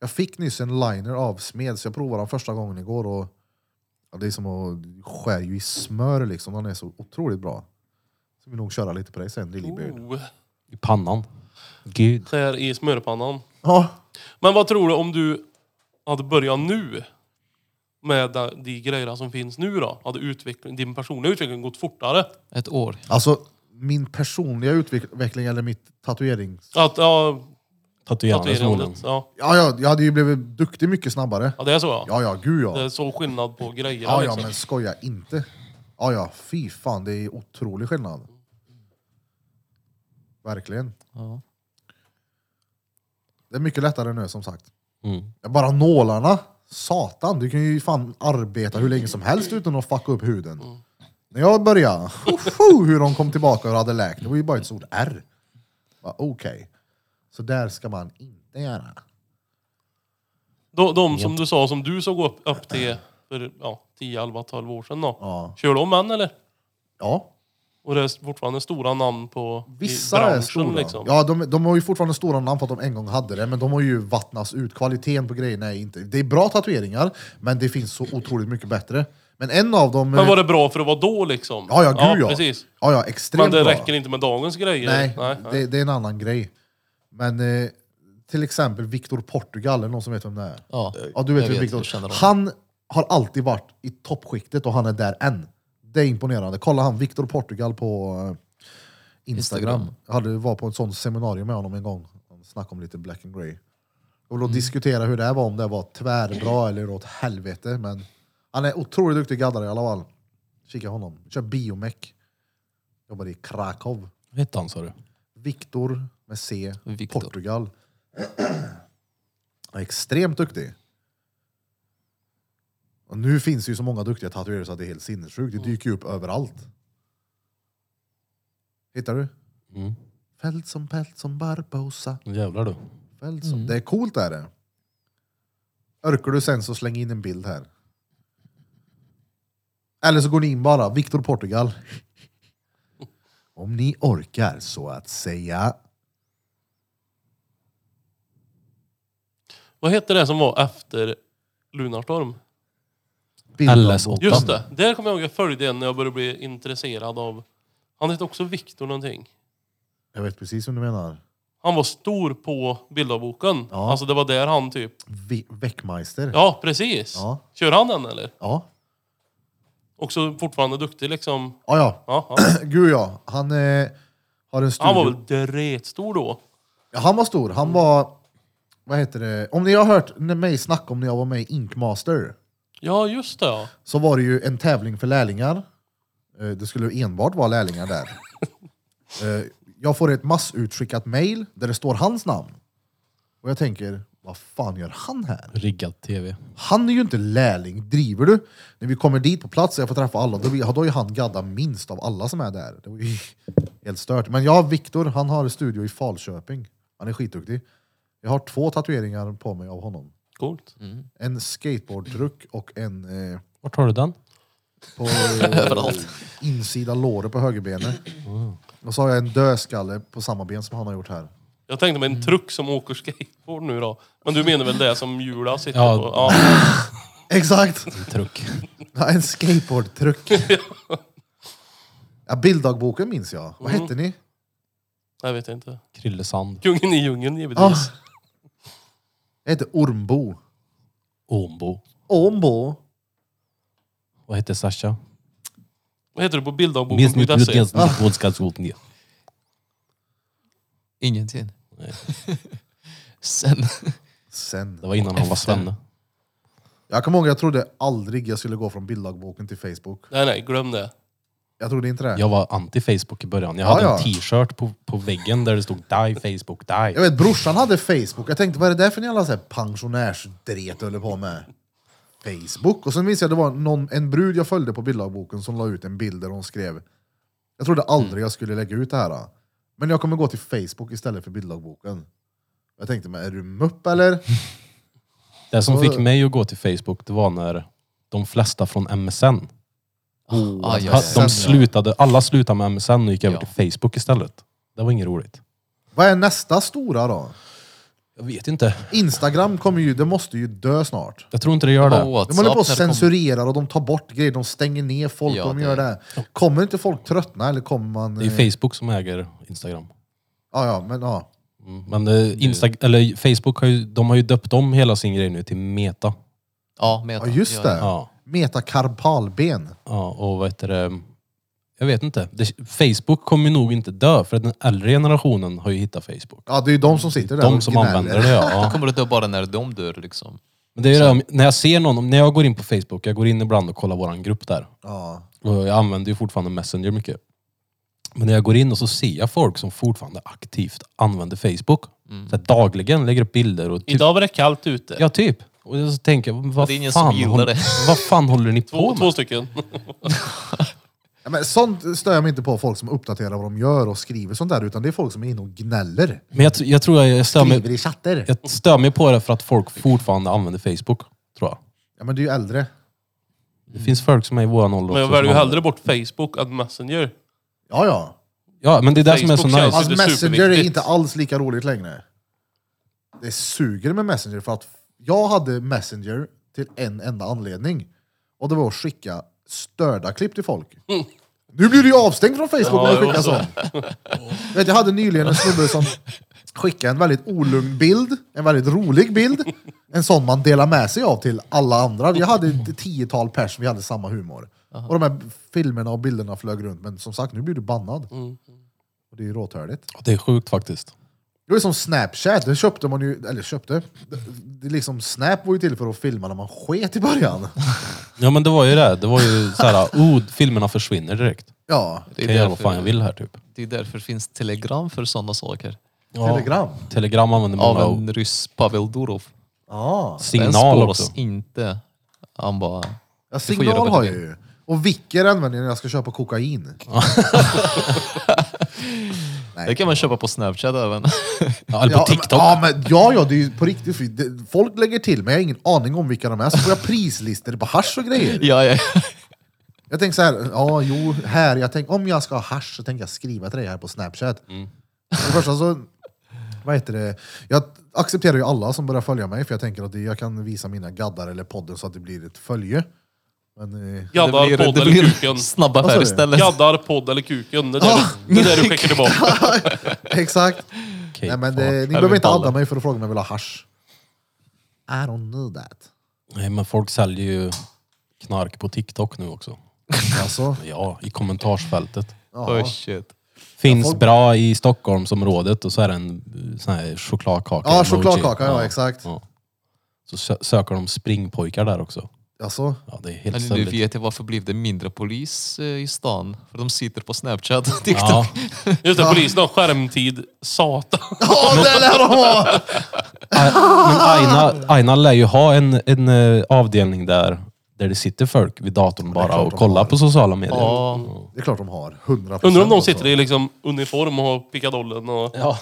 [SPEAKER 1] Jag fick nyss en liner av Smed, så jag provade den första gången igår. Och, ja, det är som att skär ju i smör liksom. Den är så otroligt bra. Så vi nog köra lite på dig sen, Lillybeard.
[SPEAKER 3] Oh,
[SPEAKER 2] I pannan. Gud.
[SPEAKER 3] så här i smörpannan.
[SPEAKER 1] Ja,
[SPEAKER 3] Men vad tror du om du hade börjat nu? Med de- de grejerna som finns nu då? Hade utveckling, din personliga utveckling gått fortare?
[SPEAKER 7] Ett år.
[SPEAKER 1] alltså min personliga utveckling eller mitt tatuering.
[SPEAKER 3] Att, ja,
[SPEAKER 2] Tatuerande
[SPEAKER 3] tatuerandet.
[SPEAKER 2] förmodligen.
[SPEAKER 3] Ja.
[SPEAKER 1] Ja, ja, jag hade ju blivit duktig mycket snabbare.
[SPEAKER 3] ja, det är så ja.
[SPEAKER 1] Ja, ja, gud
[SPEAKER 3] Det är
[SPEAKER 1] ja.
[SPEAKER 3] så skillnad på grejerna
[SPEAKER 1] Ja, ja,
[SPEAKER 3] liksom.
[SPEAKER 1] men skoja inte. Ja, ja, fy fan, det är otrolig skillnad. Verkligen.
[SPEAKER 7] Ja.
[SPEAKER 1] Det är mycket lättare nu som sagt.
[SPEAKER 2] Mm.
[SPEAKER 1] Bara nålarna, satan. Du kan ju fan arbeta hur länge som helst utan att fucka upp huden. När jag började, hoho, hur de kom tillbaka och hade läkt, det var ju bara ett stort R. Bara, Okej, så där ska man inte göra.
[SPEAKER 3] De, de som du sa som du såg upp, upp till för ja, 10, 11, 12 år sedan då.
[SPEAKER 1] Ja,
[SPEAKER 3] Kör de än eller?
[SPEAKER 1] ja.
[SPEAKER 3] Och det är fortfarande stora namn på i
[SPEAKER 1] vissa är
[SPEAKER 3] branschen,
[SPEAKER 1] stora.
[SPEAKER 3] liksom.
[SPEAKER 1] Ja, de, de har ju fortfarande stora namn för att de en gång hade det, men de har ju vattnats ut. Kvaliteten på grejerna är inte... Det är bra tatueringar, men det finns så otroligt mycket bättre. Men en av dem... eh,
[SPEAKER 3] Men var det bra för att vara då liksom?
[SPEAKER 1] Ja, ja, gud ja.
[SPEAKER 3] Precis.
[SPEAKER 1] Ja, ja, extremt
[SPEAKER 3] Men det
[SPEAKER 1] bra.
[SPEAKER 3] räcker inte med dagens grejer.
[SPEAKER 1] Nej,
[SPEAKER 3] nej, nej.
[SPEAKER 1] Det, det är en annan grej. Men eh, till exempel Victor Portugal, är det någon som vet vem det är?
[SPEAKER 7] Ja.
[SPEAKER 1] Ja, du vet
[SPEAKER 7] jag
[SPEAKER 1] vem
[SPEAKER 7] vet,
[SPEAKER 1] Victor
[SPEAKER 7] jag känner honom.
[SPEAKER 1] Han har alltid varit i toppskiktet och han är där än. Det är imponerande. Kolla han, Victor Portugal på eh, Instagram.
[SPEAKER 7] Instagram.
[SPEAKER 1] Jag hade, var på ett sånt seminarium med honom en gång. Han snackade om lite black and grey. Och
[SPEAKER 7] Mm.
[SPEAKER 1] då diskutera hur det här var, om det var tvärbra eller åt helvete. Men han är otroligt duktig gaddare i alla fall. Kika honom. Kör biomech. Jobbar i Krakow.
[SPEAKER 2] Vad hette han sa du?
[SPEAKER 1] Viktor med C,
[SPEAKER 7] Viktor.
[SPEAKER 1] Portugal. Han är Extremt duktig. Och nu finns det ju så många duktiga tatuerare så att det är helt sinnessjukt. Det dyker ju upp överallt. Hittar du?
[SPEAKER 2] Mm.
[SPEAKER 1] Fält som pält som Barbosa.
[SPEAKER 2] Jävlar du.
[SPEAKER 1] Fält som... Det är coolt är det. Örkar du sen så släng in en bild här. Eller så går ni in bara, Viktor Portugal. Om ni orkar så att säga.
[SPEAKER 3] Vad hette det som var efter Lunarstorm?
[SPEAKER 1] Bildanboken.
[SPEAKER 3] Just det. Där kommer jag ihåg jag följde en när jag började bli intresserad av... Han hette också Viktor någonting.
[SPEAKER 1] Jag vet precis vad du menar.
[SPEAKER 3] Han var stor på bildarboken.
[SPEAKER 1] Ja.
[SPEAKER 3] Alltså det var där han typ...
[SPEAKER 1] Ve- Weckmeister.
[SPEAKER 3] Ja, precis.
[SPEAKER 1] Ja.
[SPEAKER 3] Kör han den eller?
[SPEAKER 1] Ja.
[SPEAKER 3] Också fortfarande duktig liksom.
[SPEAKER 1] Ja, Ah, ja.
[SPEAKER 3] Ja, han,
[SPEAKER 1] Gud ja. Han eh, har en studio.
[SPEAKER 3] han var väl dretstor då?
[SPEAKER 1] Ja, han var stor. Han var... Vad heter det? Om ni har hört mig snacka om när jag var med i Ink Master.
[SPEAKER 3] Ja, just det ja.
[SPEAKER 1] så var det ju en tävling för lärlingar. Eh, Det skulle enbart vara lärlingar där. Eh, Jag får ett massutskickat mail där det står hans namn. Och jag tänker, vad fan gör han här?
[SPEAKER 2] Riggad TV.
[SPEAKER 1] Han är ju inte lärling, driver du? När vi kommer dit på plats och jag får träffa alla, då blir- då har ju han gaddat minst av alla som är där. Det var ju helt stört. Men jag har Viktor, han har en studio i Falköping. Han är skitduktig. Jag har två tatueringar på mig av honom.
[SPEAKER 3] Coolt.
[SPEAKER 1] Mm. En skateboardtruck och en eh,
[SPEAKER 2] Vart har du den?
[SPEAKER 1] på eh, insida låret på högerbenet. Och så har jag en dödskalle på samma ben som han har gjort här.
[SPEAKER 3] Jag tänkte mig en truck som åker skateboard nu då. Men du menar väl det som Jula sitter
[SPEAKER 2] Ja.
[SPEAKER 3] på? Ja.
[SPEAKER 1] Exakt!
[SPEAKER 2] Truck.
[SPEAKER 1] Ja, en skateboardtruck. Ja, bilddagboken minns jag. Vad hette ni?
[SPEAKER 3] Jag vet inte.
[SPEAKER 2] Krillesand.
[SPEAKER 3] Kungen i djungeln
[SPEAKER 1] Ah.
[SPEAKER 3] givetvis.
[SPEAKER 1] Jag hette Ormbo.
[SPEAKER 2] Ombo.
[SPEAKER 1] Ormbo?
[SPEAKER 2] Vad heter Sasha?
[SPEAKER 3] Vad heter du på bilddagboken?
[SPEAKER 2] Minns mitt utländska vodskattsgotning.
[SPEAKER 7] Ingenting. Sen.
[SPEAKER 1] Sen.
[SPEAKER 2] Det var innan han var svenne.
[SPEAKER 1] Jag kommer ihåg, jag trodde aldrig jag skulle gå från bilddagboken till Facebook.
[SPEAKER 3] Nej, nej, glöm det.
[SPEAKER 2] Typ-
[SPEAKER 1] Jag trodde inte det.
[SPEAKER 2] Jag var anti-Facebook i början. Jag
[SPEAKER 1] Ja,
[SPEAKER 2] hade
[SPEAKER 1] ja.
[SPEAKER 2] en t-shirt på, på väggen där det stod Die Facebook Die.
[SPEAKER 1] Jag vet, brorsan hade Facebook. Jag tänkte, vad är det där för jävla så här pensionärsdret du håller på med? Facebook? Och sen minns jag det var någon, en brud jag följde på bilddagboken som la ut en bild där hon skrev Jag trodde aldrig jag skulle lägga ut det här. då. Men jag kommer gå till Facebook istället för bilddagboken. Jag tänkte, men är du mupp eller?
[SPEAKER 2] Det som fick mig att gå till Facebook, det var när de flesta från MSN,
[SPEAKER 1] Oh,
[SPEAKER 7] ah,
[SPEAKER 2] ha-
[SPEAKER 7] just
[SPEAKER 2] de
[SPEAKER 7] det.
[SPEAKER 2] slutade, alla slutade med MSN och gick över
[SPEAKER 7] Ja.
[SPEAKER 2] till Facebook istället. Det var inget roligt.
[SPEAKER 1] Vad är nästa stora då?
[SPEAKER 2] Jag vet inte.
[SPEAKER 1] Instagram kommer ju, det måste ju dö snart.
[SPEAKER 2] Jag tror inte det gör det.
[SPEAKER 7] Och WhatsApp
[SPEAKER 1] De håller på och
[SPEAKER 7] när det kom-
[SPEAKER 1] censurerar och de tar bort grejer, de stänger ner folk
[SPEAKER 7] Ja,
[SPEAKER 1] och de
[SPEAKER 7] det-
[SPEAKER 1] gör det. Kommer inte folk tröttna eller kommer man... eh,
[SPEAKER 2] Det är ju Facebook som äger Instagram.
[SPEAKER 1] ja, ja, men ja.
[SPEAKER 2] Mm, Men eh, Insta- eller Facebook har ju, de har ju döpt om hela sin grej nu till Meta.
[SPEAKER 7] Ja, meta.
[SPEAKER 1] Ja just det.
[SPEAKER 2] Ja.
[SPEAKER 1] Metakarpalben.
[SPEAKER 2] Ja, och vad heter det? Jag vet inte. Det, Facebook kommer ju nog inte dö, för att den äldre generationen har ju hittat Facebook.
[SPEAKER 1] Ja, det är ju de som sitter där
[SPEAKER 2] De
[SPEAKER 1] och
[SPEAKER 2] som
[SPEAKER 1] gnäller.
[SPEAKER 2] använder det, ja. ja.
[SPEAKER 7] Kommer det då bara när de dör liksom?
[SPEAKER 2] Men det är ju det, här, när jag ser någon, när jag går in på Facebook, jag går in ibland och kollar våran grupp där.
[SPEAKER 1] Ja.
[SPEAKER 2] Och jag använder ju fortfarande Messenger mycket. Men när jag går in och så ser jag folk som fortfarande aktivt använder Facebook.
[SPEAKER 1] Mm.
[SPEAKER 2] Så här, dagligen lägger upp bilder och typ,
[SPEAKER 3] Idag var det kallt ute.
[SPEAKER 2] Ja, typ. Och jag så tänker jag, vad,
[SPEAKER 7] Det är ingen som
[SPEAKER 2] fan
[SPEAKER 7] gillar
[SPEAKER 2] håller,
[SPEAKER 7] det.
[SPEAKER 2] vad fan håller ni på
[SPEAKER 3] Två,
[SPEAKER 2] med?
[SPEAKER 3] två stycken.
[SPEAKER 1] Ja, men sånt stör jag mig inte på, folk som uppdaterar vad de gör och skriver sånt där, utan det är folk som är inne och gnäller.
[SPEAKER 2] Men jag, tr- jag tror jag, jag stör mig
[SPEAKER 1] Skriver i chatter.
[SPEAKER 2] Jag stör mig på det för att folk fortfarande använder Facebook, tror jag.
[SPEAKER 1] Ja, men du är ju äldre.
[SPEAKER 2] Det finns folk som är i våran ålder
[SPEAKER 3] Men jag
[SPEAKER 2] också
[SPEAKER 3] väljer ju
[SPEAKER 2] som
[SPEAKER 3] hellre bort Facebook än Messenger.
[SPEAKER 1] Ja, ja.
[SPEAKER 2] använder- Ja, men det är det som är så
[SPEAKER 3] Facebook känns-
[SPEAKER 2] nice.
[SPEAKER 1] Alltså,
[SPEAKER 3] det är
[SPEAKER 1] Messenger är
[SPEAKER 3] superviktigt.
[SPEAKER 1] inte alls lika roligt längre. Det suger med Messenger, för att jag hade Messenger till en enda anledning. Och det var att skicka störda klipp till folk. Nu blir du ju avstängd från Facebook när
[SPEAKER 3] Ja,
[SPEAKER 1] du skickar
[SPEAKER 3] jo, så.
[SPEAKER 1] sånt. Vet, jag hade nyligen en snubbe som skickade en väldigt olugn bild, en väldigt rolig bild. En sån man delar med sig av till alla andra. Vi hade ett tiotal pers, vi hade samma humor. Och de här filmerna och bilderna flög runt, men som sagt, nu blir du bannad.
[SPEAKER 3] Mm.
[SPEAKER 1] Och det är ju råtörligt.
[SPEAKER 2] Det är sjukt faktiskt.
[SPEAKER 1] Det var ju som Snapchat, det köpte man ju, eller köpte, det, det är liksom Snap var ju till för att filma när man sket i början.
[SPEAKER 2] Ja, men det var ju det. Det var ju så här, oh, filmerna försvinner direkt.
[SPEAKER 1] Ja,
[SPEAKER 7] Det är,
[SPEAKER 2] kan jag göra vad
[SPEAKER 7] därför,
[SPEAKER 2] fan jag vill här, typ.
[SPEAKER 7] det är därför finns telegram för sådana saker.
[SPEAKER 1] telegram.
[SPEAKER 2] Telegram använder många.
[SPEAKER 7] Av
[SPEAKER 2] och
[SPEAKER 7] en ryss, Pavel Durov.
[SPEAKER 1] Ja.
[SPEAKER 7] Den
[SPEAKER 2] Signal
[SPEAKER 7] spåras
[SPEAKER 2] också.
[SPEAKER 7] inte. Han bara...
[SPEAKER 1] Ja,
[SPEAKER 7] får göra
[SPEAKER 1] signal
[SPEAKER 7] på
[SPEAKER 1] har jag
[SPEAKER 7] det.
[SPEAKER 1] ju. Och vicker använder jag när jag ska köpa kokain. Nej.
[SPEAKER 7] Det kan man köpa på Snapchat även.
[SPEAKER 2] Ja, eller på
[SPEAKER 1] ja,
[SPEAKER 2] TikTok.
[SPEAKER 1] Men, ja, men, ja, ja, det är ju på riktigt. för det- Folk lägger till, men jag har ingen aning om vilka de är. Så får jag prislistor på hasch och grejer.
[SPEAKER 7] ja, ja.
[SPEAKER 1] Jag tänker så här, ja, jo, här. Jag tänker, om jag ska ha hasch så tänker jag skriva till dig här på Snapchat.
[SPEAKER 3] Mm.
[SPEAKER 1] För det första så, vad heter det? Jag accepterar ju alla som börjar följa mig, för jag tänker att det- jag kan visa mina gaddar eller podden så att det blir ett följe. Men, eh,
[SPEAKER 3] Gaddar,
[SPEAKER 7] det blir,
[SPEAKER 3] podd
[SPEAKER 7] det
[SPEAKER 3] eller
[SPEAKER 7] blir
[SPEAKER 3] kuken.
[SPEAKER 7] snabba
[SPEAKER 1] sa
[SPEAKER 7] affärer
[SPEAKER 1] du?
[SPEAKER 7] istället.
[SPEAKER 3] Gaddar, podd eller kuken. Det är där,
[SPEAKER 1] Ah,
[SPEAKER 3] du, det är där du skickar tillbaka.
[SPEAKER 1] Exakt.
[SPEAKER 2] Okej.
[SPEAKER 1] Nej, men det, ni behöver inte adda mig för att fråga om jag vill ha hasch. I don't need that.
[SPEAKER 2] Nej, men folk säljer ju knark på TikTok nu också.
[SPEAKER 1] Alltså,
[SPEAKER 2] Ja, i kommentarsfältet.
[SPEAKER 7] Oh shit.
[SPEAKER 2] Finns
[SPEAKER 1] folk-
[SPEAKER 2] bra i Stockholmsområdet och så är det en eh, sån här chokladkaka.
[SPEAKER 1] ja,
[SPEAKER 2] emoji.
[SPEAKER 1] chokladkaka, ja exakt.
[SPEAKER 2] Ja. Så sö- söker de springpojkar där också.
[SPEAKER 1] Alltså,
[SPEAKER 2] Ja, det är helt
[SPEAKER 7] Men nu
[SPEAKER 2] ständigt.
[SPEAKER 7] vet jag varför blev det mindre polis eh, i stan. För de sitter på Snapchat och TikTok.
[SPEAKER 2] Ja,
[SPEAKER 3] Just
[SPEAKER 1] Ah.
[SPEAKER 3] det, polisen har skärmtid. Satan.
[SPEAKER 1] ja det lär de ha!
[SPEAKER 2] men Aina, Aina lär ju ha en, en eh, avdelning där, där det sitter folk vid datorn bara
[SPEAKER 1] klart
[SPEAKER 2] och
[SPEAKER 1] de
[SPEAKER 2] kollar
[SPEAKER 1] har.
[SPEAKER 2] på sociala medier.
[SPEAKER 7] Ja.
[SPEAKER 1] Det är klart de har. alltså. 100
[SPEAKER 3] Undrar om de sitter i liksom uniform och har pickadollen och...
[SPEAKER 2] Ja.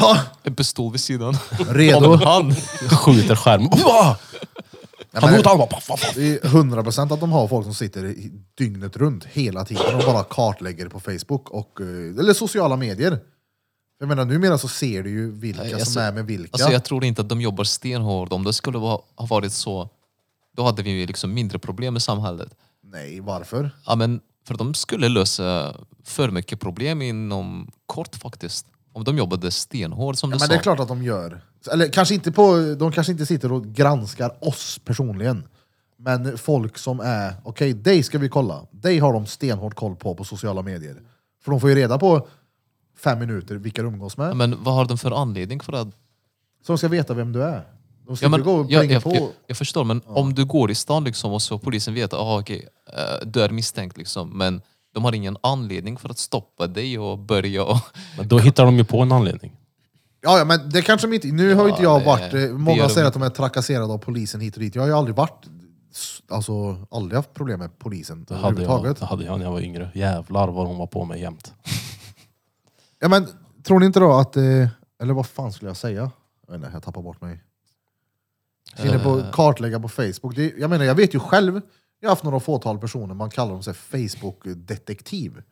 [SPEAKER 1] Ja,
[SPEAKER 7] En pistol vid sidan.
[SPEAKER 1] redo.
[SPEAKER 7] Han.
[SPEAKER 2] Skjuter skärmen. Uah! Han
[SPEAKER 1] men-
[SPEAKER 2] mot han bara... paff, paff, paff.
[SPEAKER 1] Det är 100% att de har folk som sitter i- dygnet runt hela tiden och bara kartlägger på Facebook och, eh, eller sociala medier. Jag menar numera så ser du ju vilka
[SPEAKER 7] Nej,
[SPEAKER 1] som
[SPEAKER 7] alltså-
[SPEAKER 1] är med vilka.
[SPEAKER 7] Alltså jag tror inte att de jobbar stenhårt. Om det skulle vara- ha varit så, då hade vi ju liksom mindre problem i samhället.
[SPEAKER 1] Nej, varför?
[SPEAKER 7] Ja, men för de skulle lösa för mycket problem inom kort faktiskt. Om de jobbade stenhårt som
[SPEAKER 1] Ja,
[SPEAKER 7] du
[SPEAKER 1] men
[SPEAKER 7] sa.
[SPEAKER 1] det är klart att de gör. Eller kanske inte på, de kanske inte sitter och granskar oss personligen. Men folk som är, okej dig ska vi kolla. Dig har de stenhårt koll på på sociala medier. För de får ju reda på fem minuter vilka de umgås med.
[SPEAKER 7] Ja, men vad har de för anledning för att...
[SPEAKER 1] Så de ska veta vem du är. De ska
[SPEAKER 7] Ja, men,
[SPEAKER 1] inte gå och
[SPEAKER 7] jag,
[SPEAKER 1] plinga
[SPEAKER 7] jag,
[SPEAKER 1] på.
[SPEAKER 7] jag, jag förstår, men om du går i stan liksom och så polisen vet att ah, okej, eh, du är misstänkt liksom, men de har ingen anledning för att stoppa dig och börja och...
[SPEAKER 2] Men då hittar de ju på en anledning.
[SPEAKER 1] Ja, ja, men det kanske de inte... Nu har ju inte jag
[SPEAKER 7] nej,
[SPEAKER 1] varit...
[SPEAKER 7] det
[SPEAKER 1] eh, Många
[SPEAKER 7] gör de
[SPEAKER 1] säger att
[SPEAKER 7] inte.
[SPEAKER 1] de är trakasserade av polisen hit och dit. Jag har ju aldrig varit... s- Alltså, aldrig haft problem med polisen
[SPEAKER 2] Det hade jag,
[SPEAKER 1] överhuvudtaget.
[SPEAKER 2] det hade jag när jag var yngre. Jävlar vad hon var på mig jämt.
[SPEAKER 1] Ja, men tror ni inte då att... eh, Eller vad fan skulle jag säga? Jag vet inte, jag tappar bort mig. Jag är inne
[SPEAKER 7] Eh.
[SPEAKER 1] på kartlägga på Facebook. Det, jag menar, jag vet ju själv. Jag har haft några fåtal personer, man kallar dem så här Facebook-detektiv.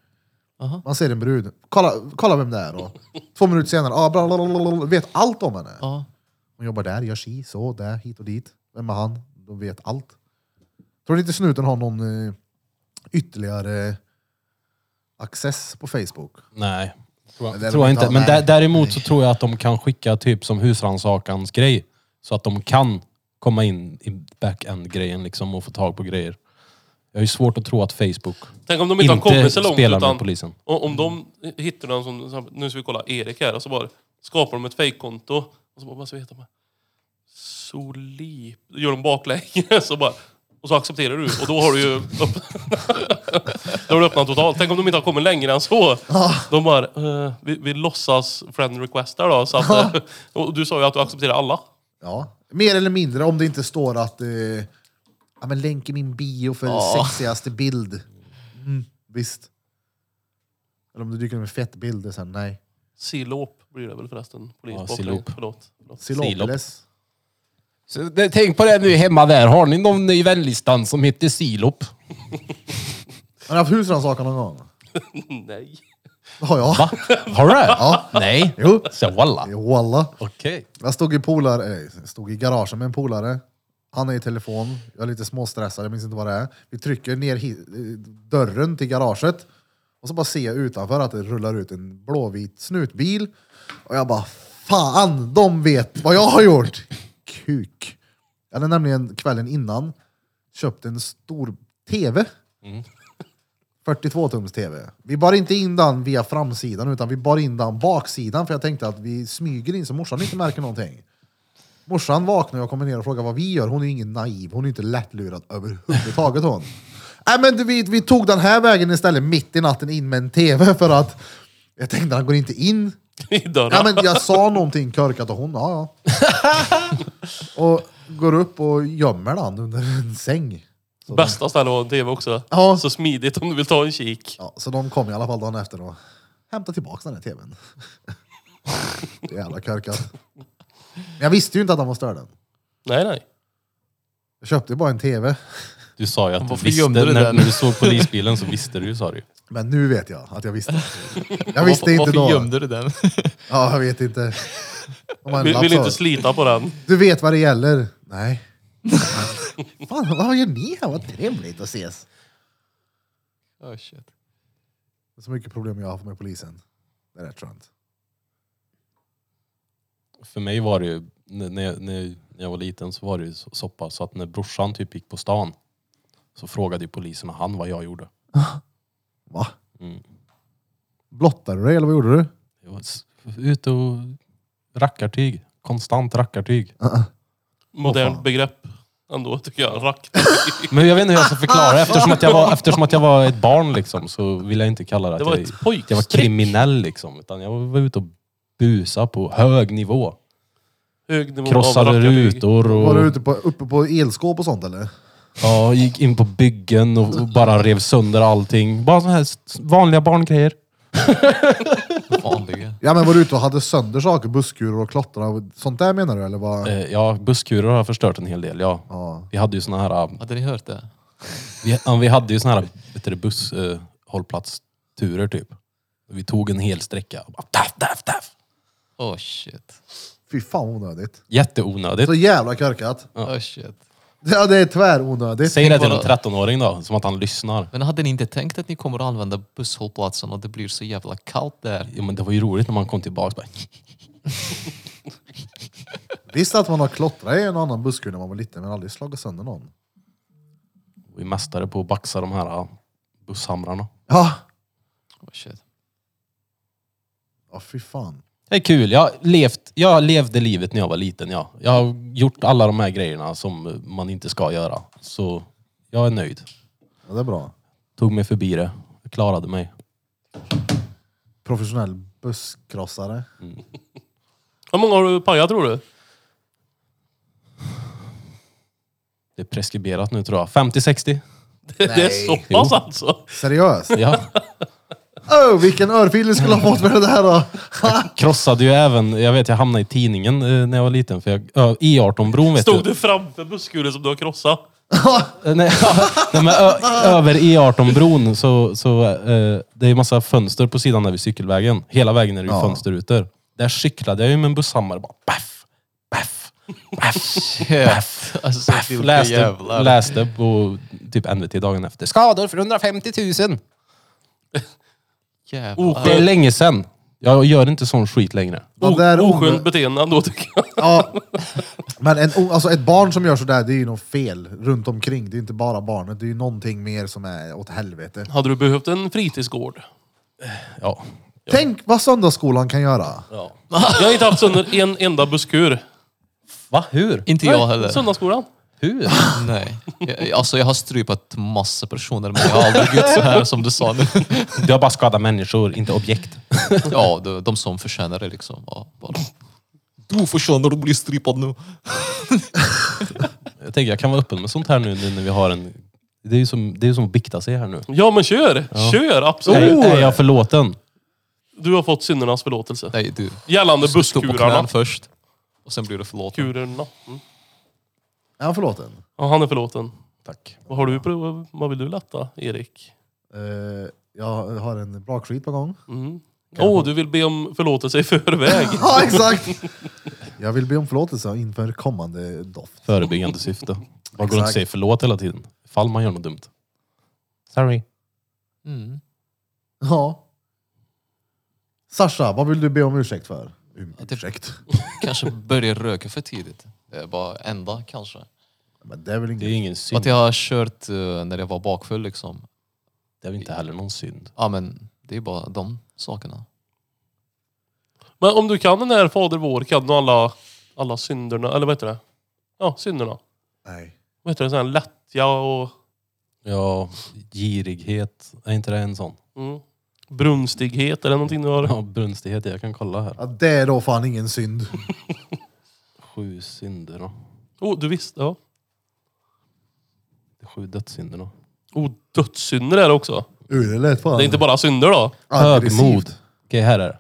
[SPEAKER 7] Aha.
[SPEAKER 1] Man ser en brud, kolla, kolla vem det är då. Två minuter senare, ah, bla, bla, bla, bla, bla, vet allt om henne.
[SPEAKER 7] Ja.
[SPEAKER 1] Hon jobbar där, gör si, så, där, hit och dit. Vem är han? De vet allt. Tror ni inte snuten har någon eh, ytterligare access på Facebook?
[SPEAKER 2] Nej, tror
[SPEAKER 1] Det är
[SPEAKER 2] jag, tror jag
[SPEAKER 1] de inte
[SPEAKER 2] inte.
[SPEAKER 1] av-
[SPEAKER 2] Men
[SPEAKER 1] nej.
[SPEAKER 2] dä- däremot så tror jag att de kan skicka typ som husrannsakans grej. Så att de kan komma in i back-end-grejen liksom och få tag på grejer. Jag har ju svårt att tro att Facebook
[SPEAKER 3] Tänk om de inte,
[SPEAKER 2] inte,
[SPEAKER 3] har kommit så långt
[SPEAKER 2] spelar med
[SPEAKER 3] utan...
[SPEAKER 2] polisen.
[SPEAKER 3] Och om de
[SPEAKER 1] Mm.
[SPEAKER 3] hittar någon som, som- nu ska vi kolla Erik här, och så bara skapar de ett fejkkonto. Och så bara, vad ska vi heta med? Solip. Gör de baklänges och bara, och så accepterar du. Och då har du ju upp, då har du öppnat totalt. Tänk om de inte har kommit längre än så. De bara, eh, vi, vi låtsas friend requestar då. Så att, eh, och du sa ju att du accepterar alla.
[SPEAKER 1] Ja, mer eller mindre om det inte står att eh, ja, men länk i min bio för sexigaste bild. Mm, visst. Eller om du dyker upp med fett bild, det är så här, nej.
[SPEAKER 3] Silop blir det väl förresten. Polis
[SPEAKER 2] Ja,
[SPEAKER 3] baklänges.
[SPEAKER 2] silop.
[SPEAKER 3] Förlåt. förlåt.
[SPEAKER 1] Silopeles.
[SPEAKER 2] Så det- tänk på det nu hemma där. Har ni någon i vänlistan som heter Silop?
[SPEAKER 1] Har ni haft husrannsakan någon gång?
[SPEAKER 3] Nej.
[SPEAKER 1] Det har jag.
[SPEAKER 2] Va? Har du det?
[SPEAKER 1] Ja.
[SPEAKER 2] Nej.
[SPEAKER 1] Jo.
[SPEAKER 2] Så walla.
[SPEAKER 1] Jo, Walla.
[SPEAKER 2] Okej.
[SPEAKER 1] Jag stod i, polare, eller, jag stod i garagen med en polare. Han är i telefon, jag är lite småstressad, jag minns inte vad det är. Vi trycker ner hi- eh, dörren till garaget och så bara ser jag utanför att det rullar ut en blåvit snutbil. Och jag bara, fan, de vet vad jag har gjort! Kuk. Jag hade nämligen kvällen innan köpt en stor TV. 42-tums-TV. Vi bar inte in den via framsidan, utan vi bar in den baksidan, för jag tänkte att vi smyger in så morsan inte märker någonting. Morsan vaknar och jag kommer ner och frågar vad vi gör. Hon är ju ingen naiv, hon är inte lättlurad överhuvudtaget hon. Nej men du, vi, vi tog den här vägen istället, mitt i natten, in med en TV för att jag tänkte han går inte in.
[SPEAKER 3] I dörren.
[SPEAKER 1] Ja men jag sa någonting körkat och hon, ja ja. Och går upp och gömmer den under en säng. Så de,
[SPEAKER 3] Bästa stället att ha en TV också.
[SPEAKER 1] Ja.
[SPEAKER 3] Så smidigt om du vill ta en kik.
[SPEAKER 1] ja, så de kom i alla fall dagen efter och hämtade tillbaka den här TVn. Det är jävla körkat. Men jag visste ju inte att han var störd än.
[SPEAKER 3] Nej, nej.
[SPEAKER 1] Jag köpte ju bara en TV.
[SPEAKER 2] Du sa ju att du
[SPEAKER 7] Varför
[SPEAKER 2] visste,
[SPEAKER 7] gömde du
[SPEAKER 2] när,
[SPEAKER 7] den?
[SPEAKER 2] när du såg polisbilen så visste du ju sa du ju.
[SPEAKER 1] Men nu vet jag att jag visste. Jag visste inte
[SPEAKER 7] varför
[SPEAKER 1] då.
[SPEAKER 7] gömde du den?
[SPEAKER 1] Ja, jag vet inte. Om man
[SPEAKER 3] Vill,
[SPEAKER 1] lapp
[SPEAKER 3] vill
[SPEAKER 1] så.
[SPEAKER 3] inte slita på den.
[SPEAKER 1] Du vet vad det gäller? Nej. Fan, vad gör ni här? Vad trevligt att ses.
[SPEAKER 7] oh, shit.
[SPEAKER 1] Det är så mycket problem jag har haft med polisen. Det är rätt skönt.
[SPEAKER 2] för mig var det ju, n- när jag, när jag var liten så var det ju så, så pass att när brorsan typ gick på stan så frågade ju poliserna han vad jag gjorde.
[SPEAKER 1] Va?
[SPEAKER 2] Mm.
[SPEAKER 1] Blottade du dig eller vad gjorde du?
[SPEAKER 2] Jag var s- ute och rackartyg. Konstant rackartyg.
[SPEAKER 3] Modernt
[SPEAKER 1] fan.
[SPEAKER 3] begrepp ändå tycker jag. Rack.
[SPEAKER 2] Men jag vet inte hur jag ska förklara eftersom att jag var, eftersom att jag var ett barn liksom så vill jag inte kalla det att
[SPEAKER 3] Det var
[SPEAKER 2] jag,
[SPEAKER 3] ett
[SPEAKER 2] att jag var
[SPEAKER 3] pojkstreck.
[SPEAKER 2] kriminell liksom. Utan jag var ute och busa på hög nivå.
[SPEAKER 3] Hög nivå
[SPEAKER 2] Krossade
[SPEAKER 3] av rackartyg.
[SPEAKER 2] rutor
[SPEAKER 1] Var du
[SPEAKER 2] och
[SPEAKER 1] ute på, uppe på elskåp och sånt eller?
[SPEAKER 2] ja, gick in på byggen och och bara rev sönder allting. Bara sådana här s- vanliga barngrejer.
[SPEAKER 7] Vanliga.
[SPEAKER 1] Ja men var du ute och hade sönder saker? Busskurer och klottrar? och Sånt där menar du eller? Vad?
[SPEAKER 2] Eh, Ja, busskurer har förstört en hel del. Ja.
[SPEAKER 1] Ja.
[SPEAKER 2] Vi hade ju såna här, eh,
[SPEAKER 7] Hade ni hört det?
[SPEAKER 2] vi, ja, vi hade ju såna här vet du, busshållplatsturer typ. Vi tog en hel sträcka. och bara Taff, taff, taff.
[SPEAKER 7] Oh shit.
[SPEAKER 1] Fy fan vad onödigt.
[SPEAKER 2] Jätteonödigt.
[SPEAKER 1] Så jävla korkat.
[SPEAKER 7] Oh shit.
[SPEAKER 1] Ja det är tväronödigt.
[SPEAKER 2] Säg det till en
[SPEAKER 7] bara-
[SPEAKER 2] 13-åring då, som att han lyssnar.
[SPEAKER 7] Men hade ni inte tänkt att ni kommer att använda busshållplatsen och det blir så jävla kallt där? Oh,
[SPEAKER 2] Jo men det var ju roligt när man kom tillbaka. Bara,
[SPEAKER 1] Visst att man har klottrat i en annan busskur när man var liten men aldrig slagit sönder någon.
[SPEAKER 2] Vi är mästare på att baxa de här eh, busshamrarna.
[SPEAKER 1] Ja.
[SPEAKER 7] Oh shit.
[SPEAKER 1] Ja fy fan.
[SPEAKER 2] Det är kul. Jag, har levt, jag levde livet när jag var liten. Ja. Jag har gjort alla de här grejerna som man inte ska göra. Så jag är nöjd.
[SPEAKER 1] Ja, det är bra.
[SPEAKER 2] Tog mig förbi det. Jag klarade mig.
[SPEAKER 1] Professionell busskrossare.
[SPEAKER 3] Hur många har du pajat tror du?
[SPEAKER 2] Det är preskriberat nu tror jag. 50-60?
[SPEAKER 3] Det, det är så pass alltså.
[SPEAKER 1] Seriöst?
[SPEAKER 2] Ja.
[SPEAKER 1] Åh, vilken örfil du skulle ha fått med det där då!
[SPEAKER 2] Krossade ju även, jag vet jag hamnade i tidningen eh, när jag var liten. För jag, ö, E18-bron vet
[SPEAKER 3] Stod
[SPEAKER 2] du.
[SPEAKER 3] du framför busskuren som du har krossat?
[SPEAKER 2] Eh, Nej, nej, men ö, över E18-bron så, så eh, det är ju massa fönster på sidan där vid cykelvägen. Hela vägen är det ju fönsterrutor. Där cyklade jag ju med en busshammare bara paff, paff, paff, paff.
[SPEAKER 7] Alltså
[SPEAKER 2] paff.
[SPEAKER 7] vilka
[SPEAKER 2] Läste,
[SPEAKER 7] jävlar.
[SPEAKER 2] läste på typ NVT dagen efter. Skador för 150 000!
[SPEAKER 7] jävlar.
[SPEAKER 2] Det är länge sedan. Jag gör inte sån skit längre.
[SPEAKER 1] Ja, det är
[SPEAKER 3] O-
[SPEAKER 1] onö-
[SPEAKER 3] Oskönt beteende ändå tycker jag.
[SPEAKER 1] Ja. Men en, o- alltså ett barn som gör sådär, det är ju något fel runt omkring. Det är inte bara barnet, det är ju någonting mer som är åt helvete.
[SPEAKER 3] Hade du behövt en fritidsgård?
[SPEAKER 2] Ja.
[SPEAKER 1] Tänk vad söndagsskolan kan göra.
[SPEAKER 3] Jag har inte haft sönder en enda busskur.
[SPEAKER 2] Va? Hur?
[SPEAKER 7] Inte jag heller.
[SPEAKER 3] Söndagsskolan.
[SPEAKER 2] Hur?
[SPEAKER 7] Nej. Jag- Alltså jag har strypat massa personer men jag har aldrig gjort så här som du sa nu.
[SPEAKER 2] Du har bara skadat människor, inte objekt.
[SPEAKER 7] Ja, de, de som förtjänar det liksom. Ja, bara. Du förtjänar att bli strypad nu.
[SPEAKER 2] Jag tänker jag kan vara öppen med sånt här nu, nu när vi har en... Det är ju som, det är ju som att bikta sig här nu.
[SPEAKER 3] Ja men kör! Kör absolut!
[SPEAKER 2] Är, är jag förlåten?
[SPEAKER 3] Du har fått syndernas förlåtelse.
[SPEAKER 7] Nej du.
[SPEAKER 3] Gällande
[SPEAKER 7] Du står på knän
[SPEAKER 3] busskurarna.
[SPEAKER 7] först. Och sen blir du förlåten.
[SPEAKER 3] Kurerna. Mm.
[SPEAKER 1] Är han förlåten?
[SPEAKER 3] Ja, han är förlåten.
[SPEAKER 2] Tack.
[SPEAKER 3] Vad har du på, vad vill du lätta, Erik?
[SPEAKER 1] Eh, jag har en bra skit på gång.
[SPEAKER 3] Åh, oh, du vill be om förlåtelse i förväg.
[SPEAKER 1] Ja, exakt! Jag vill be om förlåtelse inför kommande doft.
[SPEAKER 2] Förebyggande syfte. Bara går runt och
[SPEAKER 1] Exakt.
[SPEAKER 2] säger förlåt hela tiden. Ifall man gör något dumt. Sorry.
[SPEAKER 7] Mm.
[SPEAKER 1] Ja. Sasha, vad vill du be om ursäkt för? Um,
[SPEAKER 7] Att det-
[SPEAKER 1] ursäkt?
[SPEAKER 7] Kanske börja röka för tidigt. Det är bara enda kanske.
[SPEAKER 1] Men det är väl
[SPEAKER 2] Det är
[SPEAKER 1] inget...
[SPEAKER 2] ingen synd.
[SPEAKER 7] Att jag har kört eh, när jag var bakfull liksom.
[SPEAKER 2] Det är väl inte heller någon synd.
[SPEAKER 7] Ja men det är bara de sakerna.
[SPEAKER 3] Men om du kan den här Fader vår, kan du alla, alla synderna, eller vad heter det? Ja, synderna.
[SPEAKER 1] Nej.
[SPEAKER 3] Vad heter det? Sån här lättja och
[SPEAKER 2] Ja, girighet. Är inte det en sån?
[SPEAKER 3] mm, brunstighet, eller någonting du har?
[SPEAKER 2] Ja, brunstighet. Jag kan kolla här.
[SPEAKER 1] Ja, det är då fan ingen synd.
[SPEAKER 2] Sju synder då.
[SPEAKER 3] Åh, oh, du visste, ja.
[SPEAKER 2] De sju dödssynderna.
[SPEAKER 3] Oh, dödssynder är det också.
[SPEAKER 1] Ur det lät fan.
[SPEAKER 3] Det är inte bara synder då.
[SPEAKER 1] aggressivt.
[SPEAKER 2] Högmod. Okej, här är det.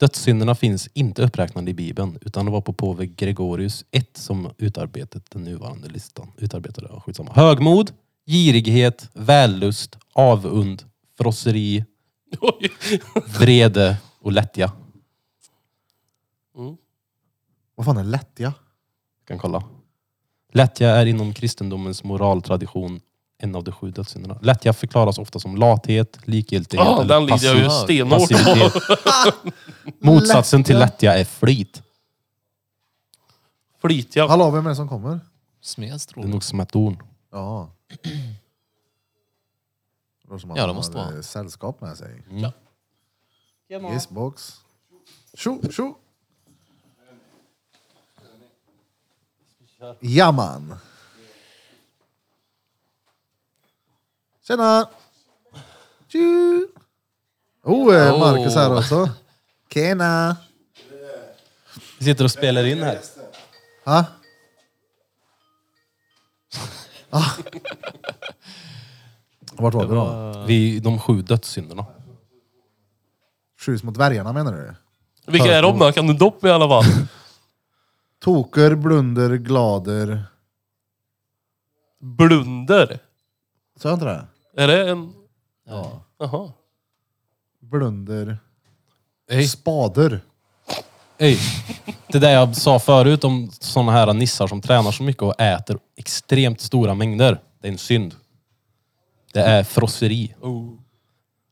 [SPEAKER 2] Dödssynderna finns inte uppräknade i Bibeln, utan det var på påve Gregorius 1 som utarbetat den nuvarande listan. Utarbetade, ja, skitsamma. Högmod, girighet, vällust, avund, frosseri,
[SPEAKER 3] Oj.
[SPEAKER 2] vrede och lättja.
[SPEAKER 1] Vad fan är lättja?
[SPEAKER 2] kan kolla. Lättja är inom kristendomens moraltradition en av de sju dödssynderna. Lättja förklaras ofta som lathet, likgiltighet
[SPEAKER 3] Ah,
[SPEAKER 2] eller
[SPEAKER 3] den lider jag ju
[SPEAKER 2] passiv-
[SPEAKER 3] stenhårt av.
[SPEAKER 2] passivitet. Motsatsen till lättja är flit.
[SPEAKER 3] Flitjakt.
[SPEAKER 1] Hallå, vem är det som kommer?
[SPEAKER 7] Smed
[SPEAKER 2] Det är
[SPEAKER 7] strålar.
[SPEAKER 2] nog som ett ord.
[SPEAKER 1] Ja. Låter som att
[SPEAKER 7] Ja, det
[SPEAKER 1] han
[SPEAKER 7] måste
[SPEAKER 1] har,
[SPEAKER 7] vara. Mm.
[SPEAKER 1] eh, Sällskap med sig.
[SPEAKER 2] Ja.
[SPEAKER 1] Gissbox. Tjo, tjo. Jaman. Tjena! Tju! Oh, eh, Marcus här också. Tjena!
[SPEAKER 2] Vi sitter och spelar in här.
[SPEAKER 1] Ha? Ah. Vart var vi då?
[SPEAKER 2] Vi, de sju dödssynderna.
[SPEAKER 1] Tjus mot dvärgarna menar du?
[SPEAKER 3] Vilka är de då? Kan du dopp i alla fall?
[SPEAKER 1] Toker, blunder, glader.
[SPEAKER 3] Blunder.
[SPEAKER 1] Sa jag inte det?
[SPEAKER 3] Är det en...
[SPEAKER 1] Ja.
[SPEAKER 3] Jaha.
[SPEAKER 1] Blunder.
[SPEAKER 2] Hej.
[SPEAKER 1] Spader.
[SPEAKER 2] Ey, det där jag sa förut om såna här nissar som tränar så mycket och äter extremt stora mängder. Det är en synd. Det är frosseri.
[SPEAKER 7] Åh,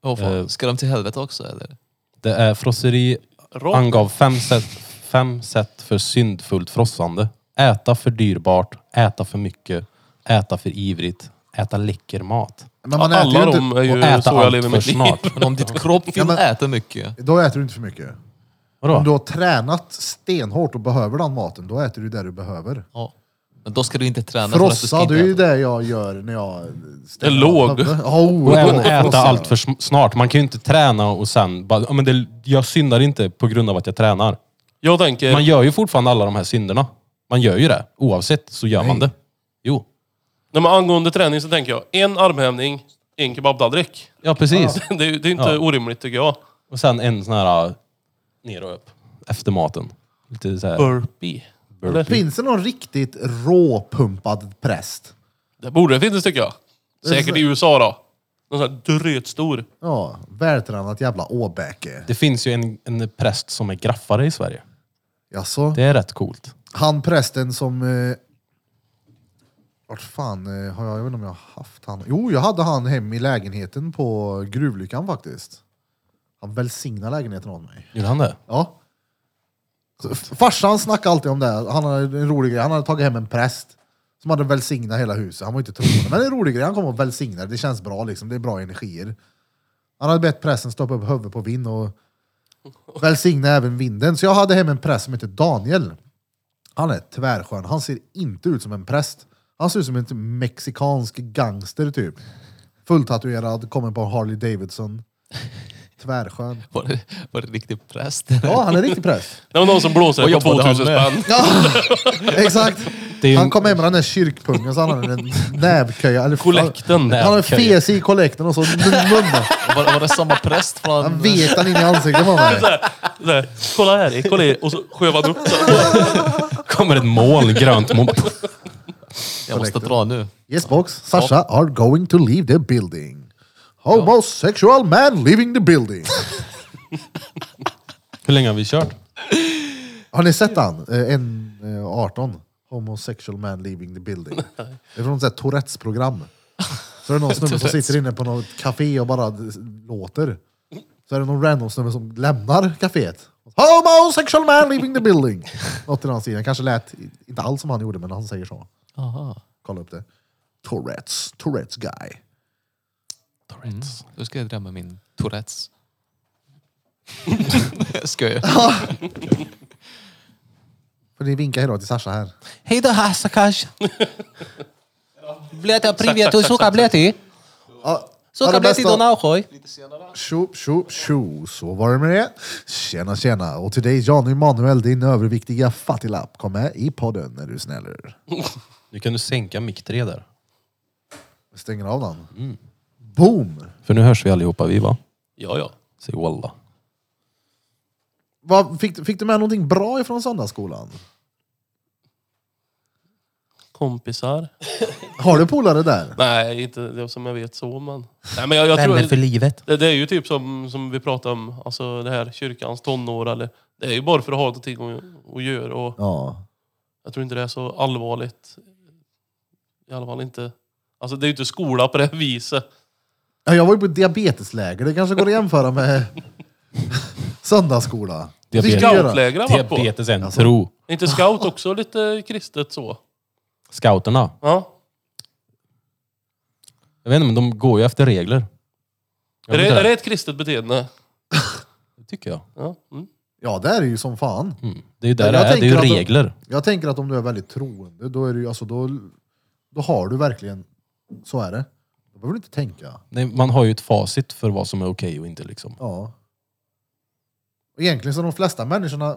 [SPEAKER 2] Eh.
[SPEAKER 7] fan. Ska de till helvete också eller?
[SPEAKER 2] Det är frosseri
[SPEAKER 3] Rock.
[SPEAKER 2] angav fem sätt, fem sätt för syndfullt frossande. Äta för dyrbart, äta för mycket, äta för ivrigt, äta läcker mat.
[SPEAKER 1] Men man äter
[SPEAKER 3] Alla
[SPEAKER 1] ju
[SPEAKER 3] de
[SPEAKER 1] inte...
[SPEAKER 3] är
[SPEAKER 2] Och
[SPEAKER 3] ju så
[SPEAKER 2] äta
[SPEAKER 3] jag lever
[SPEAKER 2] allt för
[SPEAKER 3] mitt liv.
[SPEAKER 2] snart.
[SPEAKER 7] Men om ditt kropp vill
[SPEAKER 1] Ja, men-
[SPEAKER 7] äta mycket.
[SPEAKER 1] Då äter du inte för mycket. Om du
[SPEAKER 2] Vadå?
[SPEAKER 1] har tränat stenhårt och behöver den maten, då äter du det du behöver.
[SPEAKER 7] Ja. Men då ska du inte träna för att du ska
[SPEAKER 1] Frossa,
[SPEAKER 7] inte
[SPEAKER 1] det är ju
[SPEAKER 7] äta.
[SPEAKER 1] det jag gör när jag...
[SPEAKER 3] Det är låg.
[SPEAKER 1] Oh,
[SPEAKER 2] Och
[SPEAKER 1] jag
[SPEAKER 2] även äta
[SPEAKER 1] frossar.
[SPEAKER 2] allt för sm- snart. Man kan ju inte träna och sen bara, ja, men det, jag syndar inte på grund av att jag tränar.
[SPEAKER 3] Jag tänker...
[SPEAKER 2] Man gör ju fortfarande alla de här synderna. Man gör ju det. Oavsett så gör man det. Jo.
[SPEAKER 3] Nej, men angående träning så tänker jag en armhävning, en kebabtallrik.
[SPEAKER 2] Ja, precis.
[SPEAKER 3] Det är ju det är inte
[SPEAKER 2] Ja.
[SPEAKER 3] orimligt tycker jag.
[SPEAKER 2] Och sen en sån här äh, ner och upp. Efter maten. Lite så här.
[SPEAKER 3] Burpee.
[SPEAKER 1] Finns det någon riktigt råpumpad präst?
[SPEAKER 3] Det borde det finnas tycker jag. Säkert i USA då. Någon sån här drötstor.
[SPEAKER 1] Ja, vältränat jävla åbäke.
[SPEAKER 2] Det finns ju en, en präst som är graffare i Sverige.
[SPEAKER 1] Jaså?
[SPEAKER 2] Det är rätt coolt.
[SPEAKER 1] Han prästen som... Eh, vart fan eh, har jag... Jag vet inte om jag har haft han. Jo, jag hade han hem i lägenheten på gruvlyckan faktiskt. Han välsignade lägenheten åt mig.
[SPEAKER 2] Gjorde han det?
[SPEAKER 1] Ja. Så, f- farsan snackade alltid om det. Han hade en rolig grej. Han hade tagit hem en präst som hade välsignat hela huset. Han var inte troende, men en rolig grej. Han kom och välsignade. Det känns bra liksom. Det är bra energier. Han hade bett prästen stoppa upp huvudet på vind och välsigna även vinden. Så jag hade hem en präst som heter Daniel. Han är tvärskön. Han ser inte ut som en präst. Han ser ut som en mexikansk gangster typ. Fulltatuerad, kommer på Harley Davidson. Tvärskön.
[SPEAKER 7] Var det, var det riktigt präst?
[SPEAKER 1] Ja, han är riktig präst.
[SPEAKER 3] Det var någon som blåser
[SPEAKER 7] Vad
[SPEAKER 3] på
[SPEAKER 7] jobbade han
[SPEAKER 3] 2000
[SPEAKER 7] med?
[SPEAKER 3] spänn.
[SPEAKER 1] Ja, exakt.
[SPEAKER 2] Det är ju
[SPEAKER 1] Han
[SPEAKER 2] en-
[SPEAKER 1] kom hem med den där kyrkpungen så han hade en nävköja. Eller
[SPEAKER 3] Kollekten.
[SPEAKER 1] Han hade
[SPEAKER 2] Nävköja.
[SPEAKER 1] fes i kollekten och så munnen.
[SPEAKER 7] Var, var det samma präst
[SPEAKER 1] Han
[SPEAKER 7] från...
[SPEAKER 1] vek den in i ansiktet på mig.
[SPEAKER 3] Så här, så här, kolla här, kolla här. Och så sköv han upp så här.
[SPEAKER 2] Kommer ett moln, grönt moln.
[SPEAKER 7] Jag måste dra nu.
[SPEAKER 1] Yes box, Sasha are going to leave the building. Homosexual man leaving the building.
[SPEAKER 2] Hur länge har vi kört?
[SPEAKER 1] Har ni sett han? Eh, En eh, 18. Homosexual man leaving the building. Det är från ett Tourettes program. Så är det någon snubbe som sitter inne på något café och bara d- låter. Så är det någon random snubbe som lämnar caféet. Homosexual man leaving the building. Något i den stilen. Kanske lät i- inte alls som han gjorde, men han säger så.
[SPEAKER 7] Aha.
[SPEAKER 1] Kolla upp det. Tourettes. Tourettes guy.
[SPEAKER 7] Tourettes. Mm. Nu ska jag drömma min Tourettes. jag skojar.
[SPEAKER 1] Får ni vinka hejdå till Sasha här?
[SPEAKER 5] Hej då, Hasakash. Bleta, privet, och suka bleti.
[SPEAKER 1] Ja, ha
[SPEAKER 5] Suka
[SPEAKER 1] det
[SPEAKER 5] bleti
[SPEAKER 1] bästa.
[SPEAKER 5] do nauhoj.
[SPEAKER 1] Tjo, tjo, tjo, så var det med det. Tjena, tjena. Och till dig Jan Emanuel, din överviktiga fattiglapp. Kom med i podden är du snäller.
[SPEAKER 2] Nu kan du sänka mick 3 där.
[SPEAKER 1] Jag stänger av den. Boom!
[SPEAKER 2] För nu hörs vi allihopa vi va?
[SPEAKER 3] Ja, ja.
[SPEAKER 2] Säg walla.
[SPEAKER 1] Vad, fick, fick du med någonting bra ifrån söndagsskolan?
[SPEAKER 3] Kompisar.
[SPEAKER 1] Har du polare där?
[SPEAKER 3] Nej, inte det som jag vet så men... Nej, men jag, jag tror...
[SPEAKER 5] livet.
[SPEAKER 3] Det, det är ju typ som, som vi pratade om, alltså det här kyrkans tonår eller... Det är ju bara för att ha någonting att, att göra och
[SPEAKER 1] Ja.
[SPEAKER 3] jag tror inte det är så allvarligt. I alla fall inte Alltså det är ju inte skola på det här viset.
[SPEAKER 1] Ja, jag var ju på diabetesläger, det kanske går att jämföra med söndagsskola. Det fick vi göra.
[SPEAKER 3] Scoutläger har varit på.
[SPEAKER 2] Diabetes är
[SPEAKER 1] Alltså.
[SPEAKER 2] en tro.
[SPEAKER 3] Är inte scout också lite kristet så?
[SPEAKER 2] Scouterna.
[SPEAKER 3] Ja.
[SPEAKER 2] Jag vet inte, men de går ju efter regler.
[SPEAKER 3] Är
[SPEAKER 2] Gör de
[SPEAKER 3] det,
[SPEAKER 2] inte
[SPEAKER 3] är det ett kristet beteende?
[SPEAKER 2] det tycker jag.
[SPEAKER 3] Ja. Mm.
[SPEAKER 1] Ja, det är det ju som fan.
[SPEAKER 2] Mm. Det är ju där
[SPEAKER 1] Jag
[SPEAKER 2] det är. Det är ju
[SPEAKER 1] tänker att de-
[SPEAKER 2] regler.
[SPEAKER 1] Jag tänker att om du är väldigt troende, då, är det ju, alltså, då, då har du verkligen... Så är det. Då behöver du inte tänka.
[SPEAKER 2] Nej, Man har ju ett facit för vad som är okej och inte. liksom.
[SPEAKER 1] Ja. Och Egentligen så de flesta människorna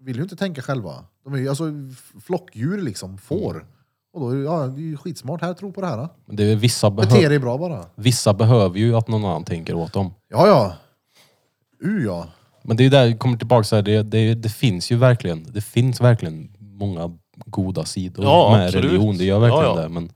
[SPEAKER 1] vill ju inte tänka själva. De är ju alltså f- flockdjur liksom,
[SPEAKER 2] Mm.
[SPEAKER 1] får. Och då är det, ja, det är ju skitsmart här, tro på det här. då.
[SPEAKER 2] Men det är vissa,
[SPEAKER 1] Bete
[SPEAKER 2] behö-
[SPEAKER 1] dig bra bara.
[SPEAKER 2] vissa behöver ju att någon annan tänker åt dem.
[SPEAKER 1] Ja, ja. U ja.
[SPEAKER 2] Men det är ju där jag kommer tillbaka, så här, det, det, det finns ju verkligen, det finns verkligen många goda sidor
[SPEAKER 3] Ja,
[SPEAKER 2] med
[SPEAKER 3] absolut.
[SPEAKER 2] religion. Det gör verkligen
[SPEAKER 3] Ja, ja.
[SPEAKER 2] det. Men det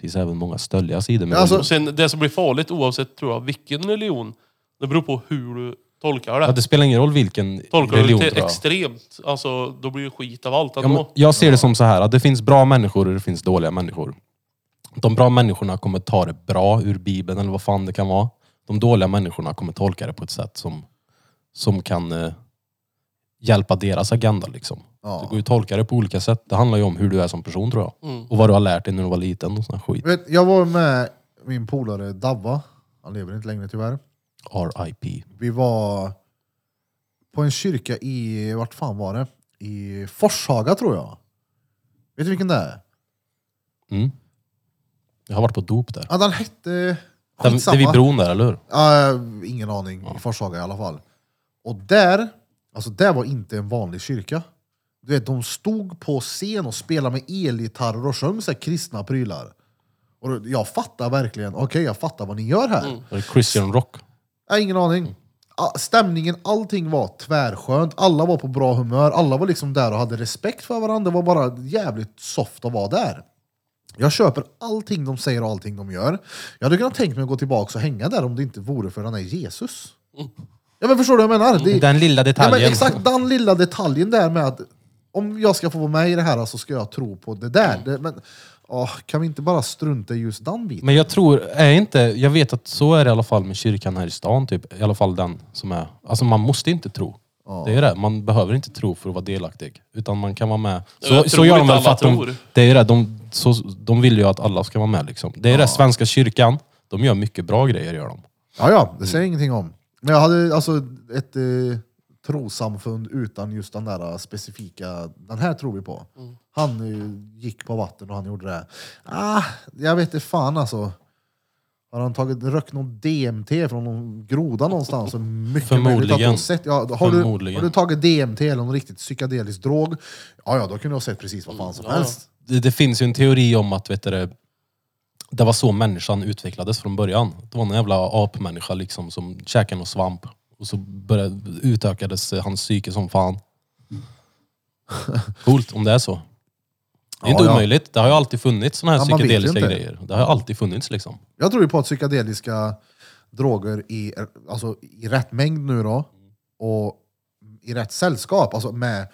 [SPEAKER 2] finns även många stöldiga sidor med
[SPEAKER 1] Ja, alltså-
[SPEAKER 3] Och sen det som blir farligt oavsett tror jag vilken religion, det beror på hur du tolkar
[SPEAKER 2] Ja,
[SPEAKER 3] det.
[SPEAKER 2] det spelar ingen roll vilken
[SPEAKER 3] Tolkar du
[SPEAKER 2] religion
[SPEAKER 3] det
[SPEAKER 2] tror
[SPEAKER 3] till
[SPEAKER 2] jag.
[SPEAKER 3] extremt, alltså då blir det skit av allt
[SPEAKER 2] Ja, men
[SPEAKER 3] ändå.
[SPEAKER 2] jag ser det som så här, att det finns bra människor och det finns dåliga människor. De bra människorna kommer ta det bra ur Bibeln eller vad fan det kan vara. De dåliga människorna kommer tolka det på ett sätt som, som kan eh, hjälpa deras agenda. Liksom.
[SPEAKER 1] Ja.
[SPEAKER 2] Det går ju att tolka det på olika sätt. Det handlar ju om hur du är som person tror jag.
[SPEAKER 3] Mm.
[SPEAKER 2] Och vad du har lärt dig när du var liten och sån här skit.
[SPEAKER 1] Vet, jag var med min polare Davva, han lever inte längre tyvärr.
[SPEAKER 2] RIP.
[SPEAKER 1] Vi var på en kyrka i, vart fan var det? I Forshaga tror jag. Vet du vilken det är?
[SPEAKER 2] Mm. Jag har varit på dop där.
[SPEAKER 1] Ja, den hette...
[SPEAKER 2] Där, det är vid bron där, eller hur?
[SPEAKER 1] Ja, ingen aning. I Forshaga i alla fall. Och där, alltså där var inte en vanlig kyrka. Du vet, de stod på scen och spelade med elgitarrer och sjöng så här kristna prylar. Och då- jag fattar verkligen, okej jag fattar vad ni gör här.
[SPEAKER 2] Där är Christian Rock.
[SPEAKER 1] Jag har ingen aning. Ah, Stämningen, allting var tvärskönt. Alla var på bra humör. Alla var liksom där och hade respekt för varandra. Det var bara jävligt soft att vara där. Jag köper allting de säger och allting de gör. Jag hade kunnat tänka mig att gå tillbaka och hänga där om det inte vore för den här Jesus. Ja men förstår du vad jag menar? Det,
[SPEAKER 2] Den lilla
[SPEAKER 1] ja,
[SPEAKER 2] detaljen.
[SPEAKER 1] men exakt den lilla detaljen där med att om jag ska få vara med i det här så ska jag tro på det där. Det, men åh, kan vi inte bara strunta i just den biten?
[SPEAKER 2] Men jag tror, är inte, jag vet att så är det i alla fall med kyrkan här i stan typ. I alla fall den som är, alltså man måste inte tro. Det är det, man behöver inte tro för att vara delaktig. Utan man kan vara med. Så,
[SPEAKER 3] jag
[SPEAKER 2] så
[SPEAKER 3] tror
[SPEAKER 2] gör de
[SPEAKER 3] inte
[SPEAKER 2] väl för
[SPEAKER 3] alla
[SPEAKER 2] att de,
[SPEAKER 3] tror.
[SPEAKER 2] det är det, de, så, de vill ju att alla ska vara med liksom. Det är det, svenska kyrkan, de gör mycket bra grejer gör de.
[SPEAKER 1] Ja, ja, det säger jag ingenting om. Men jag hade alltså ett eh, trosamfund utan just den där eh, specifika, den här tror vi på. Han eh, gick på vatten och han gjorde det. Ah, jag vet inte fan alltså. Har han tagit rökt någon DMT från någon groda någonstans? Så mycket möjligt att de
[SPEAKER 2] Förmodligen.
[SPEAKER 1] har sett, ja, har, du,
[SPEAKER 2] Förmodligen.
[SPEAKER 1] har du tagit DMT eller någon riktigt psykedelisk drog? Ja, ja, då kunde jag ha sett precis vad fan som helst.
[SPEAKER 2] Det, det finns ju en teori om att, vet du, det, det var så människan utvecklades från början. Det var en jävla apmänniska liksom som käkade någon svamp. Och så började, utökades eh, hans psyke som fan. Coolt om det är så. Det är
[SPEAKER 1] Ja,
[SPEAKER 2] inte
[SPEAKER 1] ja.
[SPEAKER 2] omöjligt. Det har ju alltid funnits såna här
[SPEAKER 1] Ja, man vet ju
[SPEAKER 2] psykedeliska
[SPEAKER 1] inte.
[SPEAKER 2] grejer. Det har ju alltid funnits liksom.
[SPEAKER 1] Jag tror ju på att psykedeliska droger i, alltså, i rätt mängd nu då, och i rätt sällskap, alltså med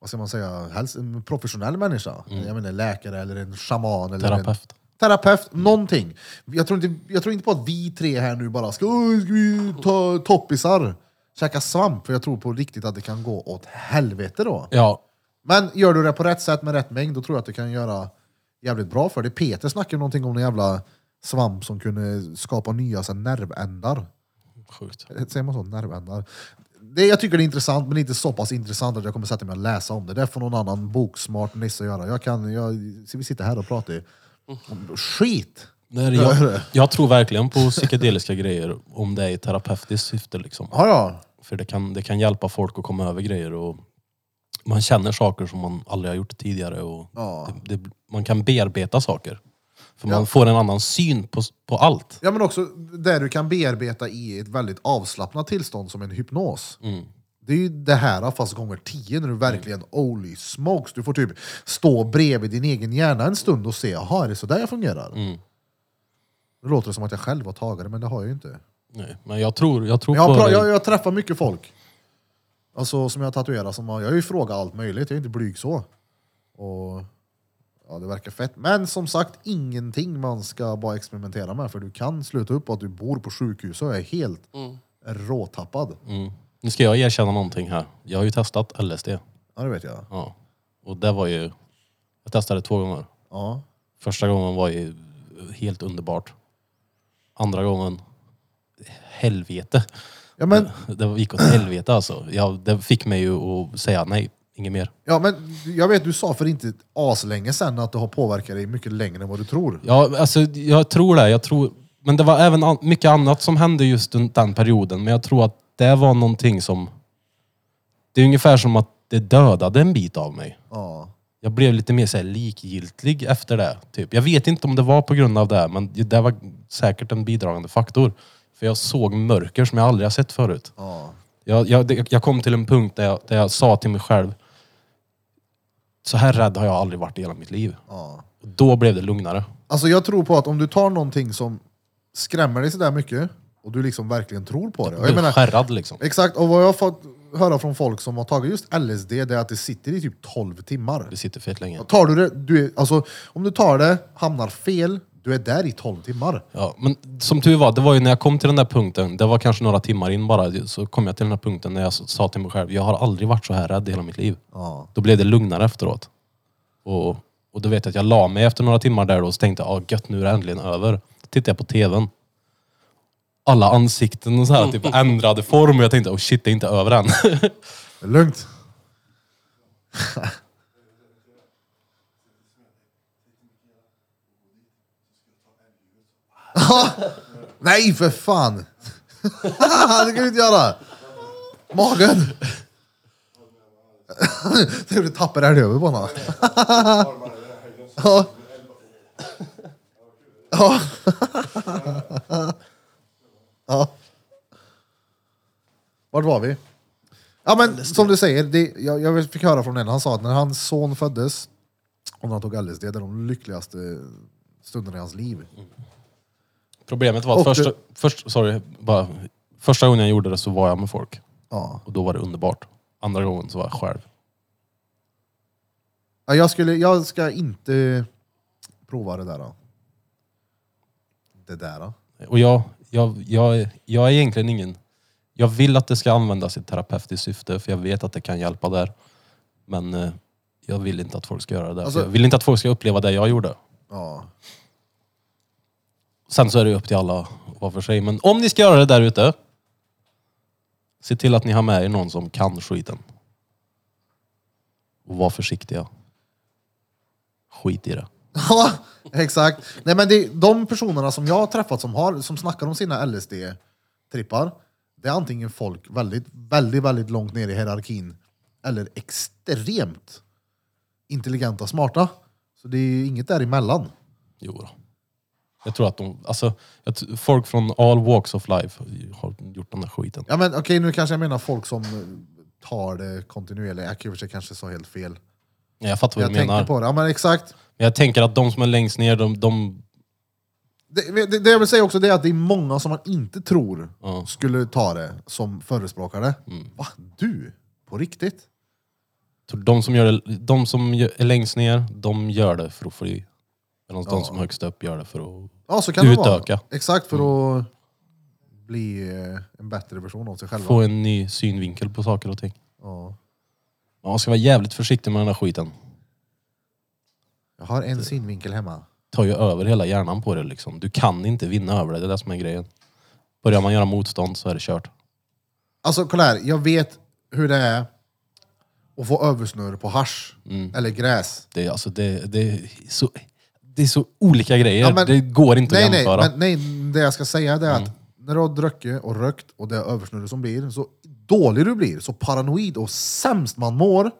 [SPEAKER 1] vad ska man säga, helst en professionell människa. Jag menar läkare eller en shaman. Eller
[SPEAKER 2] Terapeut.
[SPEAKER 1] En, terapeut, någonting. Jag tror, inte, jag tror inte på att vi tre här nu bara ska, "Åh, ska vi ta toppisar, käka svamp, för jag tror på riktigt att det kan gå åt helvete då.
[SPEAKER 2] Ja,
[SPEAKER 1] Men gör du det på rätt sätt med rätt mängd, då tror jag att du kan göra jävligt bra för dig. Peter snackade någonting om en jävla svamp som kunde skapa nya så här, nervändar.
[SPEAKER 2] sjukt.
[SPEAKER 1] Säger man så? Nervändar. Det, jag tycker det är intressant, men inte så pass intressant att jag kommer sätta mig och läsa om det. Det får någon annan boksmart nisse göra. Jag kan, jag, vi sitter här och pratar ju om skit.
[SPEAKER 2] Nej, jag, jag tror verkligen på psykedeliska grejer om det är i terapeutiskt syfte liksom.
[SPEAKER 1] Ja, ja.
[SPEAKER 2] För det kan, det kan hjälpa folk att komma över grejer och man känner saker som man aldrig har gjort tidigare. Och
[SPEAKER 1] Ja.
[SPEAKER 2] det, det, man kan bearbeta saker. För
[SPEAKER 1] Ja.
[SPEAKER 2] man får en annan syn på, på allt.
[SPEAKER 1] Ja, men också där du kan bearbeta i ett väldigt avslappnat tillstånd som en hypnos. Det är ju det här fast gånger tio när du verkligen holy smokes. Du får typ stå bredvid din egen hjärna en stund och se, jaha är det sådär jag fungerar? Nu låter det som att jag själv har tagit det, men det har jag ju inte.
[SPEAKER 2] Nej, men jag tror, jag tror
[SPEAKER 1] Jag,
[SPEAKER 2] på
[SPEAKER 1] har pra-
[SPEAKER 2] det.
[SPEAKER 1] jag, jag träffar mycket folk alltså, som jag tatuerar. Som har, jag har ju frågat allt möjligt, jag är inte blyg så. Och, Ja, det verkar fett. Men som sagt, ingenting man ska bara experimentera med. För du kan sluta upp på att du bor på sjukhus och är helt
[SPEAKER 2] Mm.
[SPEAKER 1] råtappad.
[SPEAKER 2] Nu ska jag erkänna någonting här. Jag har ju testat LSD.
[SPEAKER 1] Ja, det vet jag.
[SPEAKER 2] Ja. Och det var ju... Jag testade två gånger.
[SPEAKER 1] Ja.
[SPEAKER 2] Första gången var ju helt underbart. Andra gången, helvete.
[SPEAKER 1] Ja, men,
[SPEAKER 2] Det gick åt helvete alltså. Jag, det fick mig ju att säga nej, inget mer.
[SPEAKER 1] ja, men jag vet, du sa för inte aslänge sedan att det har påverkat dig mycket längre än vad du tror.
[SPEAKER 2] Ja, alltså, jag tror det. Jag tror, men det var även an- mycket annat som hände just den, den perioden. Men jag tror att det var någonting som... Det är ungefär som att det dödade en bit av mig.
[SPEAKER 1] Ja.
[SPEAKER 2] Jag blev lite mer så här, likgiltig efter det. Typ. Jag vet inte om det var på grund av det, men det var säkert en bidragande faktor. För jag såg mörker som jag aldrig har sett förut.
[SPEAKER 1] Ja.
[SPEAKER 2] Jag, jag, det- jag kom till en punkt där jag, där jag sa till mig själv, så här rädd har jag aldrig varit i hela mitt liv.
[SPEAKER 1] ja.
[SPEAKER 2] Och Då blev det lugnare.
[SPEAKER 1] Alltså jag tror på att om du tar någonting som skrämmer dig sådär mycket och du liksom verkligen tror på det. Och
[SPEAKER 2] Jag
[SPEAKER 1] jag
[SPEAKER 2] blev
[SPEAKER 1] menar,
[SPEAKER 2] skärrad liksom.
[SPEAKER 1] exakt, och vad jag har fått höra från folk som har tagit just LSD, det är att det sitter i typ 12 timmar.
[SPEAKER 2] Det sitter fett länge.
[SPEAKER 1] Tar du det, du är, alltså, om du tar det, hamnar fel, du är där i 12 timmar.
[SPEAKER 2] Ja, men som tur var, det var ju när jag kom till den där punkten, det var kanske några timmar in bara, så kom jag till den där punkten när jag s- sa till mig själv, jag har aldrig varit så här rädd i hela mitt liv.
[SPEAKER 1] Ja.
[SPEAKER 2] Då blev det lugnare efteråt. Och, och då vet jag att jag la mig efter några timmar där då, och så tänkte jag, ah, gött nu är det äntligen över. Tittade jag på tvn. Alla ansikten och så här, typ ändrade form och jag tänkte, oh shit det är inte över än.
[SPEAKER 1] Det är lugnt. Nej för fan! det kan du inte göra! Magen! Det gjorde tapper älg över på honom. Ja. Ja. Ja. Vart var vi? Ja men som du säger, det, jag, jag fick höra från en, han sa att när hans son föddes och när han tog LSD, det är de lyckligaste stunderna i hans liv.
[SPEAKER 2] Problemet var att
[SPEAKER 1] Och du-
[SPEAKER 2] första, först, sorry, bara, första gången jag gjorde det så var jag med folk.
[SPEAKER 1] Ja.
[SPEAKER 2] Och då var det underbart. Andra gången så var jag själv.
[SPEAKER 1] Ja, jag, skulle, jag ska inte prova det där. Då. Det där? Då.
[SPEAKER 2] Och jag, jag, jag, jag är egentligen ingen... Jag vill att det ska användas i terapeutiskt syfte, för jag vet att det kan hjälpa där. Men eh, jag vill inte att folk ska göra det. där.
[SPEAKER 1] Alltså-
[SPEAKER 2] jag vill inte att folk ska uppleva det jag gjorde.
[SPEAKER 1] Ja.
[SPEAKER 2] Sen så är det ju upp till alla var för sig. Men om ni ska göra det där ute, se till att ni har med er någon som kan skiten. Och var försiktiga. Skit i det.
[SPEAKER 1] Ja, exakt. Nej, men det, de personerna som jag har träffat som, har, som snackar om sina LSD-trippar, det är antingen folk väldigt, väldigt, väldigt långt ner i hierarkin eller extremt intelligenta, smarta. Så det är ju inget däremellan.
[SPEAKER 2] Jo då. Jag tror att de, alltså, jag t- folk från all walks of life har gjort den där skiten.
[SPEAKER 1] Ja, men okej, nu kanske jag menar folk som eh, tar det kontinuerligt. Jag i och för sig kanske sa helt fel.
[SPEAKER 2] Ja, Jag fattar vad
[SPEAKER 1] Jag
[SPEAKER 2] du menar.
[SPEAKER 1] tänker
[SPEAKER 2] Men
[SPEAKER 1] på det. Ja, men exakt.
[SPEAKER 2] jag tänker att de som är längst ner, de... de
[SPEAKER 1] Det, det, det jag vill säga också det är att det är många som man inte tror
[SPEAKER 2] Ja. Mm.
[SPEAKER 1] skulle ta det som förespråkar det. Va? Du? På riktigt?
[SPEAKER 2] de som, gör det, de som gö- är längst ner, de gör det för att fly. Medan de som är högst upp gör det för att...
[SPEAKER 1] Ja, så kan det vara.
[SPEAKER 2] Utöka. Mm.
[SPEAKER 1] Exakt, för att bli eh, en bättre version av sig själva.
[SPEAKER 2] Få en ny synvinkel på saker och ting.
[SPEAKER 1] Ja.
[SPEAKER 2] Man ska vara jävligt försiktig med den där skiten.
[SPEAKER 1] Jag har en synvinkel hemma.
[SPEAKER 2] Tar ju över hela hjärnan på det liksom. Du kan inte vinna över det, det är det som är grejen. Börjar man göra motstånd så är det kört.
[SPEAKER 1] Alltså kolla här, jag vet hur det är att få översnurr på hasch
[SPEAKER 2] Mm.
[SPEAKER 1] eller gräs.
[SPEAKER 2] Det är, alltså, det, det, är, så, det är så olika grejer.
[SPEAKER 1] Ja, men-
[SPEAKER 2] det går inte
[SPEAKER 1] nej,
[SPEAKER 2] att jämföra. Mm.
[SPEAKER 1] Nej, men, nej, det jag ska säga det är att när du har druckit och rökt och det är översnurre som blir, så dålig du blir, så paranoid och sämst man mår,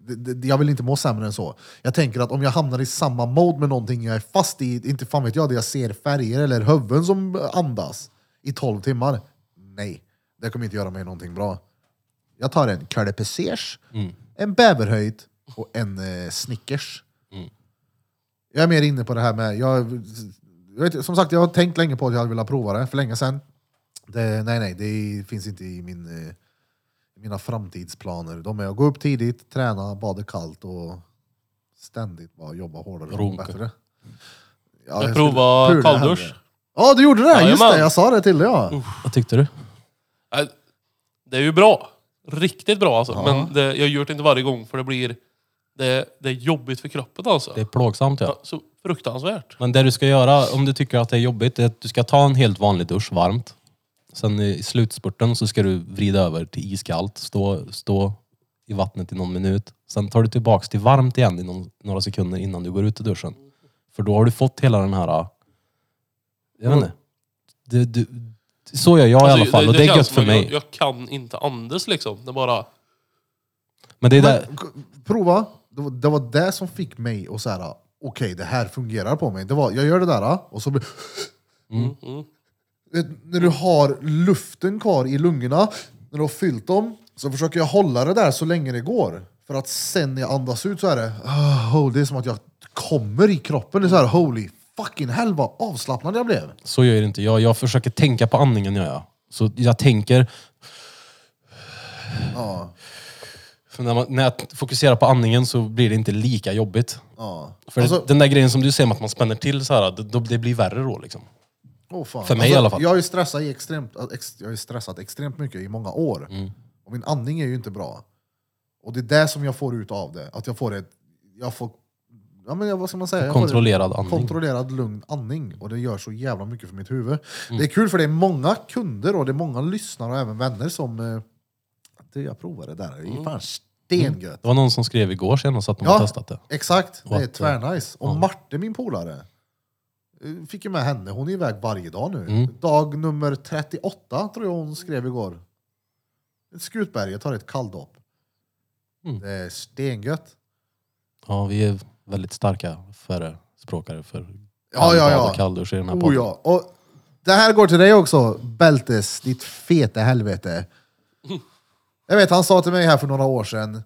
[SPEAKER 1] det- det- jag vill inte må sämre än så. Jag tänker att om jag hamnar i samma mode med någonting jag är fast i, inte fan vet jag, det jag ser färger eller huvuden som andas i 12 timmar. Nej, det kommer inte göra mig någonting bra. Jag tar en curlepessers,
[SPEAKER 2] Mm.
[SPEAKER 1] en bäverhöjd och en eh, Snickers. Jag är mer inne på det här med... Jag, jag vet, som sagt, jag har tänkt länge på att jag hade velat prova det för länge sedan. Det, nej, nej, det finns inte i min, eh, mina framtidsplaner. De är att gå upp tidigt, träna, bada kallt och ständigt bara jobba hårdare och
[SPEAKER 2] Runka.
[SPEAKER 1] bättre. Ja,
[SPEAKER 3] Jag
[SPEAKER 1] skulle-
[SPEAKER 3] provade
[SPEAKER 1] pula
[SPEAKER 3] kalldusch.
[SPEAKER 1] hellre. Ja, du gjorde det! just
[SPEAKER 3] Jajamän. Mm.
[SPEAKER 1] det, jag sa det till dig. Ja.
[SPEAKER 2] Vad tyckte du?
[SPEAKER 3] Nej, Äh, Det är ju bra. Riktigt bra alltså. Men det, jag gör det inte varje gång för det blir... Det, det är jobbigt för kroppen alltså.
[SPEAKER 2] Det är plågsamt ja.
[SPEAKER 3] Ja, Så fruktansvärt.
[SPEAKER 2] Men det du ska göra om du tycker att det är jobbigt är att du ska ta en helt vanlig dusch varmt. Sen i slutspurten så ska du vrida över till iskallt, stå, stå i vattnet i någon minut. Sen tar du tillbaks till varmt igen i någon, några sekunder innan du går ut ur duschen. För då har du fått hela den här... Jag vet inte. Du, du, så gör jag i alla
[SPEAKER 3] Alltså,
[SPEAKER 2] fall och det är
[SPEAKER 3] känns
[SPEAKER 2] gött
[SPEAKER 3] som
[SPEAKER 2] för
[SPEAKER 3] att
[SPEAKER 2] mig.
[SPEAKER 3] Jag, jag kan inte andas liksom. Det bara...
[SPEAKER 2] Men det är där,
[SPEAKER 1] Men, k- prova. Det var, det var det som fick mig att säga, okej det här fungerar på mig. Det var, jag gör det där och så blir...
[SPEAKER 2] Mm.
[SPEAKER 1] Eh, När du har luften kvar i lungorna, när du har fyllt dem, så försöker jag hålla det där så länge det går. För att sen när jag andas ut så är det, ah, oh, det är som att jag kommer i kroppen. Det är så här, holy fucking hell vad avslappnad jag blev.
[SPEAKER 2] Så gör inte jag. Jag försöker tänka på andningen gör jag. Så jag tänker...
[SPEAKER 1] Ja,
[SPEAKER 2] För när, man, när jag fokuserar på andningen så blir det inte lika jobbigt.
[SPEAKER 1] ja.
[SPEAKER 2] För
[SPEAKER 1] Alltså-
[SPEAKER 2] den där grejen som du säger med att man spänner till så här, det, då, det blir värre då liksom.
[SPEAKER 1] Åh, fan. Alltså,
[SPEAKER 2] För mig i alla fall.
[SPEAKER 1] Jag har ju stressat, i extremt, äh, ex, jag har ju stressat extremt mycket i många år.
[SPEAKER 2] Mm.
[SPEAKER 1] Och min andning är ju inte bra. Och det är det som jag får ut av det. Att jag får ett... Jag får, ja, men jag, vad ska man säga? Jag får ett
[SPEAKER 2] Kontrollerad andning.
[SPEAKER 1] Kontrollerad lugn andning. Och det gör så jävla mycket för mitt huvud.
[SPEAKER 2] Mm.
[SPEAKER 1] Det är kul för det är många kunder och det är många lyssnare och även vänner som... Eh, du, jag provar det där. Det är
[SPEAKER 2] Mm.
[SPEAKER 1] ju fan stengött.
[SPEAKER 2] Det var någon som skrev igår senast att de har testat det.
[SPEAKER 1] Exakt, det
[SPEAKER 2] Och
[SPEAKER 1] är
[SPEAKER 2] att,
[SPEAKER 1] tvärnice. Och Marte, min polare, eh, fick ju med henne. Hon är iväg varje dag nu. Dag nummer 38 tror jag hon skrev igår. Ett Skutberget tar ett kalldopp. Det är stengött.
[SPEAKER 2] Ja, vi är väldigt starka förespråkare för
[SPEAKER 1] Ja, ja, ja.
[SPEAKER 2] och kalldusch i den här
[SPEAKER 1] Oh,
[SPEAKER 2] podden.
[SPEAKER 1] ja. Och det här går till dig också, Bältes, ditt fete helvete. Jag vet, han sa till mig här för några år sedan,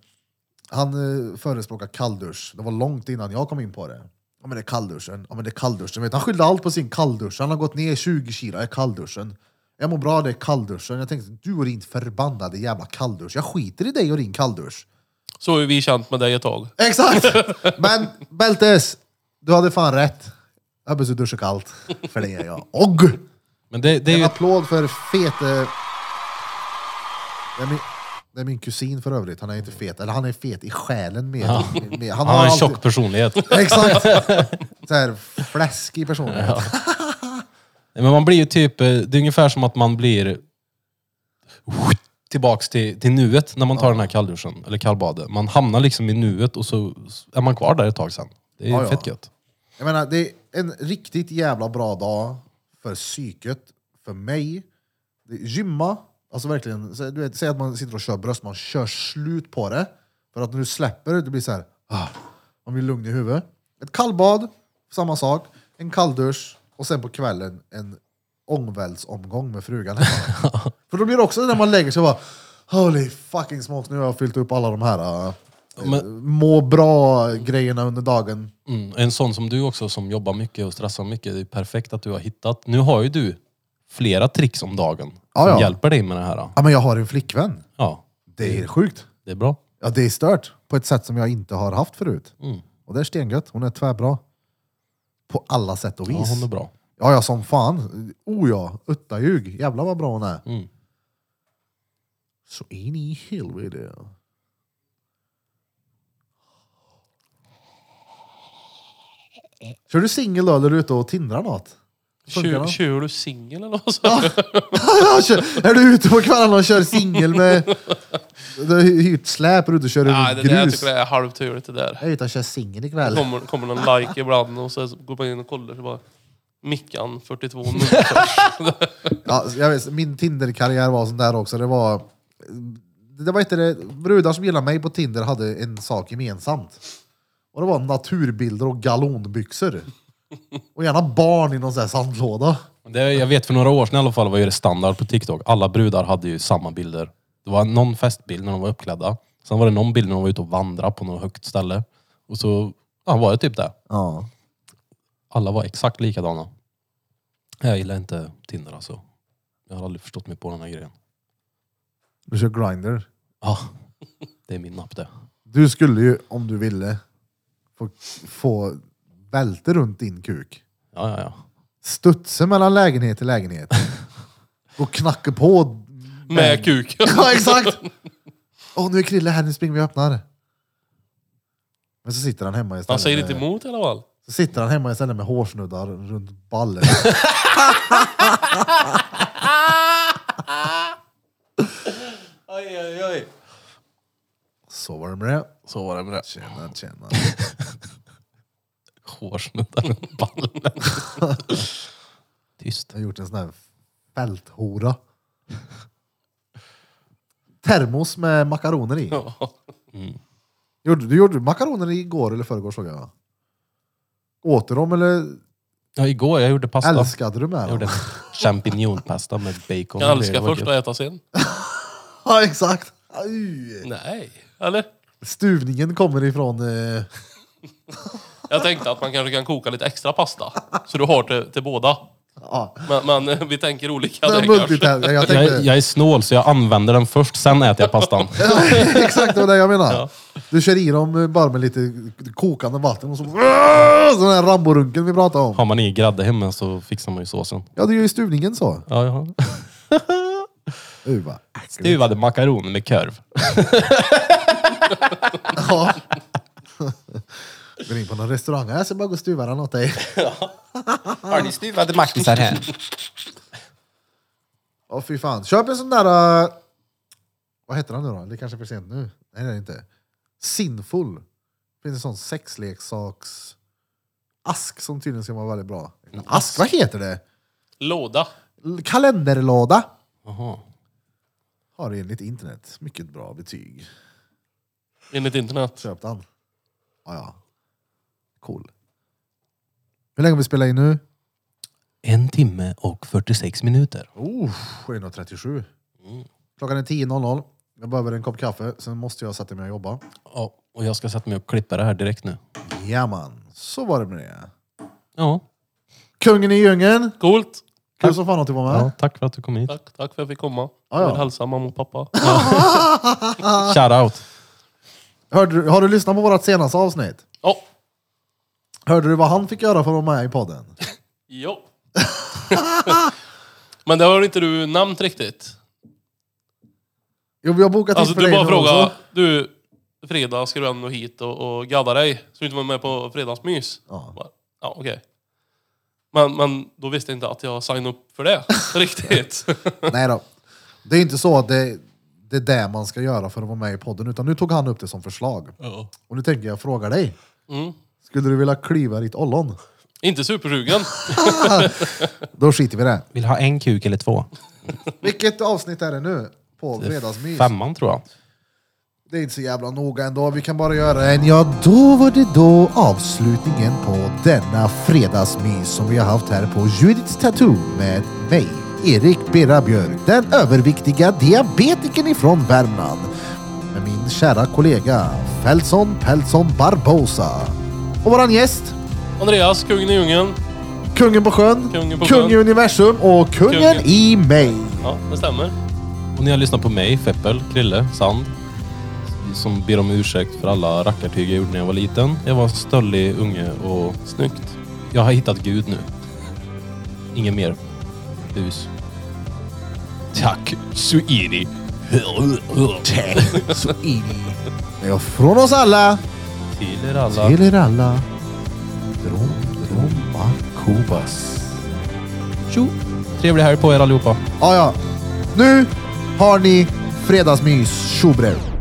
[SPEAKER 1] han eh, förespråkar kalldusch. Det var långt innan jag kom in på det. Ja men det är kallduschen, ja men det är kallduschen. Vet, han skyllde allt på sin kalldusch. Han har gått ner 20 kilo, det är kallduschen. Jag mår bra, det är kallduschen. Jag tänkte, du och din förbannade jävla kalldusch. Jag skiter i dig och din kalldusch.
[SPEAKER 3] Så har ju vi känt med dig ett tag.
[SPEAKER 1] Exakt! Men Bältes, du hade fan rätt. Jag behöver duscha kallt, för det är jag. Och!
[SPEAKER 2] Men det, det är
[SPEAKER 1] En
[SPEAKER 2] ju...
[SPEAKER 1] applåd för fete... Det är, min, det är min kusin för övrigt, han är inte fet. Eller han är fet i själen mer. mer.
[SPEAKER 2] Han har en
[SPEAKER 1] alltid-
[SPEAKER 2] tjock personlighet.
[SPEAKER 1] Exakt! Så här, fläskig personlighet.
[SPEAKER 2] Nej, Men man blir ju typ, eh, det är ungefär som att man blir tillbaks till, till nuet när man tar den här kallduschen, eller kallbadet. Man hamnar liksom i nuet och så är man kvar där ett tag sen. Det är
[SPEAKER 1] Ja, ja.
[SPEAKER 2] fett gött.
[SPEAKER 1] Jag menar, det är en riktigt jävla bra dag för psyket, för mig. Det är gymma, alltså verkligen. så- Du vet, säg att man sitter och kör bröst, man kör slut på det. För att när du släpper det, det blir så här, ah, man blir lugn i huvudet. Ett kallbad, samma sak. En kalldusch och sen på kvällen en ångvältsomgång med frugan. för då blir det också när man lägger sig och bara, holy fucking smokes, nu har jag fyllt upp alla de här äh,
[SPEAKER 2] Men-
[SPEAKER 1] må bra-grejerna under dagen.
[SPEAKER 2] Mm. En sån som du också som jobbar mycket och stressar mycket, det är perfekt att du har hittat. Nu har ju du flera tricks om dagen
[SPEAKER 1] Ja,
[SPEAKER 2] som
[SPEAKER 1] ja.
[SPEAKER 2] hjälper dig med det här.
[SPEAKER 1] Ja, men jag har en flickvän.
[SPEAKER 2] Ja, Mm.
[SPEAKER 1] Det är sjukt.
[SPEAKER 2] det är bra.
[SPEAKER 1] Ja, det är stört. På ett sätt som jag inte har haft förut.
[SPEAKER 2] Mm.
[SPEAKER 1] Och det är stengött. Hon är tvärbra. På alla sätt och
[SPEAKER 2] Ja,
[SPEAKER 1] vis.
[SPEAKER 2] hon är bra.
[SPEAKER 1] Ja, ja, som fan. Oh ja, uttaljug. Jävlar vad bra hon är.
[SPEAKER 2] Mm.
[SPEAKER 1] Så in i helvete. Kör du singel då eller är du ute och tindrar något? Funkar
[SPEAKER 3] Kör
[SPEAKER 1] det?
[SPEAKER 3] kör du singel eller något sånt?
[SPEAKER 1] Jag kör- är du ute på kvällen och kör singel med... Du har hyrt släp och du kör
[SPEAKER 3] Nej,
[SPEAKER 1] över
[SPEAKER 3] det där jag
[SPEAKER 1] grus?
[SPEAKER 3] tycker det är halvturigt det där.
[SPEAKER 1] Jag är ute och kör singel ikväll.
[SPEAKER 3] Kommer, kommer någon like ibland och så går man in och kollar så bara... Mickan 42 minuter.
[SPEAKER 1] Ja, jag vet, min Tinder-karriär var sån där också. Det var... Det var inte det, brudar som gillade mig på Tinder hade en sak gemensamt. Och det var naturbilder och galonbyxor. Och gärna barn i någon sån här sandlåda.
[SPEAKER 2] Det, jag vet för några år sedan i alla fall var ju det standard på TikTok. Alla brudar hade ju samma bilder. Det var någon festbild när de var uppklädda. Sen var det någon bild när de var ute och vandrade på något högt ställe. Och så ja, var det typ det.
[SPEAKER 1] Ja.
[SPEAKER 2] Alla var exakt likadana. Jag gillar inte Tinder alltså. Jag har aldrig förstått mig på den här grejen.
[SPEAKER 1] Du kör grinder.
[SPEAKER 2] Ja, det är min napp det.
[SPEAKER 1] Du skulle ju, om du ville, få, få välte runt din kuk.
[SPEAKER 2] Ja, ja, ja.
[SPEAKER 1] Studsa mellan lägenhet till lägenhet. Och knacka på.
[SPEAKER 3] Med kuken.
[SPEAKER 1] Ja, exakt! Åh, nu är Krille här, nu springer vi och öppnar. Men så sitter han hemma istället.
[SPEAKER 3] Han säger
[SPEAKER 1] med-
[SPEAKER 3] inte emot i alla fall.
[SPEAKER 1] Så sitter han hemma istället med hårsnuddar runt ballen.
[SPEAKER 3] Aj, aj, aj.
[SPEAKER 1] Så var det med det.
[SPEAKER 2] Så var det med det.
[SPEAKER 1] Tjena, tjena.
[SPEAKER 2] Hårsnuddar runt ballen. Tyst.
[SPEAKER 1] Jag har gjort en sån här fälthora. Termos med makaroner i. Gjorde, du gjorde makaroner igår eller förrgår såg jag. Åt du dem eller
[SPEAKER 2] Ja, igår jag gjorde pasta.
[SPEAKER 1] älskade du med
[SPEAKER 2] Jag gjorde
[SPEAKER 1] dem?
[SPEAKER 2] champinjonpasta med bacon.
[SPEAKER 3] Jag älskar
[SPEAKER 2] Det var
[SPEAKER 3] först
[SPEAKER 2] gött.
[SPEAKER 3] och äta sen.
[SPEAKER 1] Ja exakt! Aj.
[SPEAKER 3] Nej, eller?
[SPEAKER 1] Stuvningen kommer ifrån... Eh,
[SPEAKER 3] Jag tänkte att man kanske kan koka lite extra pasta. Så du har till, till båda.
[SPEAKER 1] ja,
[SPEAKER 3] Men, men eh, vi tänker olika där kanske.
[SPEAKER 1] multitask- jag
[SPEAKER 2] Jag,
[SPEAKER 1] tänkte,
[SPEAKER 2] jag är snål så jag använder den först, sen äter jag pastan.
[SPEAKER 1] exakt det var det jag menade. Du kör i dem eh, bara med lite kokande vatten och så... Så den här ramborunken vi pratade om.
[SPEAKER 2] Har man ingen grädde hemma så fixar man ju såsen.
[SPEAKER 1] Ja, du gör ju stuvningen så.
[SPEAKER 2] Ja, jag har.
[SPEAKER 1] Du bara,
[SPEAKER 2] Stuvade makaroner med korv.
[SPEAKER 1] Ja. Går in på någon restaurang. Jag ska bara gå och stuva den åt dig.
[SPEAKER 5] Har ni stuvade mackisar här?
[SPEAKER 1] Åh fy fan. Köp en sån där... äh, vad heter den nu då? Det är kanske är för sent nu. Nej det är det inte. Sinful. Finns en sån sexleksaks... Ask som tydligen ska vara väldigt bra. Ask, vad heter det?
[SPEAKER 3] Låda.
[SPEAKER 1] L- kalenderlåda.
[SPEAKER 2] Jaha.
[SPEAKER 1] Har enligt internet mycket bra betyg.
[SPEAKER 3] Enligt internet.
[SPEAKER 1] Köp den. Ja, ja. Cool. Hur länge har vi spelat in nu?
[SPEAKER 2] En timme och 46 minuter.
[SPEAKER 1] Oh, 1.37. Klockan är 10.00. Jag behöver en kopp kaffe, sen måste jag sätta mig och jobba.
[SPEAKER 2] Ja, och jag ska sätta mig och klippa det här direkt nu.
[SPEAKER 1] Ja man, så var det med det.
[SPEAKER 2] Ja,
[SPEAKER 1] Kungen i djungeln,
[SPEAKER 3] Coolt.
[SPEAKER 1] kul som fan att du var
[SPEAKER 2] ja
[SPEAKER 1] med.
[SPEAKER 2] tack för att du kom hit.
[SPEAKER 3] Tack, tack för att jag fick komma.
[SPEAKER 1] Ja, ja.
[SPEAKER 3] Jag vill hälsa mamma och pappa.
[SPEAKER 2] Shout out.
[SPEAKER 1] Hörde du, har du lyssnat på vårt senaste avsnitt?
[SPEAKER 3] Ja.
[SPEAKER 1] Hörde du vad han fick göra för att vara med i podden?
[SPEAKER 3] Jo. Men det har inte du nämnt riktigt.
[SPEAKER 1] Jo, vi har bokat
[SPEAKER 3] Alltså
[SPEAKER 1] in för
[SPEAKER 3] du
[SPEAKER 1] dig
[SPEAKER 3] bara
[SPEAKER 1] nu
[SPEAKER 3] fråga.
[SPEAKER 1] också.
[SPEAKER 3] Du, fredag ska du ändå hit och, och gadda dig. Så du inte var med på fredagsmys.
[SPEAKER 1] Ja.
[SPEAKER 3] Bara, Ja, okej. Men, men då visste jag inte att jag signade upp för det riktigt.
[SPEAKER 1] Nej då. Det är inte så att det, det är det man ska göra för att vara med i podden, utan nu tog han upp det som förslag. Och nu tänker jag fråga dig.
[SPEAKER 3] Mm.
[SPEAKER 1] Skulle du vilja klyva ditt ollon?
[SPEAKER 3] inte supersugen.
[SPEAKER 1] Då skiter vi i det.
[SPEAKER 2] Vill ha en kuk eller två?
[SPEAKER 1] Vilket avsnitt är det nu? På fredagsmys?
[SPEAKER 2] Femman tror jag.
[SPEAKER 1] Det är inte så jävla noga ändå, vi kan bara göra en. Ja, då var det då avslutningen på denna fredagsmys som vi har haft här på Judiths Tattoo med mig, Erik Berra Björk, den överviktiga diabetikern ifrån Värmland. Med min kära kollega Felson Pelson Barbosa. Och våran gäst,
[SPEAKER 3] Andreas, kungen i djungeln.
[SPEAKER 1] kungen på sjön,
[SPEAKER 3] Kungen på
[SPEAKER 1] kung
[SPEAKER 3] sjön.
[SPEAKER 1] i universum och kungen,
[SPEAKER 3] Kungen.
[SPEAKER 1] i mig.
[SPEAKER 3] Ja, det stämmer.
[SPEAKER 2] Och ni har lyssnat på mig, Feppel, Krille, Sand. Som ber om ursäkt för alla rackartyg jag gjorde när jag var liten. Jag var en stöllig unge och
[SPEAKER 3] Snyggt.
[SPEAKER 2] jag har hittat Gud nu. Inget mer bus. Tack så är det.
[SPEAKER 1] Så in. Ja, Från oss alla
[SPEAKER 2] Till er alla.
[SPEAKER 1] Till er alla. Drom, dromma, kobas.
[SPEAKER 2] Tjo! Trevlig helg på er allihopa.
[SPEAKER 1] Ah, ja. Nu har ni fredagsmys. Tjobröd.